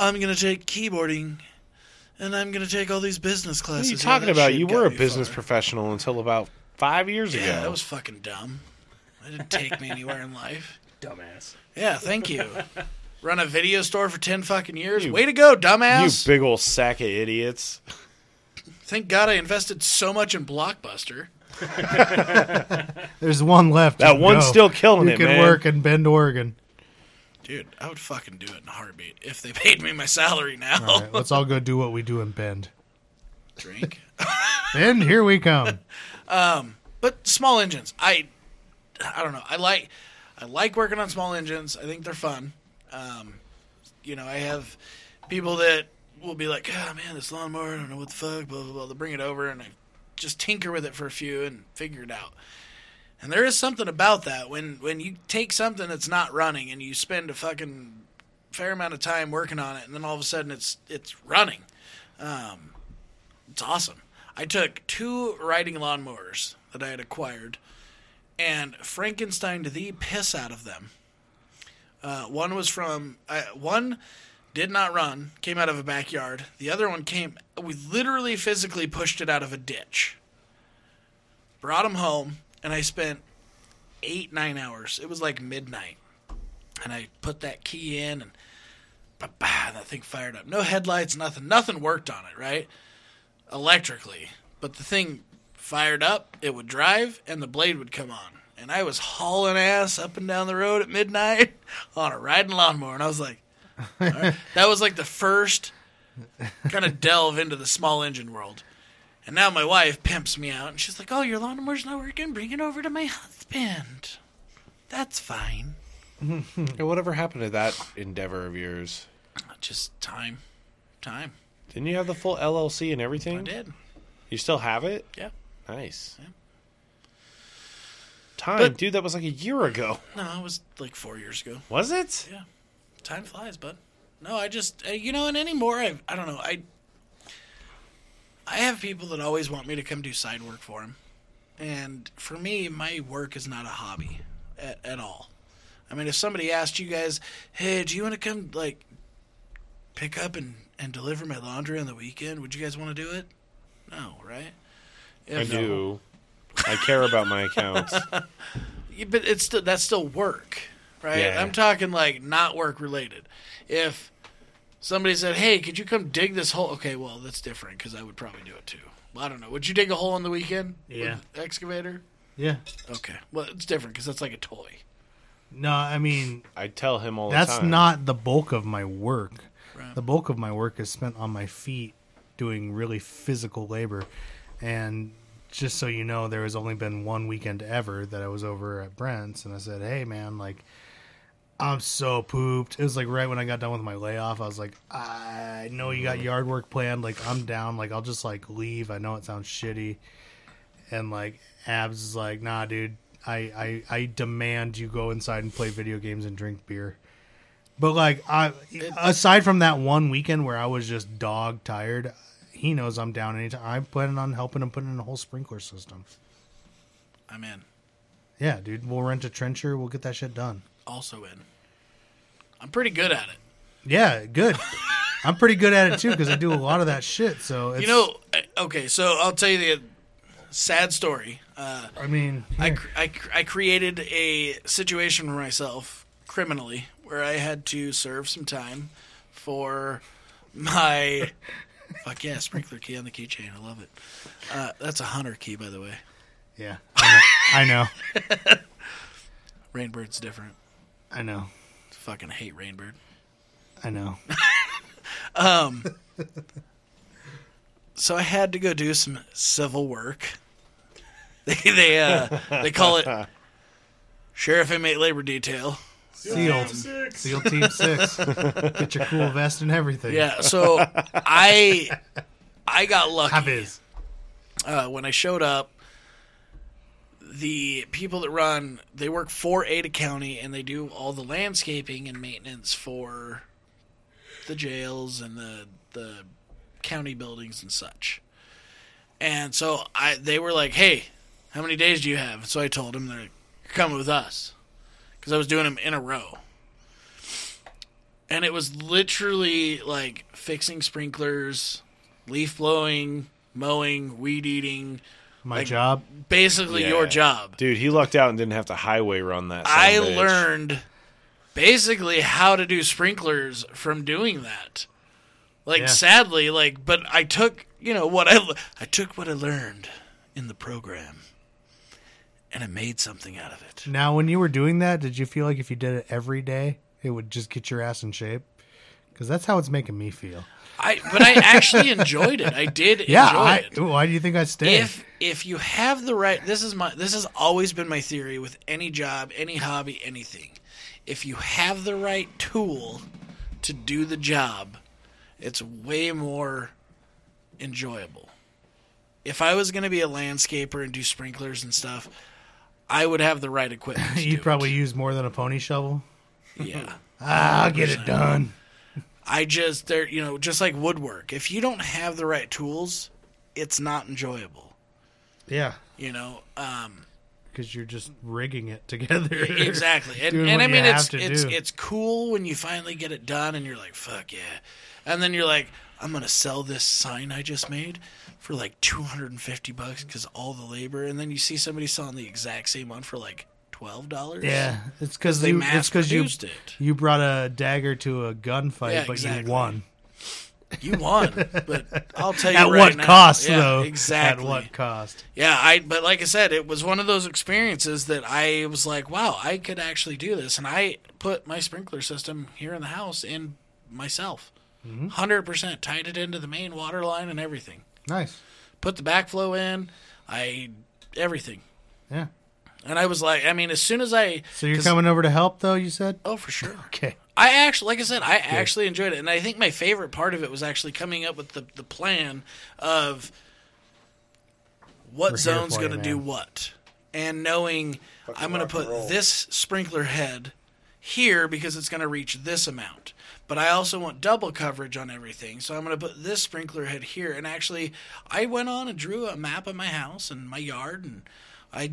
A: I'm going to take keyboarding and I'm going to take all these business
E: What
A: classes.
E: are you
A: Yeah,
E: talking
A: that
E: about?
A: shit
E: You
A: got
E: were a
A: me
E: business
A: far.
E: professional until about five years ago.
A: Yeah, that was fucking dumb. That didn't take me anywhere in life.
F: Dumbass.
A: Yeah, thank you. Run a video store for 10 fucking years.
E: You-
A: Way to go,
E: you
A: dumbass.
E: big old sack of idiots.
A: Thank God I invested so much in Blockbuster.
C: There's one left.
E: That
C: You can
E: one's
C: go.
E: still killing
C: you
E: it,
C: can
E: man.
C: work in Bend, Oregon.
A: Dude, I would fucking do it in a heartbeat if they paid me my salary now.
C: All right, let's all go do what we do in Bend.
A: Drink.
C: And here we come.
E: <laughs>
A: but small engines i i don't know i like i like working on small engines i think they're fun um you know i have people that will be like oh man this lawnmower i don't know what the fuck blah blah blah they bring it over and i just tinker with it for a few and figure it out and there is something about that when when you take something that's not running and you spend a fucking fair amount of time working on it and then all of a sudden it's it's running it's awesome. I took two riding lawnmowers that I had acquired and Frankenstein the piss out of them. Uh, one was from uh, one did not run, came out of a backyard. The other one came. We literally physically pushed it out of a ditch. Brought him home, and I spent eight nine hours. It was like midnight, and I put that key in, and bah, bah, that thing fired up. No headlights, nothing. Nothing worked on it, right? electrically, but the thing fired up, it would drive, and the blade would come on. And I was hauling ass up and down the road at midnight <laughs> on a riding lawnmower, and I was like, all right. that was like the first kind of delve into the small engine world. And now my wife pimps me out, and she's like, "Oh, your lawnmower's not working. Bring it over to my husband. That's fine.
E: Hey, whatever happened to that endeavor of yours?
A: Just time, time.
E: Didn't you have the full LLC and everything?
A: I did.
E: You still have it?
A: Yeah.
E: Nice. Time,
A: But-
E: dude, that was like a year ago. <laughs>
A: No, it was like four years ago.
E: Was it?
A: time flies, bud. No, I just uh, you know, and anymore, I I don't know. I I have people that always want me to come do side work for them, and for me, my work is not a hobby at, at all. I mean, if somebody asked you guys, "Hey, do you want to come like pick up and and deliver my laundry on the weekend?" Would you guys want to do it? No, right?
E: I
A: If-
E: do. I care about my accounts.
A: Yeah, but it's still that's still work, right?
E: Yeah.
A: I'm talking like not work related. If somebody said, "Hey, could you come dig this hole?" Okay, well that's different because I would probably do it too. Well, I don't know. Would you dig a hole on the weekend?
C: Yeah.
A: With the excavator.
C: Yeah.
A: Okay. Well, it's different because that's like a toy.
C: No, I mean
E: I tell him all the
C: that's
E: time.
C: not the bulk of my work.
A: Right.
C: The bulk of my work is spent on my feet doing really physical labor. And just so you know, there has only been one weekend ever that I was over at Brent's and I said, Hey man, like I'm so pooped. It was like right when I got done with my layoff, I was like, I know you
E: Mm.
C: got yard work planned, like I'm down, like I'll just like leave. I know it sounds shitty. And like abs is like, nah dude, I, I, I demand you go inside and play video games and drink beer. But like I aside from that one weekend where I was just dog tired, he knows I'm down anytime. I'm planning on helping him put in a whole sprinkler system.
A: I'm in.
C: Yeah, dude, we'll rent a trencher, we'll get that shit done.
A: Also in. I'm pretty good at it.
C: Yeah, good. <laughs> I'm pretty good at it too because I do a lot of that shit. So it's,
A: You know, I- okay, so I'll tell you the sad story. Uh,
C: I mean,
A: I,
C: here.
A: cr- I, cr- I created a situation for myself criminally where I had to serve some time for my. Fuck yeah, sprinkler key on the keychain. I love it. Uh, that's a hunter key, by the way.
C: yeah, I know,
A: Rainbird's different.
C: I know,
A: Fucking hate Rainbird.
C: I know.
A: so I had to go do some civil work. <laughs> They they uh, they call it sheriff inmate labor detail.
C: Sealed, sealed team <laughs> six. Get your cool vest and everything.
A: Yeah, so I I got
C: have
A: lucky
C: his.
A: uh, when I showed up. The people that run they work for Ada County and they do all the landscaping and maintenance for the jails and the the county buildings and such. And so I they were like, "Hey, how many days do you have?" So I told them, "They're like, You're coming with us," because I was doing them in a row. And it was literally like fixing sprinklers, leaf blowing, mowing, weed eating,
C: My
A: like-
C: job.
A: basically your
E: Yeah.
A: job.
E: Dude, he lucked out and didn't have to highway run that. son
A: I
E: of a bitch.
A: learned basically how to do sprinklers from doing that. Like
C: Yeah.
A: sadly, like but I took, you know, what I I took what I learned in the program and I made something out of it.
C: Now, when you were doing that, did you feel like if you did it every day, it would just get your ass in shape? Because that's how it's making me feel.
A: I but I
C: <laughs>
A: actually enjoyed it. I did
C: Yeah.
A: enjoy
C: I,
A: it.
C: why do you think I stayed?
A: if if you have the right this is my this has always been my theory with any job any hobby anything if you have the right tool to do the job it's way more enjoyable if i was going to be a landscaper and do sprinklers and stuff i would have the right
C: <laughs>
A: equipment to
C: you
A: do
C: probably use more than a pony shovel.
A: it. yeah
C: I'll get it done.
A: i just there you know just like woodwork if you don't have the right tools it's not enjoyable
C: Yeah,
A: you know um
C: because you're just rigging it
A: <laughs>
C: together.
A: exactly and,
C: doing
A: and
C: what
A: i
C: you
A: mean
C: have
A: it's
C: to
A: it's
C: do.
A: it's cool when you finally get it done and you're like fuck yeah and then you're like i'm gonna sell this sign i just made for like 250 bucks because all the labor and then you see somebody selling the exact same one for like $12
C: Yeah, it's because
A: they
C: you. It's
A: mass
C: because you.
A: produced it
C: You brought a dagger to a gunfight,
A: Yeah,
C: but
A: exactly.
C: you won.
A: you won but i'll tell you
C: At
A: right
C: what
A: now-
C: cost,
A: yeah,
C: though?
A: exactly
C: At what cost?
A: Yeah, I but like I said, it was one of those experiences that I was like, wow, I could actually do this, and I put my sprinkler system here in the house in myself,
C: Mm-hmm.
A: 100 percent tied it into the main water line and everything.
C: Nice.
A: Put the backflow in, I everything,
C: Yeah.
A: and I was like, I mean, as soon as I
C: So you're
A: 'cause-
C: coming over to help, though? You said.
A: oh for sure.
C: Okay.
A: I actually, like I said, I actually enjoyed it, and I think my favorite part of it was actually coming up with the the plan of what
C: We're here
A: zone's
C: for you,
A: going to do
C: man.
A: what, and knowing I'm going to put this sprinkler head here because it's going to reach this amount. But I also want double coverage on everything, so I'm going to put this sprinkler head here. And actually, I went on and drew a map of my house and my yard, and I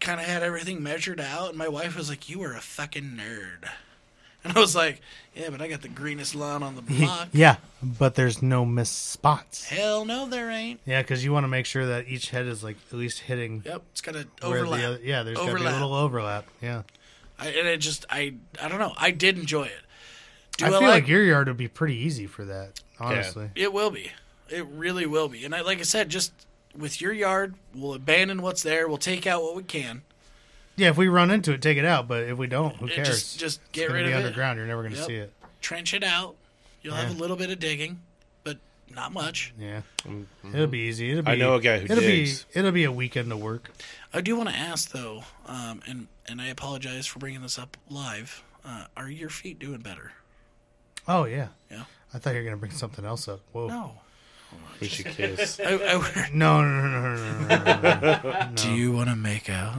A: kind of had everything measured out. And my wife was like, "You are a fucking nerd." <laughs> And I was like, yeah, but I got the greenest lawn on the
E: <laughs>
A: block.
C: <laughs> Yeah, but there's no missed spots.
A: Hell no, there ain't.
C: Yeah, because you want to make sure that each head is like at least hitting
A: Yep, it's got to
C: where
A: overlap.
C: the other. Yeah, there's got to be a
A: Overlap.
C: little overlap. Yeah.
A: I, and it just, I, I don't know. I did enjoy it. Do
C: I
A: I
C: feel like,
A: like-
C: your yard would be pretty easy for that, honestly.
A: It will be. It really will be. And I, like I said, just with your yard, we'll abandon what's there. We'll take out what we can.
C: Yeah, if we run into it, take it out. But if we don't, who
A: It
C: cares?
A: just just
C: it's
A: get
C: gonna
A: rid
C: be
A: of it.
C: underground. You're never gonna
A: Yep.
C: see it.
A: Trench it out. You'll have
C: Yeah.
A: a little bit of digging, but not much.
C: Yeah, it'll be easy. It'll be,
E: Mm-hmm. I know a guy who
C: it'll
E: digs.
C: be it'll be a weekend of work.
A: I do want to ask though, um, and and I apologize for bringing this up live. Uh, are your feet doing better?
C: Oh yeah,
A: Yeah.
C: I thought you were gonna bring something else up. Whoa.
A: No.
E: We should kiss.
A: I, I,
C: <laughs> No, no, no, no, no, no, no, no, no. <laughs>
A: Do you want to make out?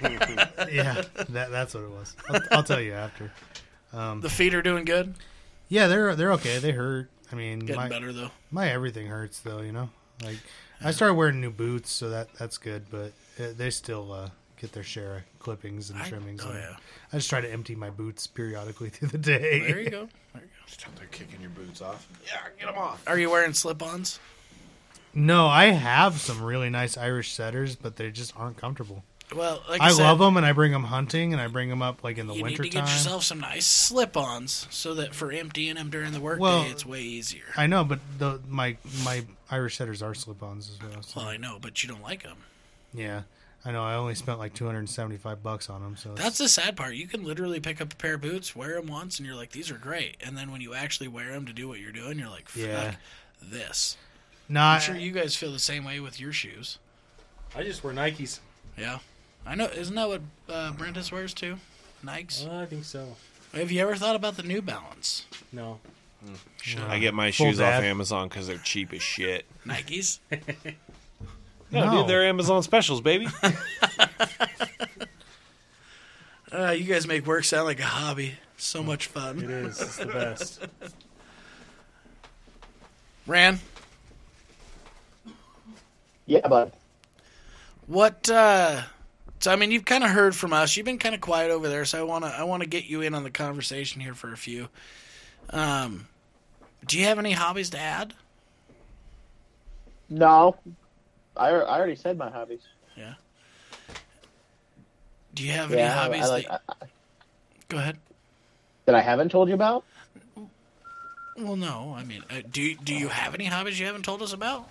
C: yeah, that, that's what it was. I'll, I'll tell you after. Um,
A: The feet are doing good.
C: Yeah, they're they're okay. They hurt. I mean,
A: Getting
C: my,
A: better
C: <laughs>
A: though.
C: my everything hurts though. You know, like I started wearing new boots, so that that's good. But uh, they still uh, get their share of clippings and
A: I-
C: trimmings.
A: oh,
C: and
A: yeah.
C: I just try to empty my boots periodically <laughs> through the day.
A: There you go. There you
E: Stop there kicking your boots off. Yeah, get them off.
A: go. Are you wearing slip-ons?
C: <laughs> No, I have some really nice Irish setters, but they just aren't comfortable.
A: Well, like I,
C: I
A: said,
C: love them, and I bring them hunting, and I bring them up like in the
A: You need to
C: wintertime.
A: get yourself some nice slip-ons so that for emptying them during the workday,
C: Well-
A: it's way easier.
C: I know, but the my my Irish setters are slip-ons as well. So.
A: Well, I know, but you don't like them.
C: Yeah, I know. I only spent like two hundred and seventy-five bucks on them. So it's-
A: That's the sad part. You can literally pick up a pair of boots, wear them once, and you're like, "These are great." And then when you actually wear them to do what you're doing, you're like, "Fuck
C: Yeah.
A: this."
C: not.
A: I'm sure you guys feel the same way with your shoes.
F: I just wear Nikes.
A: Yeah, I know. Isn't that what uh, Brentus wears too? Nikes.
F: Uh, I think so.
A: Have you ever thought about the New Balance
F: No.
E: I get my
C: Full
E: shoes off
C: dad.
E: Amazon because they're cheap as shit.
F: <laughs>
A: Nikes?
E: No,
C: No.
E: dude, they're Amazon specials, <laughs> baby.
A: uh, you guys make work sound like a hobby. So much
F: It
A: fun.
F: is. It's
C: <laughs>
F: the best.
A: Ran,
D: Yeah, but
A: what? uh So I mean, you've kind of heard from us. You've been kind of quiet over there, so I wanna I wanna get you in on the conversation here for a few. Um, do you have any hobbies to add?
D: no, I, I already said my hobbies.
A: Do you have any
D: Yeah, I,
A: hobbies?
D: I like
A: that,
D: I- I-
A: go ahead.
D: that I haven't told you about.
A: Well, no. I mean, uh, do do you have any hobbies you haven't told us about?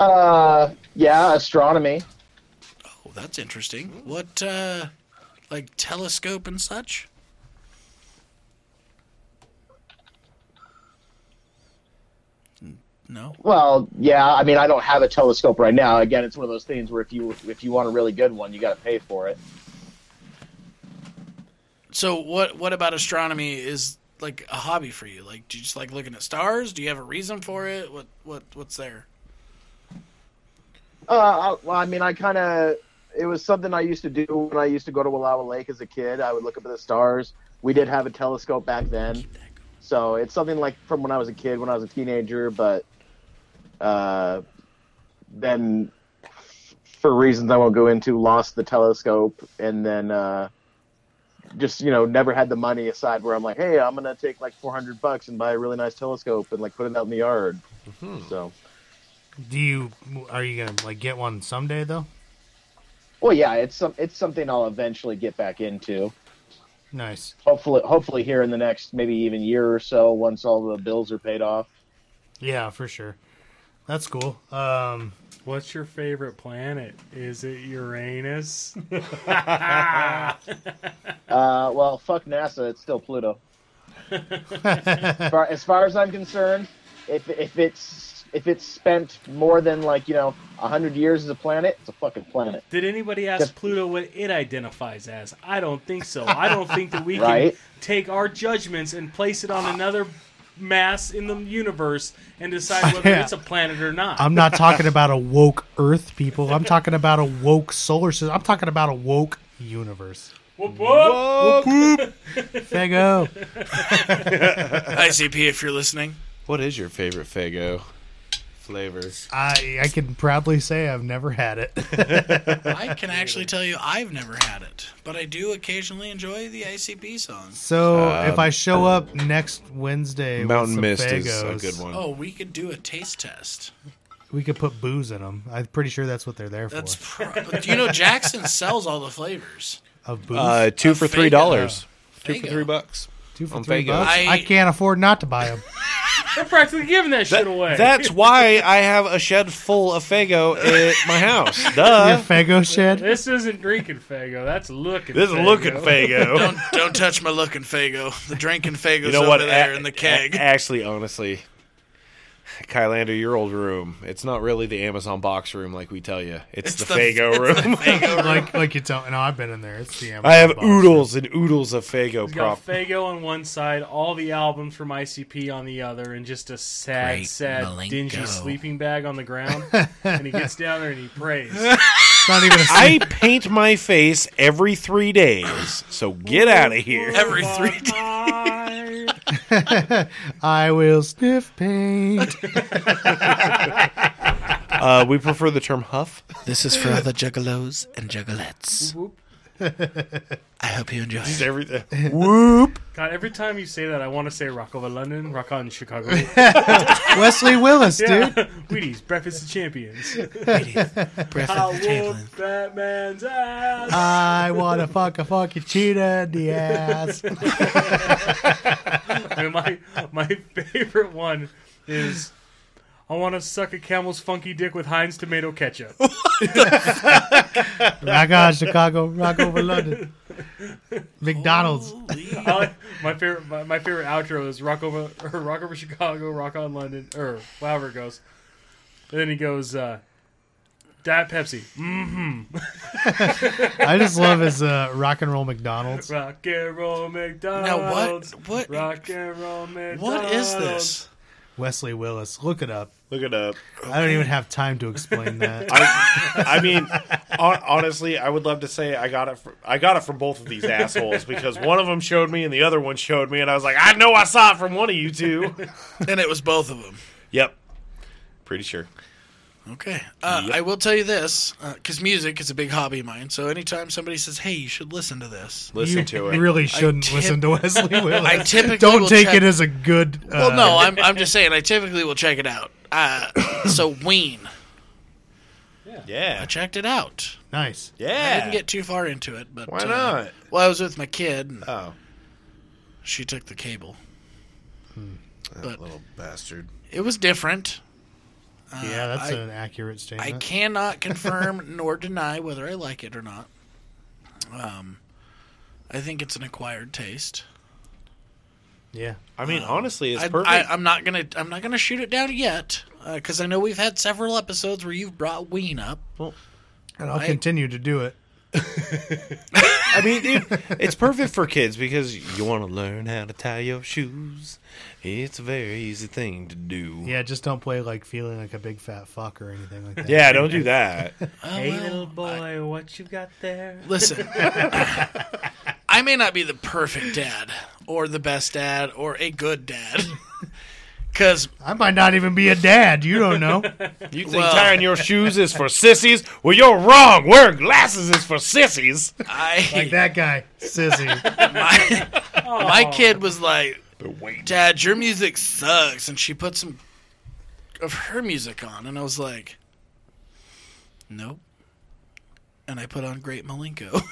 D: Uh, yeah, astronomy.
A: Oh, that's interesting. What, uh, like telescope and such? N- No.
D: Well, yeah, I mean, I don't have a telescope right now. Again, it's one of those things where if you if you want a really good one, you got to pay for it.
A: So what? What about astronomy is like a hobby for you? Like, do you just like looking at stars? Do you have a reason for it? What? What? What's
E: <laughs>
A: there?
D: Uh, I, well, I mean, I kind of it was something I used to do when I used to go to Wallawa Lake as a kid. I would look up at the stars. We did have a telescope back then, so it's something like from when I was a kid, when I was a teenager. But uh, then, for reasons I won't go into, lost the telescope, and then uh, just you know never had the money aside. Where I'm like, hey, I'm gonna take like 400 bucks and buy a really nice telescope and like put it out in the yard. So.
C: Do you? Are you gonna like get one someday though?
D: Well, yeah, it's some it's something I'll eventually get back into.
C: Nice.
D: Hopefully, hopefully here in the next maybe even year or so, once all the bills are paid off.
C: Yeah, for sure. That's cool. Um,
F: What's your favorite planet? Is it Uranus?
D: Uh, well, fuck NASA, it's still Pluto. as, far, as far as I'm concerned, if if it's if it's spent more than like you know hundred years as a planet, it's a fucking planet,
F: Did anybody ask Pluto what it identifies as? I don't think so. I don't think that we
D: right?
F: can take our judgments and place it on another mass in the universe
C: <laughs>
F: and decide whether
C: Yeah.
F: it's a planet or not.
C: I'm not talking about a woke Earth, people. I'm talking about a woke solar system. I'm talking about a woke universe.
F: Whoop, whoop.
C: Fego.
A: ICP, if you're listening.
E: What is your favorite Fago flavor?
C: I I can proudly say I've never had it.
A: I
E: <laughs>
A: can actually tell you I've never had it, but I do occasionally enjoy the ICP songs.
C: So if I show up next Wednesday,
E: Uh, Mountain
C: with
E: Mist
C: some
E: is a
C: Fagos,
E: good one.
A: Oh, we could do a taste test.
C: We could put booze in them. I'm pretty sure that's what they're there for.
A: That's <laughs> pro- you know Jackson sells all the flavors.
C: Of booze,
E: Uh, two
A: A
E: for three
A: Faygo.
E: dollars.
A: There
E: Two for
A: you
E: three
A: go.
E: bucks.
C: two Two for
E: On
C: three
E: Vegas.
C: bucks. I,
A: I-
C: can't afford not to buy them.
F: They're practically giving that, shit away.
E: That's why I have a shed full of Fago at
A: <laughs>
E: my house.
C: Your
E: Duh.
C: Fago shed.
F: this isn't drinking Fago. That's looking.
E: This is
F: Faygo.
E: looking Fago.
A: <laughs> Don't don't touch my looking Fago. The drinking Fago's
E: You know
A: over
E: what?
A: there
E: A-
A: in the keg.
E: a- actually, honestly, Kylander, your old room, it's not really the Amazon box room like we tell you. It's,
A: <laughs> It's
E: the,
A: the-
E: Fago room.
C: like like you tell. No, I've been in there. It's the Amazon
E: <laughs> I have
C: box.
E: oodles and oodles of Fago
F: He's got
E: prop.
F: Fago on one side, all the albums from ICP on the other, and just a sad,
A: Great
F: sad,
A: Malenko.
F: dingy sleeping bag on the
E: <laughs>
F: ground. and he gets down there and he prays.
C: It's not even. A
E: I paint my face every three days, so get out of here.
A: Every three
F: days.
C: I will sniff paint.
E: Uh, we prefer the term huff. <laughs>
A: This is for all the juggalos and juggalettes. <laughs> I hope you enjoy. it.
E: Everything.
F: God, every time you say that, I want to say Rock Over London, Rock On
C: <laughs>
F: Chicago. <laughs>
C: Wesley Willis, dude.
F: Wheaties, Breakfast of
E: <laughs>
F: Champions.
A: Breakfast
F: I
A: of the Champions. Uh,
F: whoop Batman's ass.
C: I want to fuck a fucking cheetah in the ass.
F: I mean, my my favorite one is I want to suck a camel's funky dick with Heinz tomato ketchup.
C: Rock on Chicago, rock over London. McDonald's.
F: I like- <laughs> my favorite my, my favorite outro is rock over <laughs> or rock over Chicago, rock on London, or however it goes. And then he goes uh, Diet Pepsi, Mm.
C: I just love his uh, rock and roll McDonald's.
F: rock and roll McDonald's.
A: Now what? What?
F: Rock and roll McDonald's.
A: What is this?
C: Wesley Willis. Look it up.
E: Look it up.
C: I don't even have time to explain
A: <laughs>
C: that.
E: I, I mean, hon- honestly, I would love to say I got it. From, I got it from both of these assholes because one of them showed me and the other one showed me, and I was like, I know I saw it from one of you two.
A: And it was both of them.
E: Yep, pretty sure.
A: Okay. Uh, I will tell you this, because music is a big hobby of mine. So anytime somebody says, "Hey, you should listen to this,"
E: Listen
C: you
E: to it.
C: really shouldn't
A: tip-
C: listen to Wesley Willis.
A: <laughs> I typically
C: don't
A: will
C: take
A: check-
C: it as a good. Uh,
A: Well, no, I'm I'm just saying. I typically will check it out. Uh, <coughs> so Ween, I
E: yeah,
A: checked it out.
C: nice.
E: yeah.
A: I didn't get too far into it, but
E: Why
A: uh,
E: not?
A: well, I was with my kid. And
E: Oh,
A: she took the cable. But
E: little bastard.
A: it was different.
C: yeah, that's
A: Uh, I-
C: an accurate statement.
A: I
E: <laughs>
A: cannot confirm nor deny whether I like it or not. Um, I think it's an acquired taste.
C: yeah,
E: I mean, honestly, it's
A: I,
E: perfect.
A: I, I'm not gonna I'm not gonna shoot it down yet because I know we've had several episodes where you've brought Ween up.
C: and I'll
A: I-
C: continue to do it.
E: I mean, dude,
A: <laughs>
E: it's perfect for kids because you want to learn how to tie your shoes. It's a very easy thing to do.
C: Yeah, just don't play like feeling like a big fat fuck or anything like that.
E: Yeah, don't
A: <laughs>
E: do that.
A: Oh,
F: Hey
A: well,
F: little boy, what you got there?
E: <laughs>
A: Listen, I may not be the perfect dad or the best dad or a good dad <laughs> because
C: I might not even be a dad. You don't know. <laughs>
E: You think
A: Well-
E: tying your shoes is for sissies? Well, you're wrong. Wearing glasses is for sissies.
A: I
C: like that guy, sissy.
A: my, my kid was like, Dad, your music sucks. And she put some of her music on. And I was like, Nope. And I put on Great Malenko.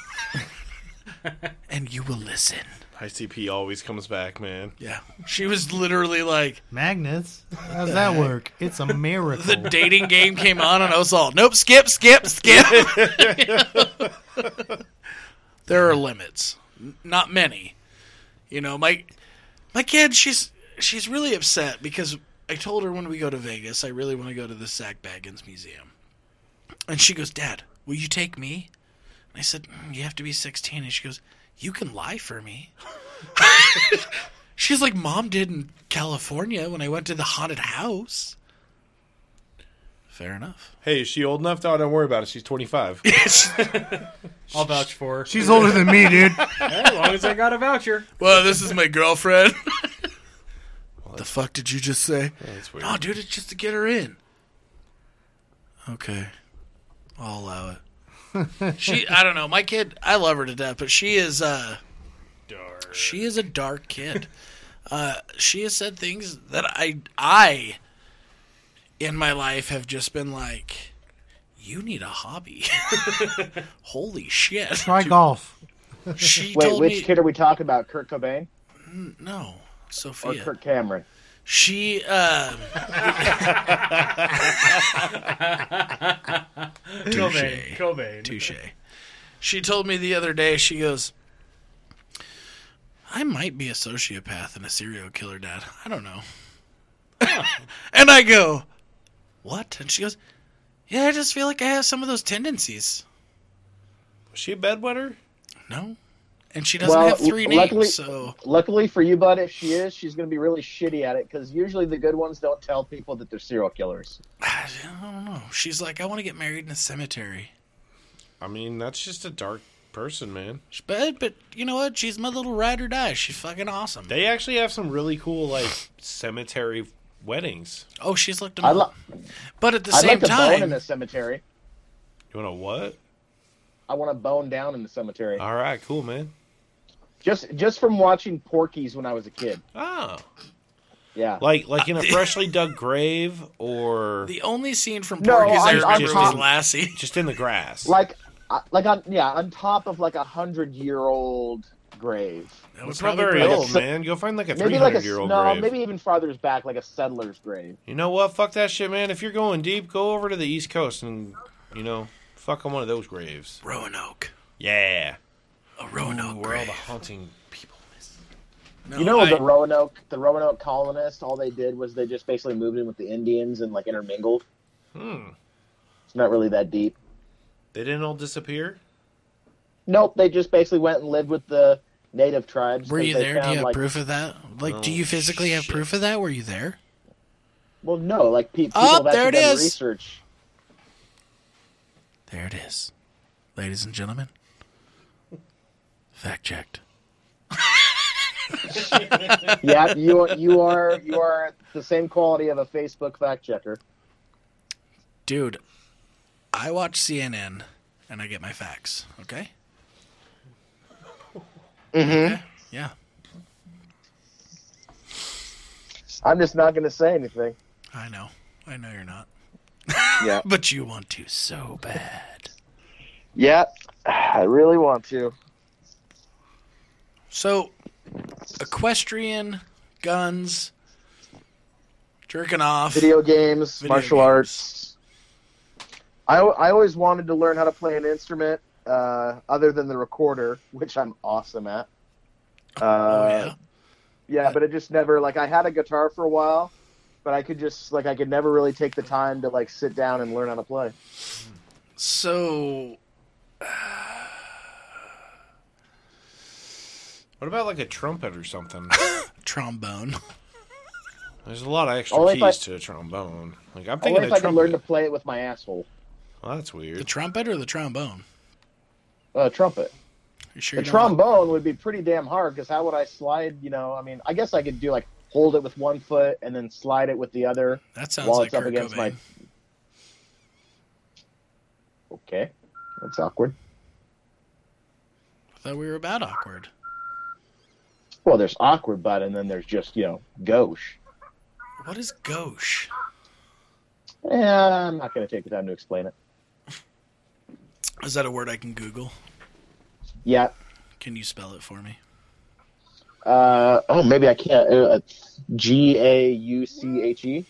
A: and you will listen.
E: ICP always comes back, man.
A: Yeah. She was literally like,
C: Magnets. How's that work? It's a miracle.
A: <laughs> the dating game came on, and I was all, Nope, skip, skip, skip. <laughs> there are limits. N- Not many. You know, my my kid, she's she's really upset because I told her when we go to Vegas, I really want to go to the Zach Baggins Museum. And she goes, Dad, will you take me? And I said, "Mm, You have to be 16. And she goes, You can lie for me. <laughs> she's like, Mom did in California when I went to the haunted house. Fair enough.
E: Hey, is she old enough? Oh, don't worry about it.
A: <laughs>
E: She's 25.
F: I'll vouch for her.
C: She's older than
A: <laughs>
C: me, dude.
F: as long as I got a voucher.
A: well, this is my
E: <laughs>
A: girlfriend. the fuck did you just say?
E: That's weird.
A: No, dude, it's just to get her in. Okay. I'll allow it.
E: <laughs>
A: she I don't know, my kid I love her to death, but she is uh dark. She is a dark kid. uh she has said things that I I in my life have just been like you need a
E: <laughs>
A: hobby. <laughs> Holy shit.
C: Try golf.
A: She
D: Wait,
A: told
D: which
A: me
D: kid are we talking about? Kurt Cobain?
A: No,
D: or
A: Sophia.
D: Kirk Cameron.
A: She. Um,
F: Cobain. Cobain.
A: Touche. She told me the other day, she goes, I might be a sociopath and a serial killer, Dad. I don't know. <laughs> and I go, What? And she goes, Yeah, I just feel like I have some of those tendencies.
E: Was she a bedwetter?
A: No? And she doesn't
D: Well,
A: have three names,
D: luckily-
A: so. <sighs>
D: Luckily for you, bud, if she is, she's going to be really shitty at it because usually the good ones don't tell people that they're serial killers.
A: I don't know. She's like, I want to get married in a cemetery.
E: I mean, that's just a dark person, man.
A: But, but you know what? She's my little ride or die. She's fucking awesome.
E: They actually have some really cool like cemetery weddings.
A: Oh, she's looked. Them
D: I
A: up.
D: lo-
A: but at the
D: I'd
A: same
D: like to bone in
A: time,
D: the cemetery.
E: You want to what?
D: I want to bone down in the cemetery.
E: All right, cool, man.
D: Just just from watching Porky's when I was a kid.
E: Oh,
D: Yeah.
E: like like in a freshly dug grave or
A: The only scene from
D: No,
A: Porky's I
D: I'm-
E: I'm
A: remember was
E: talking-
A: Lassie. <laughs>
E: just in the grass.
D: like I- like on yeah, on top of like a 100-year-old grave.
A: That would
E: it's not
A: probably
E: very
A: be-
D: like a
E: old,
D: se-
E: man. Go find like a three
D: Maybe like a
E: hundred year
D: no,
E: old grave.
D: maybe even farther back like a settler's grave.
E: You know what? Fuck that shit, man. If you're going deep, go over to the East Coast and you know, fuck on one of those graves.
A: Roanoke.
E: Yeah,
A: A Roanoke
E: we're all
A: grave.
E: the haunting people.
A: No,
D: You know
A: I,
D: the Roanoke, the Roanoke colonists. All they did was they just basically moved in with the Indians and like intermingled.
E: Hmm.
D: It's not really that deep.
E: They didn't all disappear.
D: Nope, they just basically went and lived with the native tribes.
A: were
D: 'cause
A: you
D: they
A: there? Do you
D: found,
A: have
D: like-
A: proof of that? Like, do
E: Oh,
A: you physically have
E: shit.
A: proof of that? Were you there?
D: Well, no, like pe- people
A: Oh,
D: have
A: there
D: actually
A: it
D: done
A: is.
D: research.
A: There it is, ladies and gentlemen. Fact checked.
D: yeah, you are, you are you are the same quality of a Facebook fact checker.
A: Dude, I watch CNN and I get my facts. Okay. Okay? Yeah.
D: I'm just not going to say anything.
A: I know. I know you're not.
D: Yeah.
A: <laughs> But you want to so bad.
D: Yeah, <sighs> I really want to.
A: So, equestrian, guns, jerking off.
D: Video games,
A: Video
D: martial
A: games.
D: arts. I I always wanted to learn how to play an instrument uh, other than the recorder, which I'm awesome at. Uh,
A: Oh, yeah.
D: Yeah, but it just never like I had a guitar for a while, but I could just like I could never really take the time to like sit down and learn how to play.
A: So,
E: What about like a trumpet
D: <laughs>
E: or something?
A: trombone.
E: There's a lot of extra
D: Only if
E: keys
D: I-
E: to a trombone. Like I'm thinking
D: Only
E: of
D: if I could
E: trumpet.
D: learn to play it with my asshole.
E: Well, that's
A: The
E: weird.
A: trumpet or the trombone?
D: Uh, trumpet.
A: You sure
D: The
A: you don't want-
D: trombone would be pretty damn hard because how would I slide? You know, I mean, I guess I could do like hold it with one foot and then slide it with the other
A: That sounds
D: while
A: like
D: it's up
A: Kurt
D: against
A: Cobain.
D: my. Okay, that's awkward.
A: I thought we were about awkward.
D: Well, there's awkward, but and then there's just you know gauche.
A: What is gauche?
D: Yeah, I'm not going to take the time to explain it.
A: Is that a word I can Google?
D: Yeah.
A: Can you spell it for me?
D: Uh, oh, maybe I can't. Uh, G a u c h e.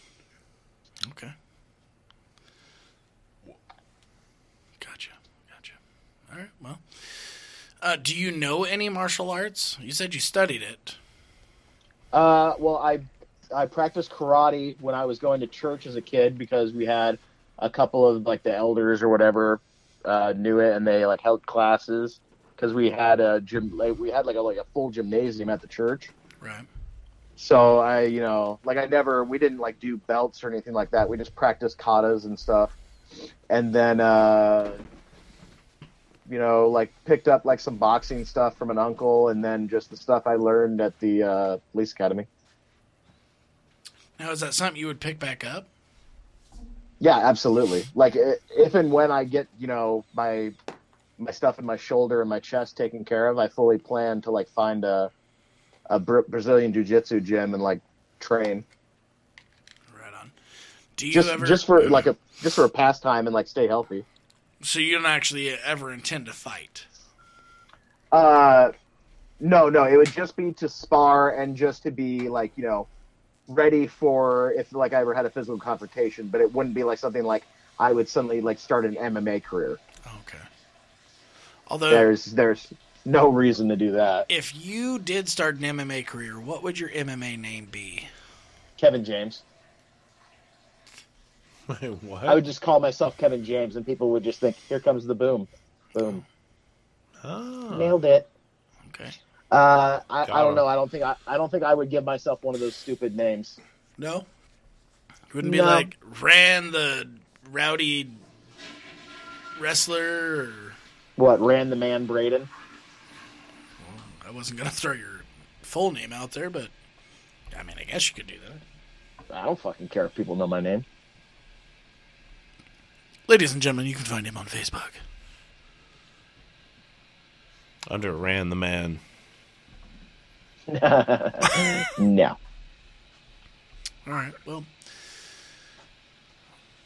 A: Okay. Gotcha. Gotcha. All right. Well, uh, do you know any martial arts? You said you studied it.
D: Uh, well, I I practiced karate when I was going to church as a kid because we had a couple of like the elders or whatever uh, knew it and they like held classes because we had a gym like, we had like a like a full gymnasium at the church.
A: Right.
D: So I you know like I never we didn't like do belts or anything like that. We just practiced katas and stuff, and then. uh you know, like picked up like some boxing stuff from an uncle, and then just the stuff I learned at the uh, police academy.
A: Now, is that something you would pick back up?
D: Yeah, absolutely. Like i- if and when I get, you know, my my stuff in my shoulder and my chest taken care of, I fully plan to like find a a Bra- Brazilian jiu-jitsu gym and like train
A: Right on. Do you
D: just
A: ever
D: just for like a just for a pastime and like stay healthy.
A: so you don't actually ever intend to fight?
D: Uh No, no, it would just be to spar and just to be like you know, ready for if like I ever had a physical confrontation, but it wouldn't be like something like I would suddenly like start an MMA career.
A: Okay. Although,
D: There's there's no reason to do that.
A: if you did start an MMA career, what would your MMA name be?
D: Kevin James,
E: <laughs> what?
D: I would just call myself Kevin James, and people would just think, "Here comes the boom, boom,
E: oh.
D: nailed it."
A: Okay.
D: Uh, I, I
E: Got
D: don't
E: him.
D: know. I don't think I, I don't think I would give myself one of those stupid names.
A: No? You wouldn't be
D: No.
A: like, ran the rowdy wrestler? Or...
D: What ran the man Braden?
A: I wasn't going to <laughs> throw your full name out there, but I mean, I guess you could do that.
D: I don't fucking care if people know my name.
A: Ladies and gentlemen, you can find him on Facebook.
E: Under ran the man.
D: No.
A: All right. Well,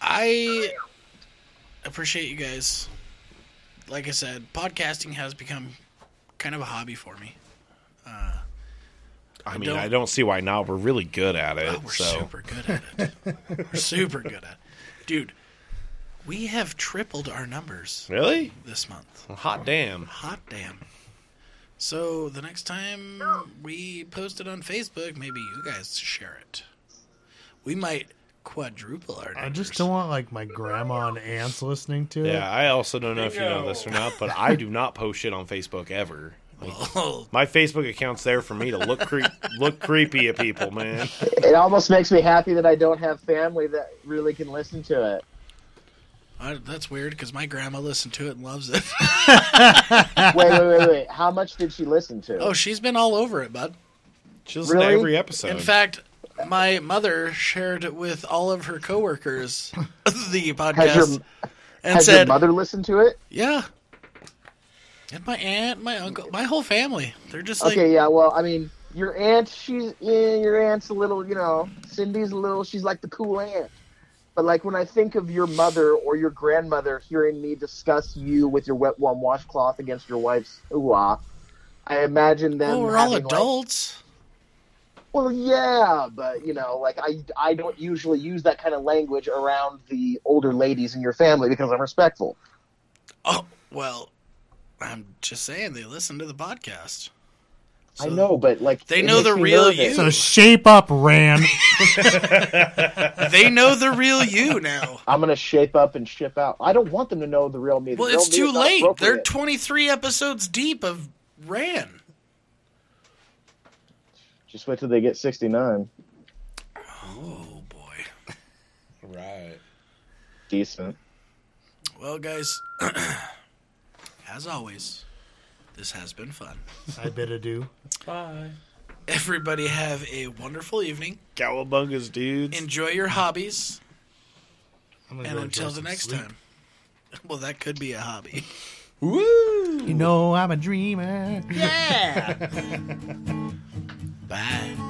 A: I appreciate you guys. Like I said, podcasting has become kind of a hobby for me.
E: I mean,
A: don't-
E: I don't see why not. We're really good at it.
A: Oh, we're
E: so
A: super good at it. we're super good at it. Dude, we have tripled our numbers
E: really,
A: this month.
E: hot damn.
A: Hot damn. So the next time we post it on Facebook, maybe you guys share it. We might quadruple our numbers.
C: I just don't want like my grandma and aunts listening to
E: Yeah,
C: it.
E: I also don't know if you know this or not, but I do not post shit on Facebook ever. Like,
A: Oh,
E: my Facebook account's there for me to look creep, look creepy at people, man.
D: It almost makes me happy that I don't have family that really can listen to it.
A: I, that's weird because my grandma listened to it and loves it. <laughs>
D: Wait, wait, wait, wait. How much did she listen to?
A: oh, she's been all over it, bud.
E: She listens to
D: Really?
E: every episode.
C: Uh,
A: In fact, my mother shared it with all of her
C: <laughs>
A: coworkers the podcast
D: has your
A: and
D: has your
A: said,
D: mother listened to it?
A: "Yeah." And my aunt, my uncle, my whole family, they're just like,
D: okay, yeah. Well, I mean, your aunt, she's yeah, your aunt's a little, you know, Cindy's a little. She's like the cool aunt. But like when I think of your mother or your grandmother hearing me discuss you with your wet warm washcloth against your wife's ooh ah, I imagine them.
A: "Oh, we're all
D: having, like-
A: adults."
D: Well, yeah, but you know, like I, I don't usually use that kind of language around the older ladies in your family because I'm respectful.
A: oh, well, I'm just saying they listen to the podcast.
D: I know, but like
A: They
D: it
A: know
D: makes
A: the
D: me
A: real
D: nervous.
A: you.
C: So shape up, Rand.
A: <laughs> They know the real you now.
D: I'm gonna shape up and ship out. I don't want them to know the real me. The
A: Well,
D: real
A: it's
D: me
A: too
D: is not
A: late. They're
D: appropriate.
A: 23 episodes deep of Ran.
D: Just wait till they get 69.
A: Oh boy.
E: right.
D: Decent.
A: Well, guys, <clears throat> as always, this has been fun.
C: I bet I do.
F: Bye.
A: Everybody have a wonderful evening.
E: Cowabungas, dudes.
A: Enjoy your hobbies,
C: I'm gonna
A: and
C: go
A: until
C: enjoy
A: the
C: some
A: next
C: sleep.
A: time. <laughs> Well, that could be a hobby.
E: Woo!
C: You know I'm a dreamer.
A: <laughs> Bye.